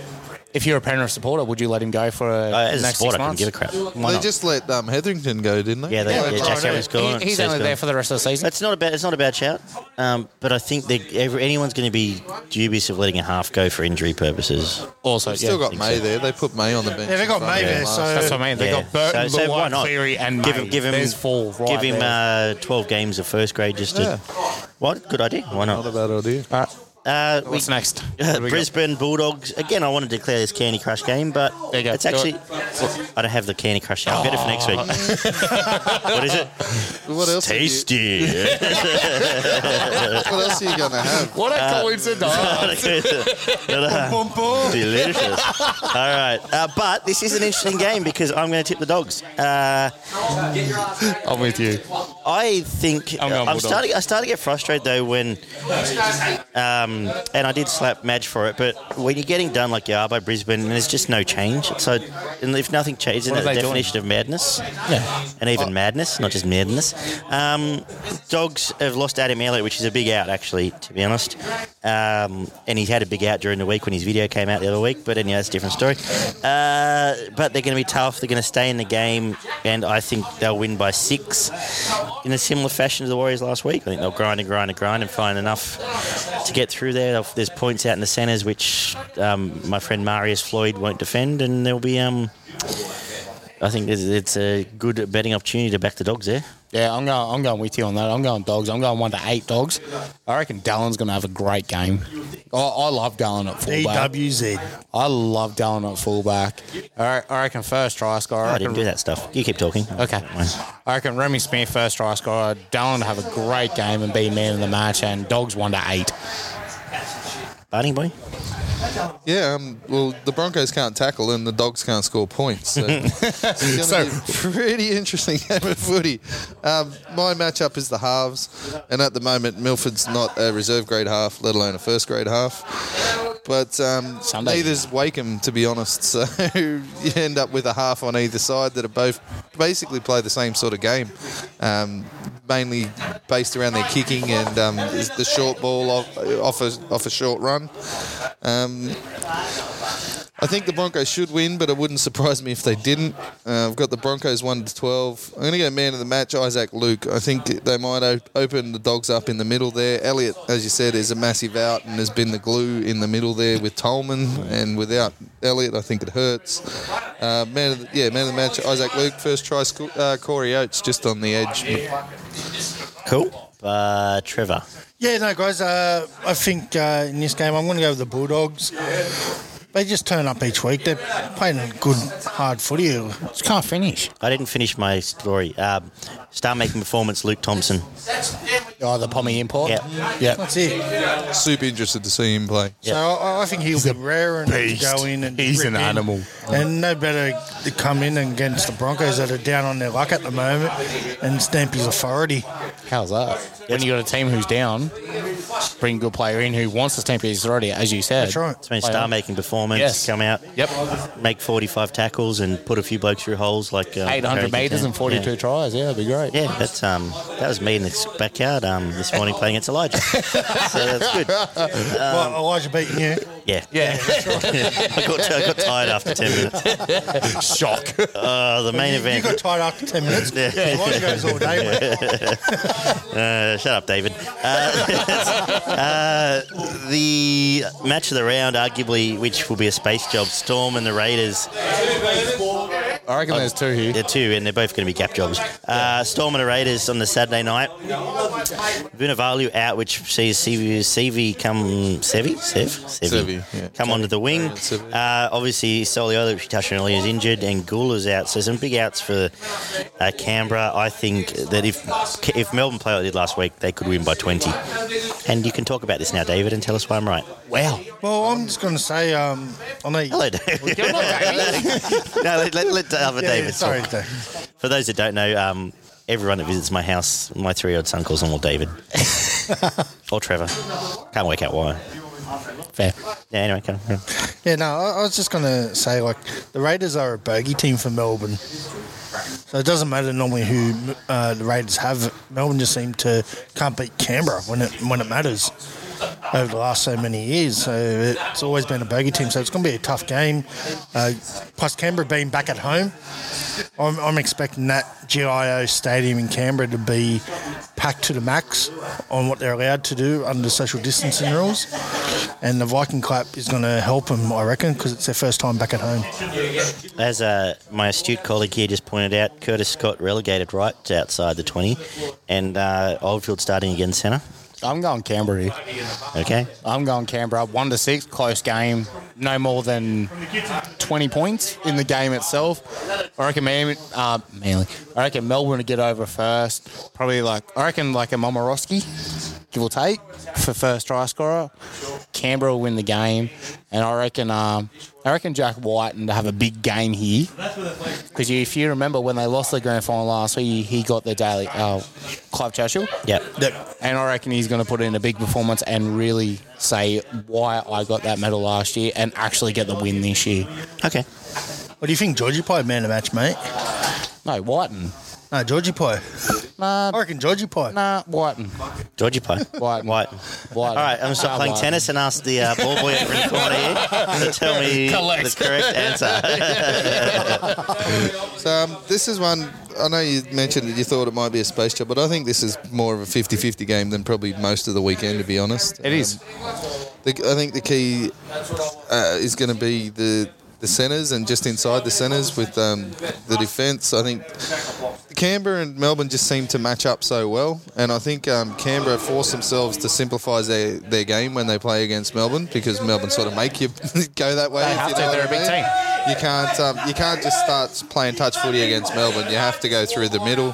[SPEAKER 2] If you're a Penrith supporter, would you let him go for a
[SPEAKER 1] uh, as a
[SPEAKER 2] next
[SPEAKER 1] sport,
[SPEAKER 2] six
[SPEAKER 1] I couldn't
[SPEAKER 2] months?
[SPEAKER 1] give a crap.
[SPEAKER 2] Why
[SPEAKER 4] they
[SPEAKER 2] not?
[SPEAKER 4] just let um, Hetherington go, didn't they?
[SPEAKER 1] Yeah, they, yeah,
[SPEAKER 3] that's
[SPEAKER 1] Jack
[SPEAKER 3] right, eh?
[SPEAKER 1] Harris gone.
[SPEAKER 2] He- he's
[SPEAKER 1] Seth's
[SPEAKER 2] only there
[SPEAKER 1] gone.
[SPEAKER 2] for the rest of the season.
[SPEAKER 1] It's not a bad. It's not a bad shout, um, but I think that every, anyone's going to be dubious of letting a half go for injury purposes.
[SPEAKER 2] also, yeah.
[SPEAKER 4] Still got May there. They put May on the bench.
[SPEAKER 3] Yeah, they got
[SPEAKER 4] in front
[SPEAKER 3] May
[SPEAKER 4] of him
[SPEAKER 3] there,
[SPEAKER 4] last
[SPEAKER 3] so-
[SPEAKER 2] That's what I mean. They
[SPEAKER 1] Yeah.
[SPEAKER 2] got Burton,
[SPEAKER 1] So- so why
[SPEAKER 2] Luai,
[SPEAKER 1] not?
[SPEAKER 2] Cleary, and
[SPEAKER 1] Give
[SPEAKER 2] May.
[SPEAKER 1] him, give him,
[SPEAKER 2] There's four. Right
[SPEAKER 1] give him
[SPEAKER 2] there.
[SPEAKER 1] uh, twelve games of first grade just to. What good idea? Why
[SPEAKER 4] Not a
[SPEAKER 1] not?
[SPEAKER 4] bad idea.
[SPEAKER 2] All right,
[SPEAKER 1] Uh, we,
[SPEAKER 2] what's next?
[SPEAKER 1] Brisbane Bulldogs again. I want to declare this Candy Crush game, but
[SPEAKER 2] There you go.
[SPEAKER 1] it's
[SPEAKER 2] Do
[SPEAKER 1] actually.
[SPEAKER 2] it.
[SPEAKER 1] I don't have the Candy Crush. I'll get it for next week.
[SPEAKER 2] Oh.
[SPEAKER 1] what is it?
[SPEAKER 4] What else? are you-
[SPEAKER 1] Tasty.
[SPEAKER 4] What else are you going to have?
[SPEAKER 2] What a coincidence!
[SPEAKER 1] Delicious. All right, uh, but this is an interesting game because I'm going to tip the dogs. Uh,
[SPEAKER 2] I'm with you.
[SPEAKER 1] I think
[SPEAKER 2] I'm going
[SPEAKER 1] I'm,
[SPEAKER 2] Bulldogs.
[SPEAKER 1] starting. I started to get frustrated though when, um, and I did slap Madge for it. But when you're getting done like you are by Brisbane, and there's just no change. So, and if nothing changes, isn't
[SPEAKER 2] What
[SPEAKER 1] that
[SPEAKER 2] are they
[SPEAKER 1] the
[SPEAKER 2] doing?
[SPEAKER 1] definition of madness?
[SPEAKER 2] Yeah.
[SPEAKER 1] And even madness, not just madness. Um, dogs have lost Adam Elliott, which is a big out actually, to be honest. Um, and he's had a big out during the week when his video came out the other week. But anyway, that's a different story. Uh, but they're going to be tough. They're going to stay in the game, and I think they'll win by six in a similar fashion to the Warriors last week. I think they'll grind and grind and grind and find enough to get through there. They'll- There's points out in the centres, which um, my friend Marius Floyd won't defend, and there'll be. Um, I think it's, it's a good betting opportunity to back the dogs there.
[SPEAKER 2] Yeah, I'm going. I'm going with you on that. I'm going dogs. I'm going one to eight dogs. I reckon Dallin's going to have a great game. I, I love Dallin at
[SPEAKER 3] E
[SPEAKER 2] fullback.
[SPEAKER 3] DWZ.
[SPEAKER 2] I love Dallin at fullback. All right, I reckon first try scorer.
[SPEAKER 1] I
[SPEAKER 2] I
[SPEAKER 1] didn't
[SPEAKER 2] reckon,
[SPEAKER 1] do that stuff. You keep talking.
[SPEAKER 2] Okay. I reckon Remy Smith first try scorer. Dallin have a great game and be man of the match. And dogs one to eight.
[SPEAKER 1] Barney boy.
[SPEAKER 4] Yeah, um, well, the Broncos can't tackle and the Dogs can't score points. So it's going to be a pretty interesting game of footy. Um, my matchup is the halves, and at the moment, Milford's not a reserve grade half, let alone a first grade half. But um,
[SPEAKER 2] Sunday.
[SPEAKER 4] neither's Wakeham, to be honest. So you end up with a half on either side that are both basically play the same sort of game. Um, Mainly based around their kicking and um, the short ball off, off, a, off a short run. I think the Broncos should win, but it wouldn't surprise me if they didn't. Uh, I've got the Broncos one to twelve. I'm going to go man of the match, Isaac Luke. I think they might op- open the dogs up in the middle there. Elliot, as you said, is a massive out and has been the glue in the middle there with Tolman, and without Elliot, I think it hurts. Uh, man, of the, yeah, man of the match, Isaac Luke. First try, sco- uh, Corey Oates just on the edge.
[SPEAKER 1] Cool. Uh, Trevor.
[SPEAKER 3] Yeah, no, guys. Uh, I think uh, in this game, I'm going to go with the Bulldogs. They just turn up each week. They're playing a good, hard footy.
[SPEAKER 2] Just can't finish.
[SPEAKER 1] I didn't finish my story. Um, star making performance, Luke Thompson.
[SPEAKER 2] Oh, the Pommy import.
[SPEAKER 1] Yeah.
[SPEAKER 2] Yeah.
[SPEAKER 3] That's it.
[SPEAKER 4] Super interested to see him play.
[SPEAKER 3] So I, I think he'll be raring
[SPEAKER 2] beast.
[SPEAKER 3] to go in and
[SPEAKER 2] He's
[SPEAKER 3] rip
[SPEAKER 2] an
[SPEAKER 3] in.
[SPEAKER 2] animal.
[SPEAKER 3] And no better to come in against the Broncos that are down on their luck at the moment and stamp his authority.
[SPEAKER 2] How's that? When you got a team who's down, bring a good player in who wants to stamp his authority, as you said.
[SPEAKER 3] That's right.
[SPEAKER 1] It's been star making performance.
[SPEAKER 2] Yes.
[SPEAKER 1] Come out,
[SPEAKER 2] Yep.
[SPEAKER 1] make 45 tackles, and put a few blokes through holes like uh,
[SPEAKER 2] 800
[SPEAKER 1] Harry
[SPEAKER 2] metres
[SPEAKER 1] Kane.
[SPEAKER 2] and 42
[SPEAKER 1] Yeah.
[SPEAKER 2] tries. Yeah, that'd be great.
[SPEAKER 1] Yeah, that's um, that was me in the backyard um, this morning playing against Elijah. so that's good.
[SPEAKER 3] well, Elijah beating you.
[SPEAKER 1] Yeah,
[SPEAKER 2] Yeah.
[SPEAKER 1] I, got, I got tired after ten minutes.
[SPEAKER 2] Shock.
[SPEAKER 1] Uh, the main
[SPEAKER 3] You, you
[SPEAKER 1] event.
[SPEAKER 3] got tired after 10 minutes.
[SPEAKER 1] Yeah.
[SPEAKER 3] Elijah goes all day. mate.
[SPEAKER 1] Uh, shut up, David. Uh, uh, the match of the round, arguably, which will be a space job, Storm and the Raiders.
[SPEAKER 2] I reckon there's two here.
[SPEAKER 1] They're two, and they're both going to be cap jobs. Uh, Storm and the Raiders on the Saturday night. Vunivalu out, which sees CV, CV come Sevi, Sev, Sevi,
[SPEAKER 4] Sevi, yeah.
[SPEAKER 1] come onto the wing.
[SPEAKER 4] Sevi.
[SPEAKER 1] Uh, obviously, Soliola, which we touched on earlier, is injured, and Gula's out. So some big outs for uh, Canberra. I think that if if Melbourne play like they did last week, they could win by twenty. And you can talk about this now, David, and tell us why I'm right.
[SPEAKER 2] Wow.
[SPEAKER 3] Well, I'm just going to say, um, I know you.
[SPEAKER 1] Hello, David. no, let, let, let the other
[SPEAKER 3] Yeah,
[SPEAKER 1] David
[SPEAKER 3] yeah,
[SPEAKER 1] talk.
[SPEAKER 3] sorry, Dave.
[SPEAKER 1] For those that don't know, um, everyone that visits my house, my three-year-old son calls them all David or Trevor. Can't work out why.
[SPEAKER 2] Fair.
[SPEAKER 1] Yeah, anyway, come on.
[SPEAKER 3] Yeah, no, I, I was just going to say, like, the Raiders are a bogey team for Melbourne. So it doesn't matter normally who uh, the Raiders have. Melbourne just seem to can't beat Canberra when it when it matters over the last so many years. So it's always been a bogey team. So it's going to be a tough game. Uh, plus, Canberra being back at home, I'm, I'm expecting that GIO Stadium in Canberra to be packed to the max on what they're allowed to do under social distancing rules. And the Viking clap is going to help them, I reckon, because it's their first time back at home.
[SPEAKER 1] As uh, my astute colleague here just pointed out, Curtis Scott relegated right to outside the 20, and uh, Oldfield starting again centre.
[SPEAKER 2] I'm going Canberra. here.
[SPEAKER 1] Okay.
[SPEAKER 2] I'm going Canberra. One to six, close game. No more than 20 points in the game itself. I reckon Man- uh, Manly. I reckon Melbourne to get over first. Probably like I reckon like a Momorowski, give or take, for first try scorer. Canberra will win the game, and I reckon um, I reckon Jack White and to have a big game here. Because if you remember when they lost the grand final last week, he got the daily uh, Clive Churchill.
[SPEAKER 1] Yep.
[SPEAKER 2] And I reckon he's going to put in a big performance and really say why I got that medal last year and actually get the win this year.
[SPEAKER 1] Okay.
[SPEAKER 3] What do you think, Georgie Pie man of the match, mate?
[SPEAKER 2] No, Whiten.
[SPEAKER 3] No, Georgie Pie.
[SPEAKER 2] Nah,
[SPEAKER 3] I reckon Georgie Pie.
[SPEAKER 2] nah, Whiten.
[SPEAKER 1] Georgie Pie.
[SPEAKER 2] White.
[SPEAKER 1] White.
[SPEAKER 2] Whiten.
[SPEAKER 1] All right, I'm going to stop playing tennis and ask the uh, ball boy over in the corner here to tell me
[SPEAKER 2] Collect.
[SPEAKER 1] the correct answer.
[SPEAKER 4] So um, this is one. I know you mentioned that you thought it might be a space job, but I think this is more of a 50-50 game than probably most of the weekend, to be honest. Um,
[SPEAKER 2] It is.
[SPEAKER 4] The, I think the key uh, is going to be the the centres and just inside the centres with um, the defence. I think Canberra and Melbourne just seem to match up so well, and I think um, Canberra force themselves to simplify their, their game when they play against Melbourne because Melbourne sort of make you go that way.
[SPEAKER 2] They
[SPEAKER 4] if
[SPEAKER 2] have
[SPEAKER 4] you
[SPEAKER 2] to,
[SPEAKER 4] know
[SPEAKER 2] they're
[SPEAKER 4] what I
[SPEAKER 2] a big
[SPEAKER 4] mean.
[SPEAKER 2] team.
[SPEAKER 4] You can't um, you can't just start playing touch footy against Melbourne. You have to go through the middle.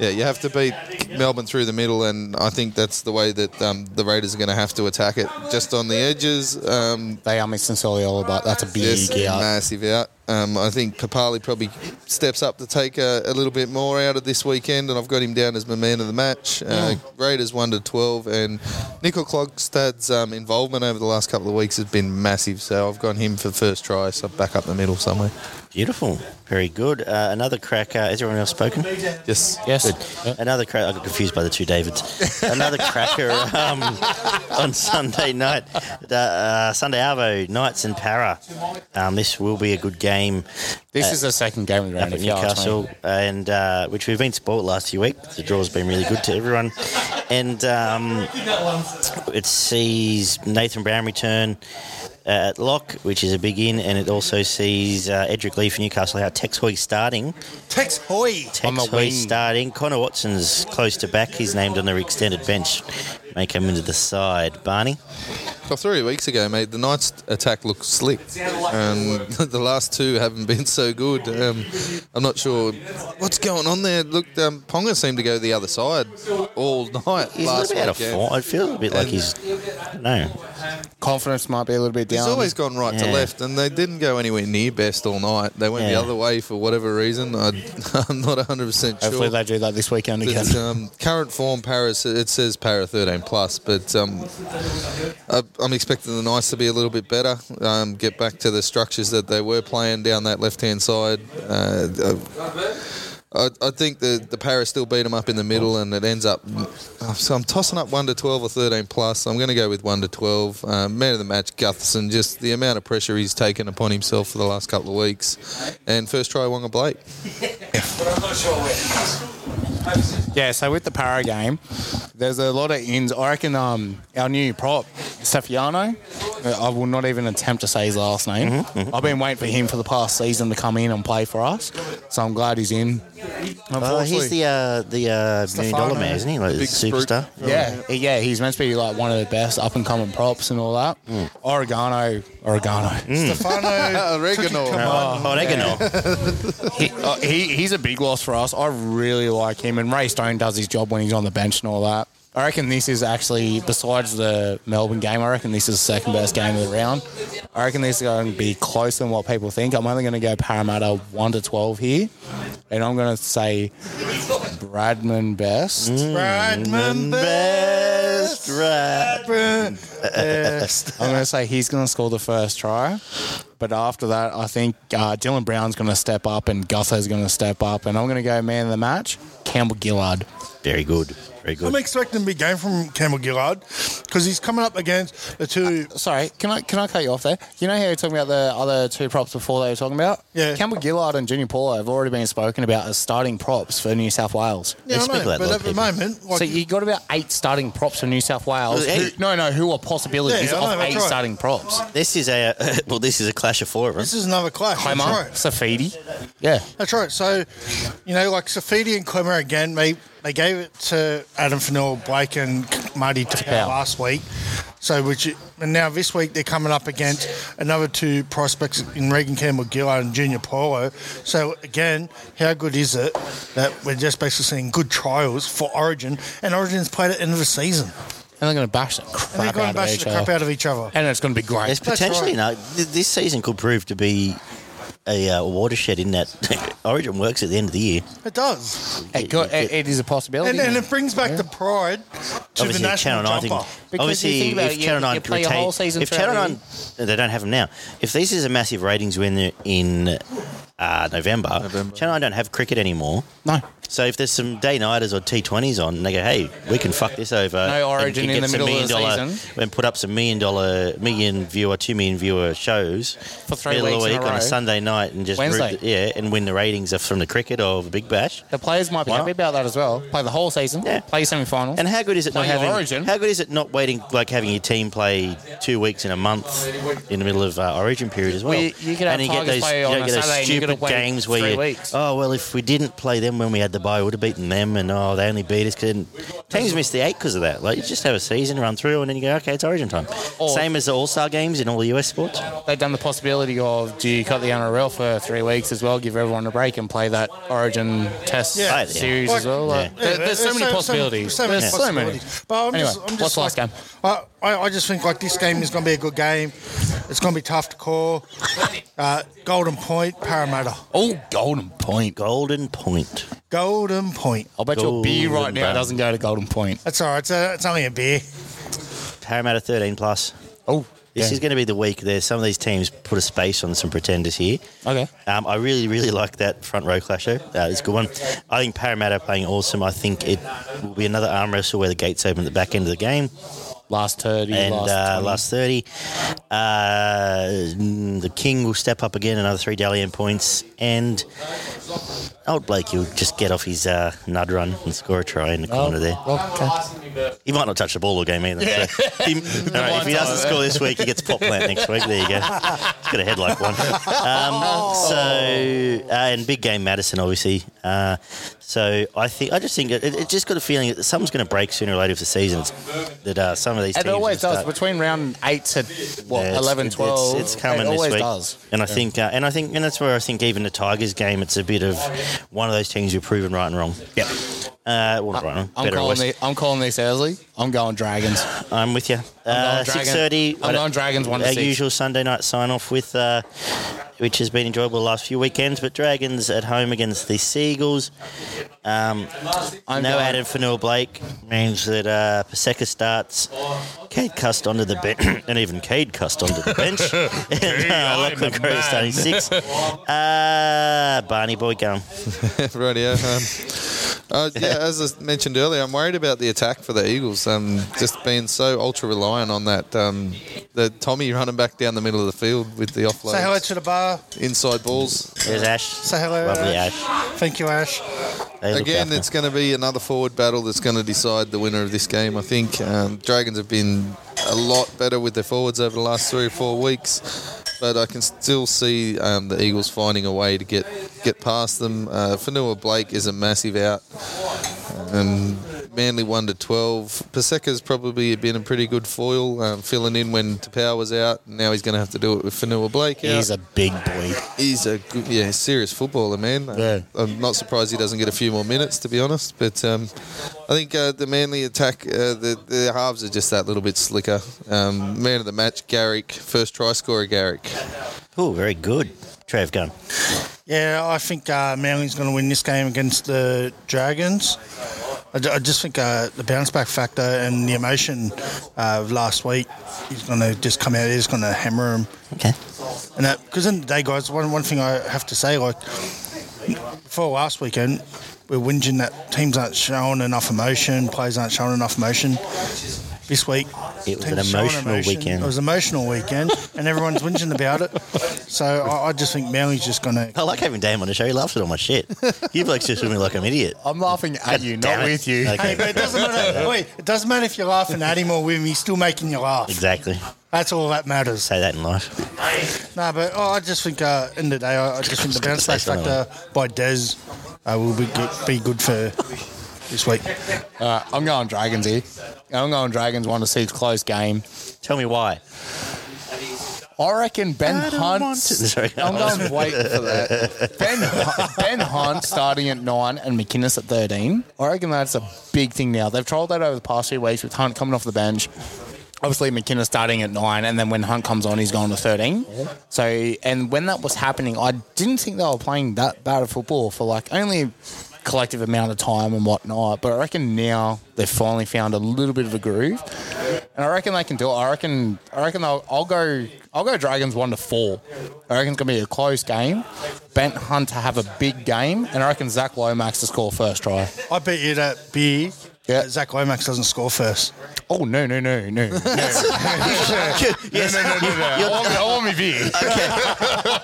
[SPEAKER 4] Yeah, you have to beat Melbourne through the middle, and I think that's the way that um, the Raiders are going to have to attack it. Just on the edges, um,
[SPEAKER 2] They are missing Soliola, but that's a big
[SPEAKER 4] yes,
[SPEAKER 2] out.
[SPEAKER 4] massive out. Um, I think Papali probably steps up to take a, a little bit more out of this weekend, and I've got him down as my man of the match.
[SPEAKER 1] Oh.
[SPEAKER 4] Uh, Raiders one to twelve, and Nico Klogstad's um, involvement over the last couple of weeks has been massive. So I've got him for first try, so back up the middle somewhere.
[SPEAKER 1] Beautiful. Very good. Uh, another cracker. Has everyone else spoken?
[SPEAKER 4] Yes.
[SPEAKER 2] Yes.
[SPEAKER 1] Another cracker. I got confused by the two Davids. Another cracker um, on Sunday night. The, uh, Sunday Arvo, Knights and Para. Um, this will be a good game
[SPEAKER 2] This is the second game of the
[SPEAKER 1] up
[SPEAKER 2] round.
[SPEAKER 1] at
[SPEAKER 2] if you ask me.
[SPEAKER 1] Newcastle, and uh, which we've been spoilt last few weeks. The draw's been really good to everyone, and um, it sees Nathan Brown return uh, at lock, which is a big in, and it also sees uh, Edric Lee for Newcastle out. Tex Hoy starting.
[SPEAKER 3] Tex Hoy.
[SPEAKER 2] On the
[SPEAKER 1] Tex Hoy
[SPEAKER 2] wing.
[SPEAKER 1] starting. Connor Watson's close to back. He's named on the extended bench. Make him into the side. Barney.
[SPEAKER 4] Well, three weeks ago, mate, the Knights' attack looked slick. Um, the last two haven't been so good. Um, I'm not sure what's going on there. Look, um, Ponga seemed to go the other side all night
[SPEAKER 1] He's
[SPEAKER 4] last
[SPEAKER 1] a little bit out of
[SPEAKER 4] weekend.
[SPEAKER 1] form. I feel a bit like he's. No.
[SPEAKER 2] Confidence might be a little bit
[SPEAKER 4] He's
[SPEAKER 2] down.
[SPEAKER 4] always gone right to
[SPEAKER 1] Yeah.
[SPEAKER 4] left, and they didn't go anywhere near best all night. They went
[SPEAKER 1] Yeah.
[SPEAKER 4] the other way for whatever reason. I, I'm not 100% sure.
[SPEAKER 2] Hopefully they do that this weekend again.
[SPEAKER 4] It's, um, current form, Paris. It says Para 13 plus, but um, I, I'm expecting the Knights to be a little bit better. Um, get back to the structures that they were playing down that left hand side. Uh, I, I think the the Paris still beat them up in the middle, and it ends up. So I'm tossing up one to twelve or thirteen plus. I'm going to go with one to twelve. Uh, man of the match, Gutherson. Just the amount of pressure he's taken upon himself for the last couple of weeks, and first try Wonga Blake.
[SPEAKER 2] Yeah, so with the para game, there's a lot of ins. I reckon um, our new prop, Safiano, uh, I will not even attempt to say his last name. I've been waiting for him for the past season to come in and play for us, so I'm glad he's in.
[SPEAKER 1] Oh, he's the uh, the uh, million dollar man, isn't he? Like the
[SPEAKER 4] Big spook.
[SPEAKER 1] superstar. Oh.
[SPEAKER 2] Yeah, yeah, he's meant to be like one of the best up and coming props and all that. Oregano, Oregano.
[SPEAKER 3] Stefano.
[SPEAKER 4] Oregano.
[SPEAKER 1] Oh, oregano.
[SPEAKER 2] He, uh, he, he's a big loss for us. I really like him, and Ray Stone does his job when he's on the bench and all that. I reckon this is actually, besides the Melbourne game, I reckon this is the second best game of the round. I reckon this is going to be closer than what people think. I'm only going to go Parramatta 1 to 12 here, and I'm going to say Bradman best.
[SPEAKER 3] Mm.
[SPEAKER 1] Mm,
[SPEAKER 3] Bradman
[SPEAKER 1] Best rap.
[SPEAKER 3] Best.
[SPEAKER 2] I'm going to say he's going to score the first try. But after that, I think uh, Dylan Brown's going to step up and Gutho's going to step up. And I'm going to go man of the match, Campbell Gillard.
[SPEAKER 1] Very good. Very
[SPEAKER 3] I'm
[SPEAKER 1] good.
[SPEAKER 3] expecting a big game from Campbell Gillard because he's coming up against the two.
[SPEAKER 2] Sorry, can I can I cut you off there? You know how you were talking about the other two props before they were talking about?
[SPEAKER 3] Yeah.
[SPEAKER 2] Campbell Gillard and Junior Paulo have already been spoken about as starting props for New South Wales.
[SPEAKER 1] They
[SPEAKER 3] I
[SPEAKER 1] speak
[SPEAKER 3] know,
[SPEAKER 1] like
[SPEAKER 3] but
[SPEAKER 1] little
[SPEAKER 3] at the
[SPEAKER 1] people.
[SPEAKER 3] moment, like,
[SPEAKER 2] so you got about eight starting props for New South Wales.
[SPEAKER 1] Was it
[SPEAKER 2] who-
[SPEAKER 1] eight?
[SPEAKER 2] no, no, who are possibilities
[SPEAKER 3] Yeah, I know,
[SPEAKER 2] of
[SPEAKER 3] that's
[SPEAKER 2] eight
[SPEAKER 3] right.
[SPEAKER 2] starting props?
[SPEAKER 1] This is a well. This is a clash of four of
[SPEAKER 3] this
[SPEAKER 1] us.
[SPEAKER 3] is another clash. That's
[SPEAKER 2] Homer,
[SPEAKER 3] right.
[SPEAKER 2] Safidi. Yeah.
[SPEAKER 3] That's right. So, you know, like Safidi and Clemmer again, they, they gave it to Adam Fennell, Blake, and Marty Tapau
[SPEAKER 2] Tapau.
[SPEAKER 3] last week. So, which and now this week they're coming up against another two prospects in Regan Campbell Gillard and Junior Paulo. So, again, how good is it that we're just basically seeing good trials for Origin, and Origin's played at the end of the season,
[SPEAKER 2] And they're going to bash the
[SPEAKER 3] and they're
[SPEAKER 2] crap, out
[SPEAKER 3] going to
[SPEAKER 2] of,
[SPEAKER 3] bash
[SPEAKER 2] each
[SPEAKER 3] the crap
[SPEAKER 2] other.
[SPEAKER 3] out of each other.
[SPEAKER 2] And it's going to be great.
[SPEAKER 1] It's
[SPEAKER 3] That's
[SPEAKER 1] potentially no. th- This season could prove to be a uh, watershed in that Origin works at the end of the year.
[SPEAKER 3] It does,
[SPEAKER 2] It go- it- it is a possibility.
[SPEAKER 3] and, and it brings back the pride to the
[SPEAKER 1] Obviously, if
[SPEAKER 3] national
[SPEAKER 1] Channel Nine.
[SPEAKER 3] jumper.
[SPEAKER 1] Think,
[SPEAKER 2] Because you
[SPEAKER 1] obviously,
[SPEAKER 2] think about
[SPEAKER 1] if
[SPEAKER 2] it, you-
[SPEAKER 1] Channel
[SPEAKER 2] you
[SPEAKER 1] Nine
[SPEAKER 2] play a
[SPEAKER 1] retain-
[SPEAKER 2] whole season
[SPEAKER 1] if
[SPEAKER 2] throughout
[SPEAKER 1] Channel
[SPEAKER 2] the
[SPEAKER 1] Nine, they don't have them now. If this is a massive ratings winner in uh, November, Channel Nine don't have cricket anymore.
[SPEAKER 2] no.
[SPEAKER 1] So if there's some day nighters or T20s on, and they go, hey, we can fuck this over.
[SPEAKER 2] No
[SPEAKER 1] and
[SPEAKER 2] origin
[SPEAKER 1] get
[SPEAKER 2] in the
[SPEAKER 1] some
[SPEAKER 2] middle of the
[SPEAKER 1] million dollar-
[SPEAKER 2] season.
[SPEAKER 1] And put up some million dollar, million viewer, two million viewer shows
[SPEAKER 2] For three
[SPEAKER 1] middle of the
[SPEAKER 2] weeks in
[SPEAKER 1] week
[SPEAKER 2] a
[SPEAKER 1] on
[SPEAKER 2] row.
[SPEAKER 1] a Sunday night and just root
[SPEAKER 2] Wednesday.
[SPEAKER 1] the- yeah, and win the ratings of- from the cricket or the Big Bash.
[SPEAKER 2] The players might be
[SPEAKER 1] Why
[SPEAKER 2] happy
[SPEAKER 1] not?
[SPEAKER 2] about that as well. Play the whole season,
[SPEAKER 1] Yeah.
[SPEAKER 2] play semi-finals.
[SPEAKER 1] And how good is it not
[SPEAKER 2] Play your
[SPEAKER 1] having?
[SPEAKER 2] Origin.
[SPEAKER 1] How good is it not waiting like having your team play two weeks in a month in the middle of uh, Origin period as well?
[SPEAKER 2] Well, you- you could have
[SPEAKER 1] and you
[SPEAKER 2] Tigers
[SPEAKER 1] get those,
[SPEAKER 2] play
[SPEAKER 1] you
[SPEAKER 2] on
[SPEAKER 1] don't
[SPEAKER 2] a
[SPEAKER 1] get those
[SPEAKER 2] Saturday and you gotta
[SPEAKER 1] stupid
[SPEAKER 2] wait
[SPEAKER 1] games where
[SPEAKER 2] three
[SPEAKER 1] you,
[SPEAKER 2] weeks.
[SPEAKER 1] oh well, if we didn't play them when we had the bye, we would have beaten them, and oh they only beat us. Couldn't teams miss the eight because of that? Like you just have a season run through, and then you go, okay, it's Origin time.
[SPEAKER 2] Or-
[SPEAKER 1] Same as the All Star games in all the US sports.
[SPEAKER 2] They've done the possibility of do you cut the NRL for three weeks as well, give everyone a break and play that Origin Test
[SPEAKER 3] Yeah.
[SPEAKER 1] Right, yeah.
[SPEAKER 2] series as well.
[SPEAKER 1] Yeah.
[SPEAKER 2] Like,
[SPEAKER 1] Yeah,
[SPEAKER 2] there- there's so many possibilities.
[SPEAKER 3] So many
[SPEAKER 2] There's so many.
[SPEAKER 3] possibilities. But I'm
[SPEAKER 2] Anyway,
[SPEAKER 3] just, I'm just
[SPEAKER 2] what's last
[SPEAKER 3] like- I, I, I just think like this game is going to be a good game. It's going to be tough to call. Uh, Golden Point, Parramatta.
[SPEAKER 2] Oh, Golden Point.
[SPEAKER 1] Golden Point.
[SPEAKER 3] Golden Point.
[SPEAKER 2] I'll bet your beer
[SPEAKER 1] Golden
[SPEAKER 2] right now
[SPEAKER 1] Bun.
[SPEAKER 2] doesn't go to Golden Point.
[SPEAKER 3] That's all right. It's, uh it's only a beer.
[SPEAKER 1] Parramatta 13 plus.
[SPEAKER 2] Oh,
[SPEAKER 1] This
[SPEAKER 2] yeah.
[SPEAKER 1] is going to be the week there. Some of these teams put a space on some pretenders here.
[SPEAKER 2] Okay.
[SPEAKER 1] Um, I really, really like that front row clash though. Uh, it's a good one. I think Parramatta are playing awesome. I think it will be another arm wrestle where the gates open at the back end of the game
[SPEAKER 2] Last 30,
[SPEAKER 1] and
[SPEAKER 2] last,
[SPEAKER 1] uh,
[SPEAKER 2] 20.
[SPEAKER 1] last 30. Uh, mm, the King will step up again, another three Dalian points. And old Blakey will just get off his uh, nud run and score a try in the
[SPEAKER 2] Oh,
[SPEAKER 1] corner there.
[SPEAKER 2] okay.
[SPEAKER 1] He might not touch the ball all game either. So he, all right, if he doesn't score this week, he gets pop plant next week. There you go. He's got a head like one. Um, so uh, and big game Madison obviously. Uh, so I think I just think it, it just got a feeling that something's going to break sooner or later for the season. It's- That uh, some of these
[SPEAKER 2] It
[SPEAKER 1] teams
[SPEAKER 2] always
[SPEAKER 1] will
[SPEAKER 2] does.
[SPEAKER 1] start-
[SPEAKER 2] Between round 8 to, what,
[SPEAKER 1] yeah, it's-
[SPEAKER 2] 11,
[SPEAKER 1] it's-
[SPEAKER 2] 12.
[SPEAKER 1] It's, it's coming
[SPEAKER 2] It
[SPEAKER 1] this
[SPEAKER 2] always
[SPEAKER 1] week.
[SPEAKER 2] does.
[SPEAKER 1] And I think, uh, and I think, and that's where I think even the Tigers game, it's a bit of one of those teams you're proven right and wrong.
[SPEAKER 2] Yep.
[SPEAKER 1] Uh, well, not right and wrong.
[SPEAKER 2] I'm
[SPEAKER 1] better or
[SPEAKER 2] calling,
[SPEAKER 1] worse.
[SPEAKER 2] the, I'm calling this early. I'm going Dragons.
[SPEAKER 1] I'm with you. Uh,
[SPEAKER 2] going Dragon-
[SPEAKER 1] six thirty.
[SPEAKER 2] I'm going Dragons one to
[SPEAKER 1] Our
[SPEAKER 2] six.
[SPEAKER 1] usual Sunday night sign off with, uh, which has been enjoyable the last few weekends. But Dragons at home against the Seagulls.
[SPEAKER 2] I'm
[SPEAKER 1] no
[SPEAKER 2] going,
[SPEAKER 1] Adam Fanua Blake means that uh, Paseka starts. Cade Cust onto the bench, and even Cade Cust onto the bench. and uh, Lachlan Crowe starting six. Uh, Barney Boy going.
[SPEAKER 4] Radio. Um, uh, yeah, as I mentioned earlier, I'm worried about the attack for the Eagles. Um, just being so ultra reliant on that um, the Tommy running back down the middle of the field with the offload.
[SPEAKER 3] Say hello to the bar.
[SPEAKER 4] inside balls.
[SPEAKER 1] There's Ash.
[SPEAKER 3] Say hello,
[SPEAKER 1] Lovely
[SPEAKER 3] Ash.
[SPEAKER 1] Ash.
[SPEAKER 3] Thank you, Ash.
[SPEAKER 1] They look
[SPEAKER 4] Again,
[SPEAKER 1] after
[SPEAKER 4] it's going to be another forward battle that's going to decide the winner of this game. I think um, Dragons have been a lot better with their forwards over the last three or four weeks, but I can still see um, the Eagles finding a way to get get past them. Uh, Fanua Blake is a massive out. Um, Manly one to twelve. Paseka's probably been a pretty good foil, um, filling in when Tapau was out. and Now he's going to have to do it with Fanua Blake. out.
[SPEAKER 2] He's a big boy.
[SPEAKER 4] He's a good, yeah, serious footballer, man.
[SPEAKER 2] Yeah.
[SPEAKER 4] I'm not surprised he doesn't get a few more minutes, to be honest. But um, I think uh, the Manly attack, uh, the, the halves are just that little bit slicker. Um, man of the match, Garrick. First try scorer, Garrick.
[SPEAKER 1] Oh, very good. Trev Gunn.
[SPEAKER 3] Yeah, I think uh, Manly's going to win this game against the Dragons. I, ju- I just think uh, the bounce back factor and the emotion uh, of last week is going to just come out. It's going to hammer him.
[SPEAKER 1] Okay.
[SPEAKER 3] And that because in the day, guys, one one thing I have to say, like before last weekend, we're whinging that teams aren't showing enough emotion, players aren't showing enough emotion. This week,
[SPEAKER 1] It was
[SPEAKER 3] teams
[SPEAKER 1] an
[SPEAKER 3] showing
[SPEAKER 1] emotional weekend.
[SPEAKER 3] It was an emotional weekend, and everyone's whinging about it. So I, I just think Manly's just going to.
[SPEAKER 1] I like having Dame on the show. He laughs at all my shit. You blokes just with me like I'm an idiot.
[SPEAKER 2] I'm laughing at you,
[SPEAKER 1] Damn
[SPEAKER 2] not
[SPEAKER 1] it.
[SPEAKER 2] with you.
[SPEAKER 1] Okay.
[SPEAKER 3] Hey, but it doesn't matter. Wait, it doesn't matter if you're laughing at him or with him. He's still making you laugh.
[SPEAKER 1] Exactly.
[SPEAKER 3] That's all that matters.
[SPEAKER 1] Say that in life.
[SPEAKER 3] No, but oh, I just think uh, in the day, I, I just think the bounce back factor by Des uh, will be good, be good for this week.
[SPEAKER 2] Uh, I'm going Dragons here. I'm going Dragons one to six close game.
[SPEAKER 1] Tell me why.
[SPEAKER 2] I reckon Ben
[SPEAKER 1] I don't
[SPEAKER 2] Hunt.
[SPEAKER 1] want to- Sorry.
[SPEAKER 2] I'm going to wait for that. Ben, Hu- ben Hunt starting at nine and McInnes at 13. I reckon that's a big thing now. They've trolled that over the past few weeks with Hunt coming off the bench. Obviously, McInnes starting at nine, and then when Hunt comes on, he's going to 13. So, and when that was happening, I didn't think they were playing that bad of football for like only a collective amount of time and whatnot. But I reckon now they've finally found a little bit of a groove. And I reckon they can do it. I reckon. I reckon they'll, I'll go. I'll go Dragons one to four. I reckon it's gonna be a close game. Bent Hunt to have a big game, and I reckon Zach Lomax to score first try.
[SPEAKER 3] I bet you that beer
[SPEAKER 2] Yeah.
[SPEAKER 3] that Zach Lomax doesn't score first.
[SPEAKER 2] Oh no no no no! no.
[SPEAKER 1] yes.
[SPEAKER 2] I want me- I want me beer.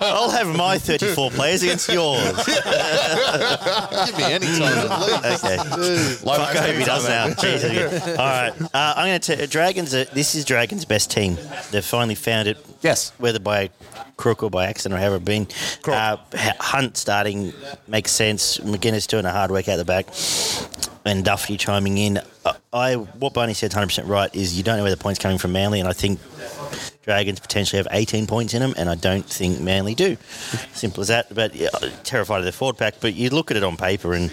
[SPEAKER 1] I'll have my 34 players against yours.
[SPEAKER 4] Give me any time at least.
[SPEAKER 1] Okay. Fuck, I hope he does now. Jesus. All right. Uh, I'm going to tell Dragons, are, this is Dragons' best team. They've finally found it.
[SPEAKER 2] Yes.
[SPEAKER 1] Whether by crook or by accident or however it been.
[SPEAKER 2] Crook.
[SPEAKER 1] Uh, H- Hunt starting makes sense. McGuinness doing a hard work out the back. And Duffy Uh, chiming in. I, I what Barney said 100% right is you don't know where the point's coming from Manly, and I think Dragons potentially have 18 points in them, and I don't think Manly do. Simple as that. But yeah, terrified of their forward pack. But you look at it on paper, and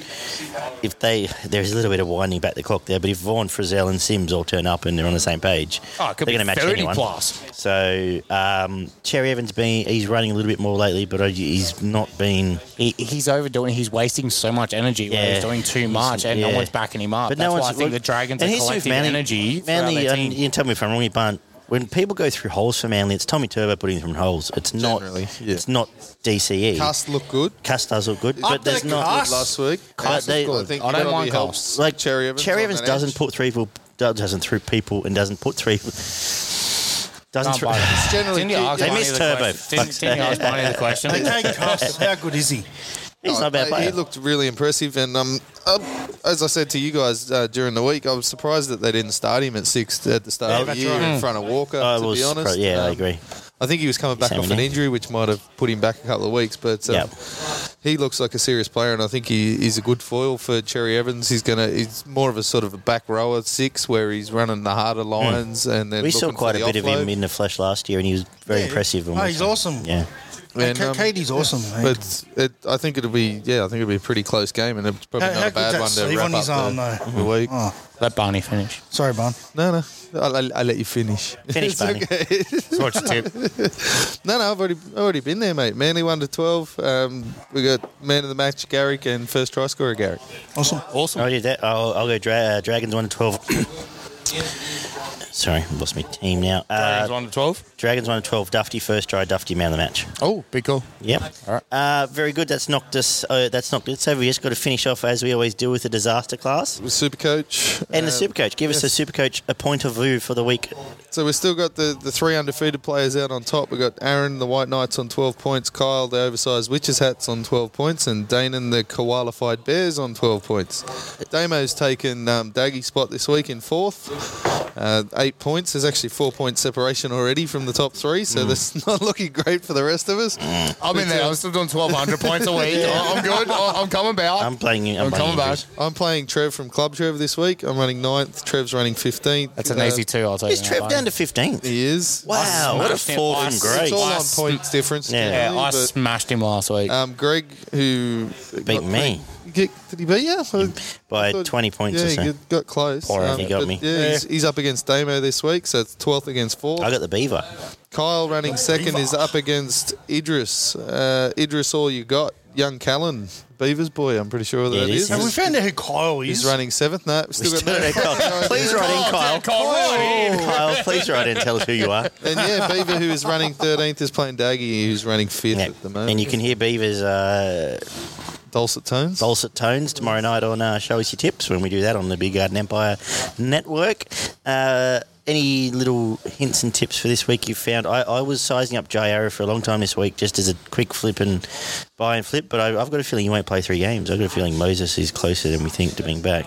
[SPEAKER 1] if they there's a little bit of winding back the clock there, but if Vaughan, Frizzell, and Sims all turn up and they're on the same page,
[SPEAKER 2] Oh, it could
[SPEAKER 1] they're
[SPEAKER 2] be
[SPEAKER 1] going to match
[SPEAKER 2] 30
[SPEAKER 1] anyone.
[SPEAKER 2] plus.
[SPEAKER 1] So um, Cherry Evans been he's running a little bit more lately, but I- he's not been.
[SPEAKER 2] He, he's overdoing. He's wasting so much energy. where
[SPEAKER 1] Yeah.
[SPEAKER 2] he's doing too much, and
[SPEAKER 1] Yeah.
[SPEAKER 2] no one's backing him up.
[SPEAKER 1] But
[SPEAKER 2] That's
[SPEAKER 1] no
[SPEAKER 2] why I
[SPEAKER 1] one's-
[SPEAKER 2] think the Dragons are
[SPEAKER 1] and here's the thing with
[SPEAKER 2] collecting
[SPEAKER 1] Manly.
[SPEAKER 2] energy. throughout
[SPEAKER 1] Manly,
[SPEAKER 2] their
[SPEAKER 1] and
[SPEAKER 2] team.
[SPEAKER 1] you can tell me if I'm wrong, but when people go through holes for Manly, it's Tommy Turbo putting them through holes. It's not.
[SPEAKER 4] Generally, yeah.
[SPEAKER 1] It's not DCE. Cuss,
[SPEAKER 4] Cast look good.
[SPEAKER 1] does look good, but there's not.
[SPEAKER 4] Good last week. Cast
[SPEAKER 1] they-
[SPEAKER 4] is good. I think
[SPEAKER 2] I don't
[SPEAKER 4] that'll
[SPEAKER 2] mind
[SPEAKER 4] be
[SPEAKER 2] Cast.
[SPEAKER 4] helps.
[SPEAKER 1] like
[SPEAKER 4] Cherry Evans.
[SPEAKER 1] Cherry
[SPEAKER 4] on
[SPEAKER 1] Evans
[SPEAKER 4] that
[SPEAKER 1] doesn't
[SPEAKER 4] edge.
[SPEAKER 1] put three people. Doesn't through people and doesn't put three. Doesn't
[SPEAKER 2] Can't
[SPEAKER 1] through.
[SPEAKER 2] buy it.
[SPEAKER 4] Generally,
[SPEAKER 2] Didn't you ask
[SPEAKER 1] They
[SPEAKER 2] Barney
[SPEAKER 1] missed
[SPEAKER 2] the
[SPEAKER 1] Turbo,
[SPEAKER 2] question? Didn't,
[SPEAKER 1] fuck's
[SPEAKER 2] didn't you ask Barney the question?
[SPEAKER 3] Okay, Cuss, how good is he?
[SPEAKER 1] He's not a bad
[SPEAKER 4] Oh, Mate,
[SPEAKER 1] player.
[SPEAKER 4] Uh, He looked really impressive, and um, um, as I said to you guys uh, during the week, I was surprised that they didn't start him at six at the start
[SPEAKER 1] Yeah,
[SPEAKER 4] of the
[SPEAKER 1] that's
[SPEAKER 4] year
[SPEAKER 1] right. Mm.
[SPEAKER 4] in front of Walker.
[SPEAKER 1] I
[SPEAKER 4] to
[SPEAKER 1] was
[SPEAKER 4] be honest,
[SPEAKER 1] surprised- yeah, I
[SPEAKER 4] Um,
[SPEAKER 1] agree.
[SPEAKER 4] I think he was coming back
[SPEAKER 1] Same
[SPEAKER 4] off
[SPEAKER 1] with
[SPEAKER 4] an
[SPEAKER 1] me.
[SPEAKER 4] injury, which might have put him back a couple of weeks. But uh,
[SPEAKER 1] Yeah.
[SPEAKER 4] he looks like a serious player, and I think he, he's a good foil for Cherry Evans. He's gonna he's more of a sort of a back rower six where he's running the harder lines, and then
[SPEAKER 1] Hmm. We saw
[SPEAKER 4] looking for
[SPEAKER 1] quite a
[SPEAKER 4] the
[SPEAKER 1] bit of him
[SPEAKER 4] offload.
[SPEAKER 1] in the flesh last year, and he was very
[SPEAKER 3] Yeah.
[SPEAKER 1] impressive. when
[SPEAKER 3] Oh,
[SPEAKER 1] we
[SPEAKER 3] he's
[SPEAKER 1] saw him.
[SPEAKER 3] awesome.
[SPEAKER 1] Yeah.
[SPEAKER 4] And,
[SPEAKER 3] Ka-
[SPEAKER 4] um,
[SPEAKER 3] Katie's awesome. mate.
[SPEAKER 4] But it, I think it'll be yeah, I think it'll be a pretty close game, and it's probably
[SPEAKER 3] How-
[SPEAKER 4] not
[SPEAKER 3] how
[SPEAKER 4] a bad
[SPEAKER 3] good's
[SPEAKER 4] one
[SPEAKER 3] that
[SPEAKER 4] to
[SPEAKER 3] sleeve
[SPEAKER 4] wrap
[SPEAKER 3] on
[SPEAKER 4] up
[SPEAKER 3] his
[SPEAKER 4] the,
[SPEAKER 3] arm, though? Oh.
[SPEAKER 4] the week.
[SPEAKER 2] Let Barney finish.
[SPEAKER 3] Sorry, Bon.
[SPEAKER 4] No, no, I'll, I'll, I'll let you finish.
[SPEAKER 1] Finish,
[SPEAKER 4] It's
[SPEAKER 1] Barney.
[SPEAKER 4] okay.
[SPEAKER 2] What's your tip?
[SPEAKER 4] No, no, I've already I've already been there, mate. Manly one to twelve. Um, we got man of the match Garrick and first try scorer Garrick.
[SPEAKER 3] Awesome.
[SPEAKER 2] Awesome.
[SPEAKER 1] I did Oh, that. I'll, I'll go dra- uh, Dragons 1 to 12. Sorry, I've lost my team now. Uh,
[SPEAKER 2] Dragons one to twelve.
[SPEAKER 1] Dragons 1 to 12, Dufty first try, Dufty man of the match.
[SPEAKER 2] Oh, big call.
[SPEAKER 1] Yep. All right. Uh, very good. That's knocked us. Uh, that's knocked us over. We just got to finish off as we always do with the disaster class.
[SPEAKER 4] Super coach.
[SPEAKER 2] Uh,
[SPEAKER 1] And the Supercoach. Give us the Supercoach a point of view for the week.
[SPEAKER 4] So we've still got the, the three undefeated players out on top. We've got Aaron, the White Knights, on 12 points. Kyle, the oversized Witches Hats, on 12 points. And Danon, the Koalified Bears, on 12 points. Damo's taken um, Daggy's spot this week in fourth. Uh, eight points. There's actually four point separation already from the top three, so that's not looking great for the rest of us.
[SPEAKER 2] I'm in there. I'm still doing 1,200 points a week. I'm good. I'm coming back.
[SPEAKER 1] I'm playing you. I'm,
[SPEAKER 2] I'm
[SPEAKER 1] playing
[SPEAKER 2] coming
[SPEAKER 1] you,
[SPEAKER 2] back.
[SPEAKER 1] Chris.
[SPEAKER 4] I'm playing Trev from Club Trev this week. I'm running ninth. Trev's running 15th.
[SPEAKER 2] That's an
[SPEAKER 4] Uh,
[SPEAKER 2] easy two. I'll take.
[SPEAKER 1] Is Trev down to 15th?
[SPEAKER 4] He is.
[SPEAKER 1] Wow, what a
[SPEAKER 2] smashed him.
[SPEAKER 1] fall
[SPEAKER 2] I
[SPEAKER 1] from
[SPEAKER 4] It's all
[SPEAKER 1] grace.
[SPEAKER 4] on points difference.
[SPEAKER 1] Yeah.
[SPEAKER 2] Yeah,
[SPEAKER 4] generally,
[SPEAKER 2] I
[SPEAKER 4] but-
[SPEAKER 2] smashed him last week.
[SPEAKER 4] Um, Greg, who
[SPEAKER 1] Beat me
[SPEAKER 4] Did he beat you?
[SPEAKER 1] by
[SPEAKER 4] I thought-
[SPEAKER 1] 20 points
[SPEAKER 4] yeah,
[SPEAKER 1] or so.
[SPEAKER 4] he got close. Um,
[SPEAKER 1] Poor Anthony got
[SPEAKER 4] but
[SPEAKER 1] me.
[SPEAKER 4] Yeah, He's, he's up against Damo this week, so it's 12th against 4th.
[SPEAKER 1] I got the Beaver.
[SPEAKER 4] Kyle running second is up against Idris. Uh, Idris, all you got. Young Callan, Beaver's boy, I'm pretty sure that
[SPEAKER 1] Yeah, it is.
[SPEAKER 4] is.
[SPEAKER 3] Have we found out who Kyle is?
[SPEAKER 4] He's running seventh. No, we've still got no.
[SPEAKER 1] Please write in, Oh, Kyle. Kyle, please write in and tell us who you are.
[SPEAKER 4] And yeah, Beaver, who is running 13th, is playing Daggy, who's running fifth
[SPEAKER 1] Yeah.
[SPEAKER 4] at the moment.
[SPEAKER 1] And you can hear Beaver's uh,
[SPEAKER 4] Dulcet tones.
[SPEAKER 1] dulcet tones tomorrow night on uh, Show Us Your Tips when we do that on the Big Garden Empire Network. Uh, any little hints and tips for this week you found? I, I was sizing up Jai Arrow for a long time this week just as a quick flip and buy and flip, but I, I've got a feeling he won't play three games. I've got a feeling Moses is closer than we think to being back.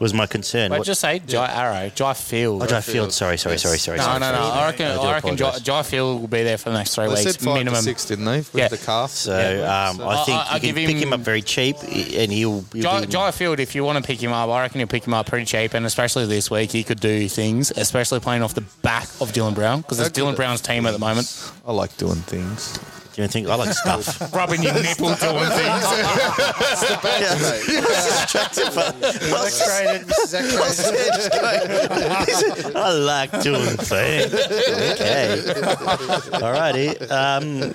[SPEAKER 1] Was my concern.
[SPEAKER 2] But
[SPEAKER 1] What-
[SPEAKER 2] just say Jai Arrow, Jai Field.
[SPEAKER 1] oh, Jai Field. Sorry, sorry, sorry, sorry.
[SPEAKER 2] no,
[SPEAKER 1] sorry,
[SPEAKER 2] no, no.
[SPEAKER 1] sorry.
[SPEAKER 2] I reckon.
[SPEAKER 1] do
[SPEAKER 2] I, reckon Jai,
[SPEAKER 1] apologise.
[SPEAKER 2] Jai Field will be there for the next three
[SPEAKER 4] They
[SPEAKER 2] weeks
[SPEAKER 4] said five
[SPEAKER 2] minimum.
[SPEAKER 4] to six, didn't they? With
[SPEAKER 2] Yeah.
[SPEAKER 4] the calf.
[SPEAKER 1] So
[SPEAKER 4] Yeah.
[SPEAKER 1] um,
[SPEAKER 4] So-
[SPEAKER 1] I think
[SPEAKER 2] I- I
[SPEAKER 1] you can
[SPEAKER 2] give
[SPEAKER 1] pick him,
[SPEAKER 2] him-
[SPEAKER 1] up very cheap, and he'll. he'll
[SPEAKER 2] Jai,
[SPEAKER 1] be-
[SPEAKER 2] Jai Field, if you want to pick him up, I reckon you'll pick him up pretty cheap, and especially this week, he could do things, especially playing off the back of Dylan Brown, because it's
[SPEAKER 4] Don't do
[SPEAKER 2] Dylan
[SPEAKER 4] that.
[SPEAKER 2] Brown's team at the moment.
[SPEAKER 4] I like doing things.
[SPEAKER 1] Do you think I like stuff?
[SPEAKER 2] Rubbing your nipple, doing things.
[SPEAKER 1] I like doing things. Okay. Alrighty. Um,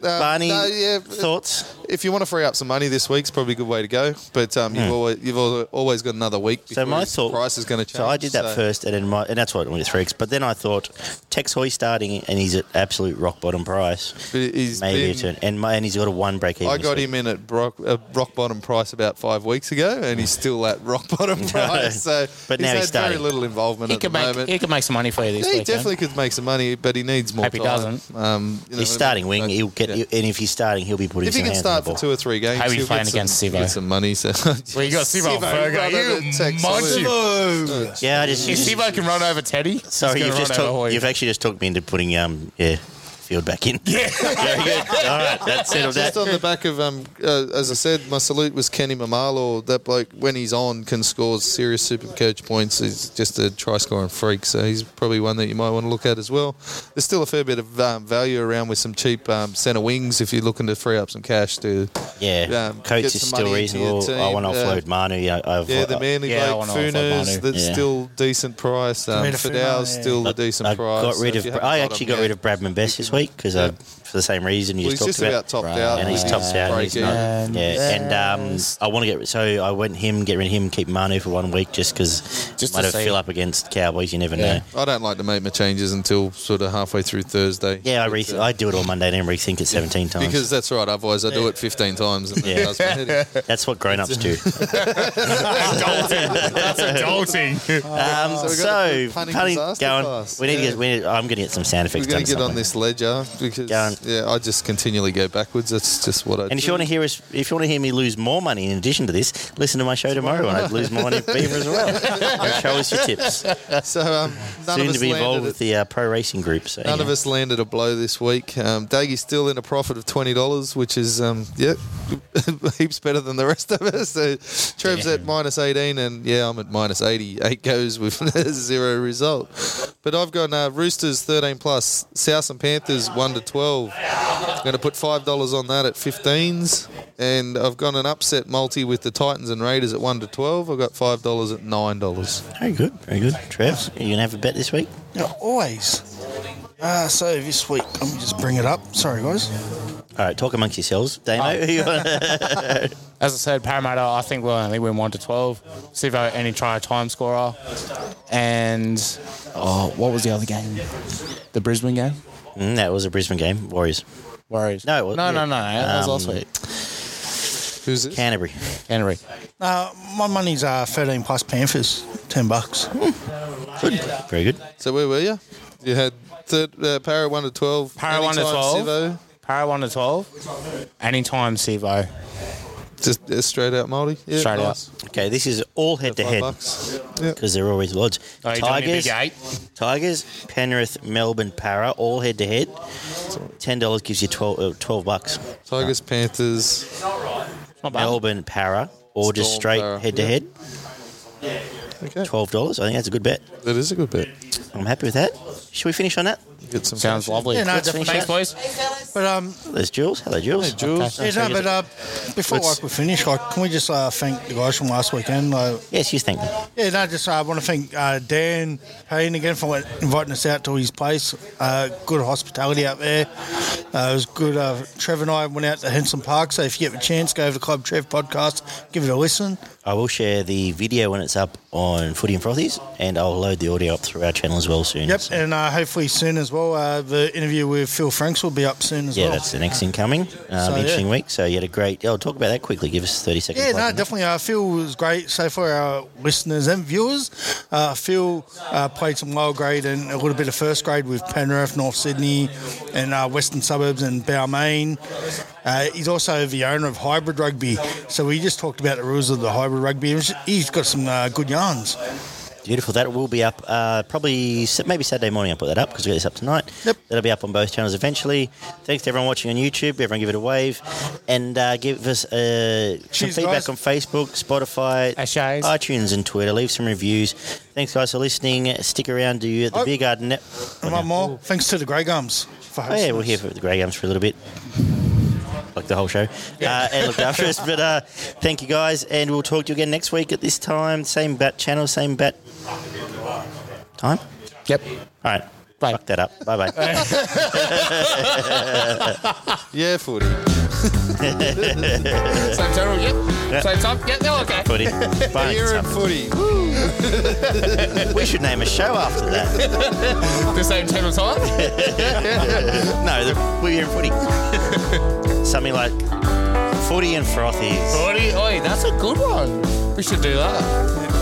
[SPEAKER 4] Uh,
[SPEAKER 1] Barney,
[SPEAKER 4] no, yeah,
[SPEAKER 1] thoughts?
[SPEAKER 4] if you want to free up some money this week, it's probably a good way to go. But um, you've always you've al- always got another week.
[SPEAKER 1] Hmm. So
[SPEAKER 4] before
[SPEAKER 1] my
[SPEAKER 4] your
[SPEAKER 1] thought.
[SPEAKER 4] price is going to change.
[SPEAKER 1] So I did that first, and then my and that's why it went to three. weeks. But then I thought, Tex Hoy starting, and he's at absolute rock bottom price.
[SPEAKER 4] But he's
[SPEAKER 1] Maybe
[SPEAKER 4] been-
[SPEAKER 1] a turn, and my, and he's got a one break even.
[SPEAKER 4] I
[SPEAKER 1] this
[SPEAKER 4] got
[SPEAKER 1] week.
[SPEAKER 4] him in at rock, uh, rock bottom price about five weeks ago, and he's still at rock bottom price. So
[SPEAKER 1] But
[SPEAKER 4] he's
[SPEAKER 1] now
[SPEAKER 4] had
[SPEAKER 1] he's starting.
[SPEAKER 4] very little involvement
[SPEAKER 2] he
[SPEAKER 4] at the
[SPEAKER 2] could make.
[SPEAKER 4] moment.
[SPEAKER 2] He could make some money for you this
[SPEAKER 4] yeah, he
[SPEAKER 2] weekend.
[SPEAKER 4] definitely could make some money, but he needs more
[SPEAKER 2] Hope he
[SPEAKER 4] time.
[SPEAKER 2] doesn't.
[SPEAKER 4] Um, you
[SPEAKER 1] He's
[SPEAKER 4] know what I
[SPEAKER 1] starting
[SPEAKER 4] mean?
[SPEAKER 1] wing.
[SPEAKER 4] Like,
[SPEAKER 1] He'll get,
[SPEAKER 4] yeah.
[SPEAKER 1] and if he's starting, he'll be putting.
[SPEAKER 4] If he
[SPEAKER 1] some
[SPEAKER 4] can
[SPEAKER 1] hands
[SPEAKER 4] start
[SPEAKER 1] on
[SPEAKER 4] for
[SPEAKER 1] the
[SPEAKER 4] two
[SPEAKER 1] ball.
[SPEAKER 4] or three games,
[SPEAKER 2] How he
[SPEAKER 4] he'll
[SPEAKER 2] playing
[SPEAKER 4] get some,
[SPEAKER 2] against Sivo?
[SPEAKER 4] Get some money. So
[SPEAKER 2] Well, you got Sivo Fergo,
[SPEAKER 4] rather than
[SPEAKER 2] you
[SPEAKER 4] text
[SPEAKER 2] munch.
[SPEAKER 4] Sivo.
[SPEAKER 1] Yeah, I just.
[SPEAKER 2] If Sivo can run over Teddy, he's
[SPEAKER 1] sorry,
[SPEAKER 2] gonna
[SPEAKER 1] you've
[SPEAKER 2] run
[SPEAKER 1] just
[SPEAKER 2] over
[SPEAKER 1] talk,
[SPEAKER 2] Hoy.
[SPEAKER 1] you've actually just talked me into putting um yeah midfield back in. Yeah. Very good. All right, that's settled that.
[SPEAKER 4] Just on the back of, um, uh, as I said, my salute was Kenny Mamalo. That bloke, when he's on, can score serious super coach points. He's just a try scoring freak, so he's probably one that you might want to look at as well. There's still a fair bit of um, value around with some cheap um, centre wings if you're looking to free up some cash to.
[SPEAKER 1] Yeah,
[SPEAKER 4] um,
[SPEAKER 1] Coates
[SPEAKER 4] get
[SPEAKER 1] is
[SPEAKER 4] some
[SPEAKER 1] still
[SPEAKER 4] money into your
[SPEAKER 1] reasonable. I
[SPEAKER 4] team,
[SPEAKER 1] want to
[SPEAKER 4] uh,
[SPEAKER 1] offload Manu. Yeah, I've, uh,
[SPEAKER 4] Yeah, the manly
[SPEAKER 2] Yeah, I
[SPEAKER 4] bloke,
[SPEAKER 2] wanna offload Manu.
[SPEAKER 4] Funes, that's
[SPEAKER 1] Yeah.
[SPEAKER 4] still decent price. Um,
[SPEAKER 3] Rid of Funo,
[SPEAKER 4] Fidel's
[SPEAKER 3] yeah.
[SPEAKER 4] still
[SPEAKER 1] I-
[SPEAKER 4] a decent
[SPEAKER 1] I
[SPEAKER 4] price.
[SPEAKER 1] got rid
[SPEAKER 4] If
[SPEAKER 1] of.
[SPEAKER 4] you haven't
[SPEAKER 1] I
[SPEAKER 4] got
[SPEAKER 1] actually
[SPEAKER 4] him
[SPEAKER 1] got
[SPEAKER 4] yet.
[SPEAKER 1] rid of Bradman Best this week because
[SPEAKER 4] Yeah.
[SPEAKER 1] for the same reason you
[SPEAKER 4] Well,
[SPEAKER 1] just
[SPEAKER 4] he's
[SPEAKER 1] talked
[SPEAKER 4] just about, topped out.
[SPEAKER 1] and he's
[SPEAKER 4] Yeah.
[SPEAKER 1] topped out. and He's
[SPEAKER 4] Break
[SPEAKER 1] not,
[SPEAKER 4] even.
[SPEAKER 2] even.
[SPEAKER 1] yeah, and um, I want to get so I went him, get rid of him, keep Manu for one week just because
[SPEAKER 2] Just
[SPEAKER 1] might
[SPEAKER 2] to
[SPEAKER 1] have
[SPEAKER 2] see.
[SPEAKER 1] fill up against Cowboys. You never
[SPEAKER 2] Yeah.
[SPEAKER 1] know.
[SPEAKER 4] I don't like to make my changes until sort of halfway through Thursday.
[SPEAKER 1] Yeah, I
[SPEAKER 4] But,
[SPEAKER 1] re-
[SPEAKER 4] uh,
[SPEAKER 1] I do it all Monday and rethink it seventeen times.
[SPEAKER 4] Because that's right. Otherwise, I do it 15 times. And
[SPEAKER 1] Yeah.
[SPEAKER 4] yeah. That's
[SPEAKER 1] That's what grown-ups do.
[SPEAKER 2] That's adulting.
[SPEAKER 1] Um, so
[SPEAKER 4] So we got the
[SPEAKER 1] so
[SPEAKER 4] punting
[SPEAKER 1] punting
[SPEAKER 4] disaster
[SPEAKER 1] going.
[SPEAKER 4] class.
[SPEAKER 1] We need to
[SPEAKER 4] Yeah.
[SPEAKER 1] get. We need, I'm going to get some sound
[SPEAKER 4] We're
[SPEAKER 1] effects done.
[SPEAKER 4] going to get on
[SPEAKER 1] somewhere.
[SPEAKER 4] this ledger because
[SPEAKER 1] Go on.
[SPEAKER 4] yeah, I just continually go backwards. That's just what I.
[SPEAKER 1] And if you want to hear us, if you want to hear me lose more money in addition to this, listen to my show tomorrow, and I'd lose more money at Beaver as well. And show us your tips.
[SPEAKER 4] to, so um, none of
[SPEAKER 1] Soon
[SPEAKER 4] us
[SPEAKER 1] to be involved
[SPEAKER 4] landed.
[SPEAKER 1] with
[SPEAKER 4] With
[SPEAKER 1] the uh, pro racing group. So,
[SPEAKER 4] None
[SPEAKER 1] yeah.
[SPEAKER 4] of us landed a blow this week. Um, Daggy's still in a profit of twenty dollars, which is um, yeah, heaps better than the rest of us. So Trev's at minus eighteen, and yeah, I'm at minus eighty. Eight goes with zero result. But I've got uh, Roosters thirteen plus, South and Panthers one to twelve. I'm going to put five dollars on that at 15s, and I've got an upset multi with the Titans and Raiders at one to twelve. I've got five dollars at nine dollars.
[SPEAKER 1] Very good, very good. Trev, are you gonna have a bet this week?
[SPEAKER 3] Yeah, always. Uh, so this week, let me just bring it up. Sorry, guys.
[SPEAKER 1] All right, talk amongst yourselves. Damo, who you
[SPEAKER 4] Oh.
[SPEAKER 1] wanna-
[SPEAKER 2] As I said, Parramatta, I think we're only win 1 to 12. Sivo, any try time scorer. And, oh, what was the other game? The Brisbane game?
[SPEAKER 1] Mm, that was a Brisbane game. Warriors,
[SPEAKER 2] Warriors.
[SPEAKER 1] No, it was-
[SPEAKER 2] no,
[SPEAKER 1] yeah.
[SPEAKER 2] no, no. That was last
[SPEAKER 1] Um,
[SPEAKER 2] week.
[SPEAKER 4] Who's this?
[SPEAKER 1] Canterbury.
[SPEAKER 2] Henry.
[SPEAKER 3] Uh, my money's uh, 13 plus Panthers, 10 bucks.
[SPEAKER 1] Good, very good.
[SPEAKER 4] So where were you? You had third, uh, Para one to twelve.
[SPEAKER 2] Para 1 to
[SPEAKER 4] Anytime
[SPEAKER 2] 12.
[SPEAKER 4] Sivo,
[SPEAKER 2] Para 1 to 12. Anytime, Sivo.
[SPEAKER 4] just uh, straight out Maori. Yeah,
[SPEAKER 2] Straight
[SPEAKER 4] nice.
[SPEAKER 1] Okay, this is all head to
[SPEAKER 4] Five
[SPEAKER 1] head
[SPEAKER 4] bucks. Yeah.
[SPEAKER 1] because they're always lodged.
[SPEAKER 2] Oh, you don't need
[SPEAKER 1] Tigers,
[SPEAKER 2] big eight.
[SPEAKER 1] Tigers, Penrith, Melbourne, Para, all head to head. Ten dollars gives you 12, uh, 12 bucks.
[SPEAKER 4] Tigers, Panthers.
[SPEAKER 2] Not bad.
[SPEAKER 1] Melbourne, Para, or just
[SPEAKER 4] Storm,
[SPEAKER 1] straight
[SPEAKER 4] Para.
[SPEAKER 1] head to head.
[SPEAKER 4] Okay,
[SPEAKER 1] Twelve dollars. I think that's a good bet.
[SPEAKER 4] that is a good bet.
[SPEAKER 1] I'm happy with that. Should we finish on that?
[SPEAKER 4] Get some
[SPEAKER 2] Sounds lovely.
[SPEAKER 3] Yeah, no,
[SPEAKER 1] Let's
[SPEAKER 3] definitely.
[SPEAKER 1] finish
[SPEAKER 2] Thanks,
[SPEAKER 1] that.
[SPEAKER 2] boys.
[SPEAKER 3] But um,
[SPEAKER 1] There's Jules. Hello, Jules.
[SPEAKER 4] Hey, Jules.
[SPEAKER 3] yeah, no, but uh, before
[SPEAKER 4] Let's-
[SPEAKER 3] like, we finish, like, can we just uh, thank the guys from last weekend? Like,
[SPEAKER 1] Yes, you think. them.
[SPEAKER 3] yeah, no, just uh, I want to thank uh, Dan Payne again for like, inviting us out to his place. Uh, good hospitality out there. Uh, it was good. Uh, Trev and I went out to Henson Park, so if you get a chance, go over to Club Trev podcast, give it a listen.
[SPEAKER 1] I will share the video when it's up on Footy and Frothies, and I'll load the audio up through our channel as well soon.
[SPEAKER 3] Yep,
[SPEAKER 1] So-
[SPEAKER 3] and uh, hopefully soon as well. Uh, the interview with Phil Franks will be up soon as
[SPEAKER 1] yeah,
[SPEAKER 3] well.
[SPEAKER 1] that's the next incoming. Um,
[SPEAKER 3] So,
[SPEAKER 1] interesting
[SPEAKER 3] yeah.
[SPEAKER 1] week. So you had a great. Oh, talk about that quickly. Give us thirty seconds.
[SPEAKER 3] Yeah,
[SPEAKER 1] plug
[SPEAKER 3] no,
[SPEAKER 1] on that.
[SPEAKER 3] definitely. Uh, Phil was great. So for our listeners and viewers, uh, Phil uh, played some lower grade and a little bit of first grade with Penrith, North Sydney, and uh, Western Suburbs and Balmain. Uh, he's also the owner of Hybrid Rugby. So we just talked about the rules of the Hybrid Rugby. He's got some uh, good yarns.
[SPEAKER 1] Beautiful. That will be up uh, probably s- maybe Saturday morning. I'll put that up because we get this up tonight.
[SPEAKER 3] Yep.
[SPEAKER 1] That'll be up on both channels eventually. Thanks to everyone watching on YouTube. Everyone give it a wave and uh, give us uh, some
[SPEAKER 3] Cheers,
[SPEAKER 1] feedback
[SPEAKER 3] guys.
[SPEAKER 1] on Facebook, Spotify,
[SPEAKER 2] As shays.
[SPEAKER 1] iTunes, and Twitter. Leave some reviews. Thanks, guys, for listening. Stick around to you at the
[SPEAKER 3] Oh.
[SPEAKER 1] Beer Garden. Net-
[SPEAKER 3] And one more, thanks to the Grey Gums for
[SPEAKER 1] Oh,
[SPEAKER 3] hosting.
[SPEAKER 1] yeah, we're here
[SPEAKER 3] us.
[SPEAKER 1] for the Grey Gums for a little bit. Like the whole show. Uh, and looked after us. But uh, thank you, guys. And we'll talk to you again next week at this time. Same bat channel, same bat time.
[SPEAKER 2] Yep.
[SPEAKER 1] All right.
[SPEAKER 2] Bye.
[SPEAKER 1] Fuck that up. Bye bye.
[SPEAKER 4] Yeah, footy.
[SPEAKER 2] Same total, yep. Same time, yep. No, okay.
[SPEAKER 1] Footy. Bye.
[SPEAKER 4] Here in footy.
[SPEAKER 1] We should name a show after that.
[SPEAKER 2] The same total time.
[SPEAKER 1] No, the, we're here in footy. Something like footy and frothies.
[SPEAKER 2] Forty, oi, that's a good one. We should do that.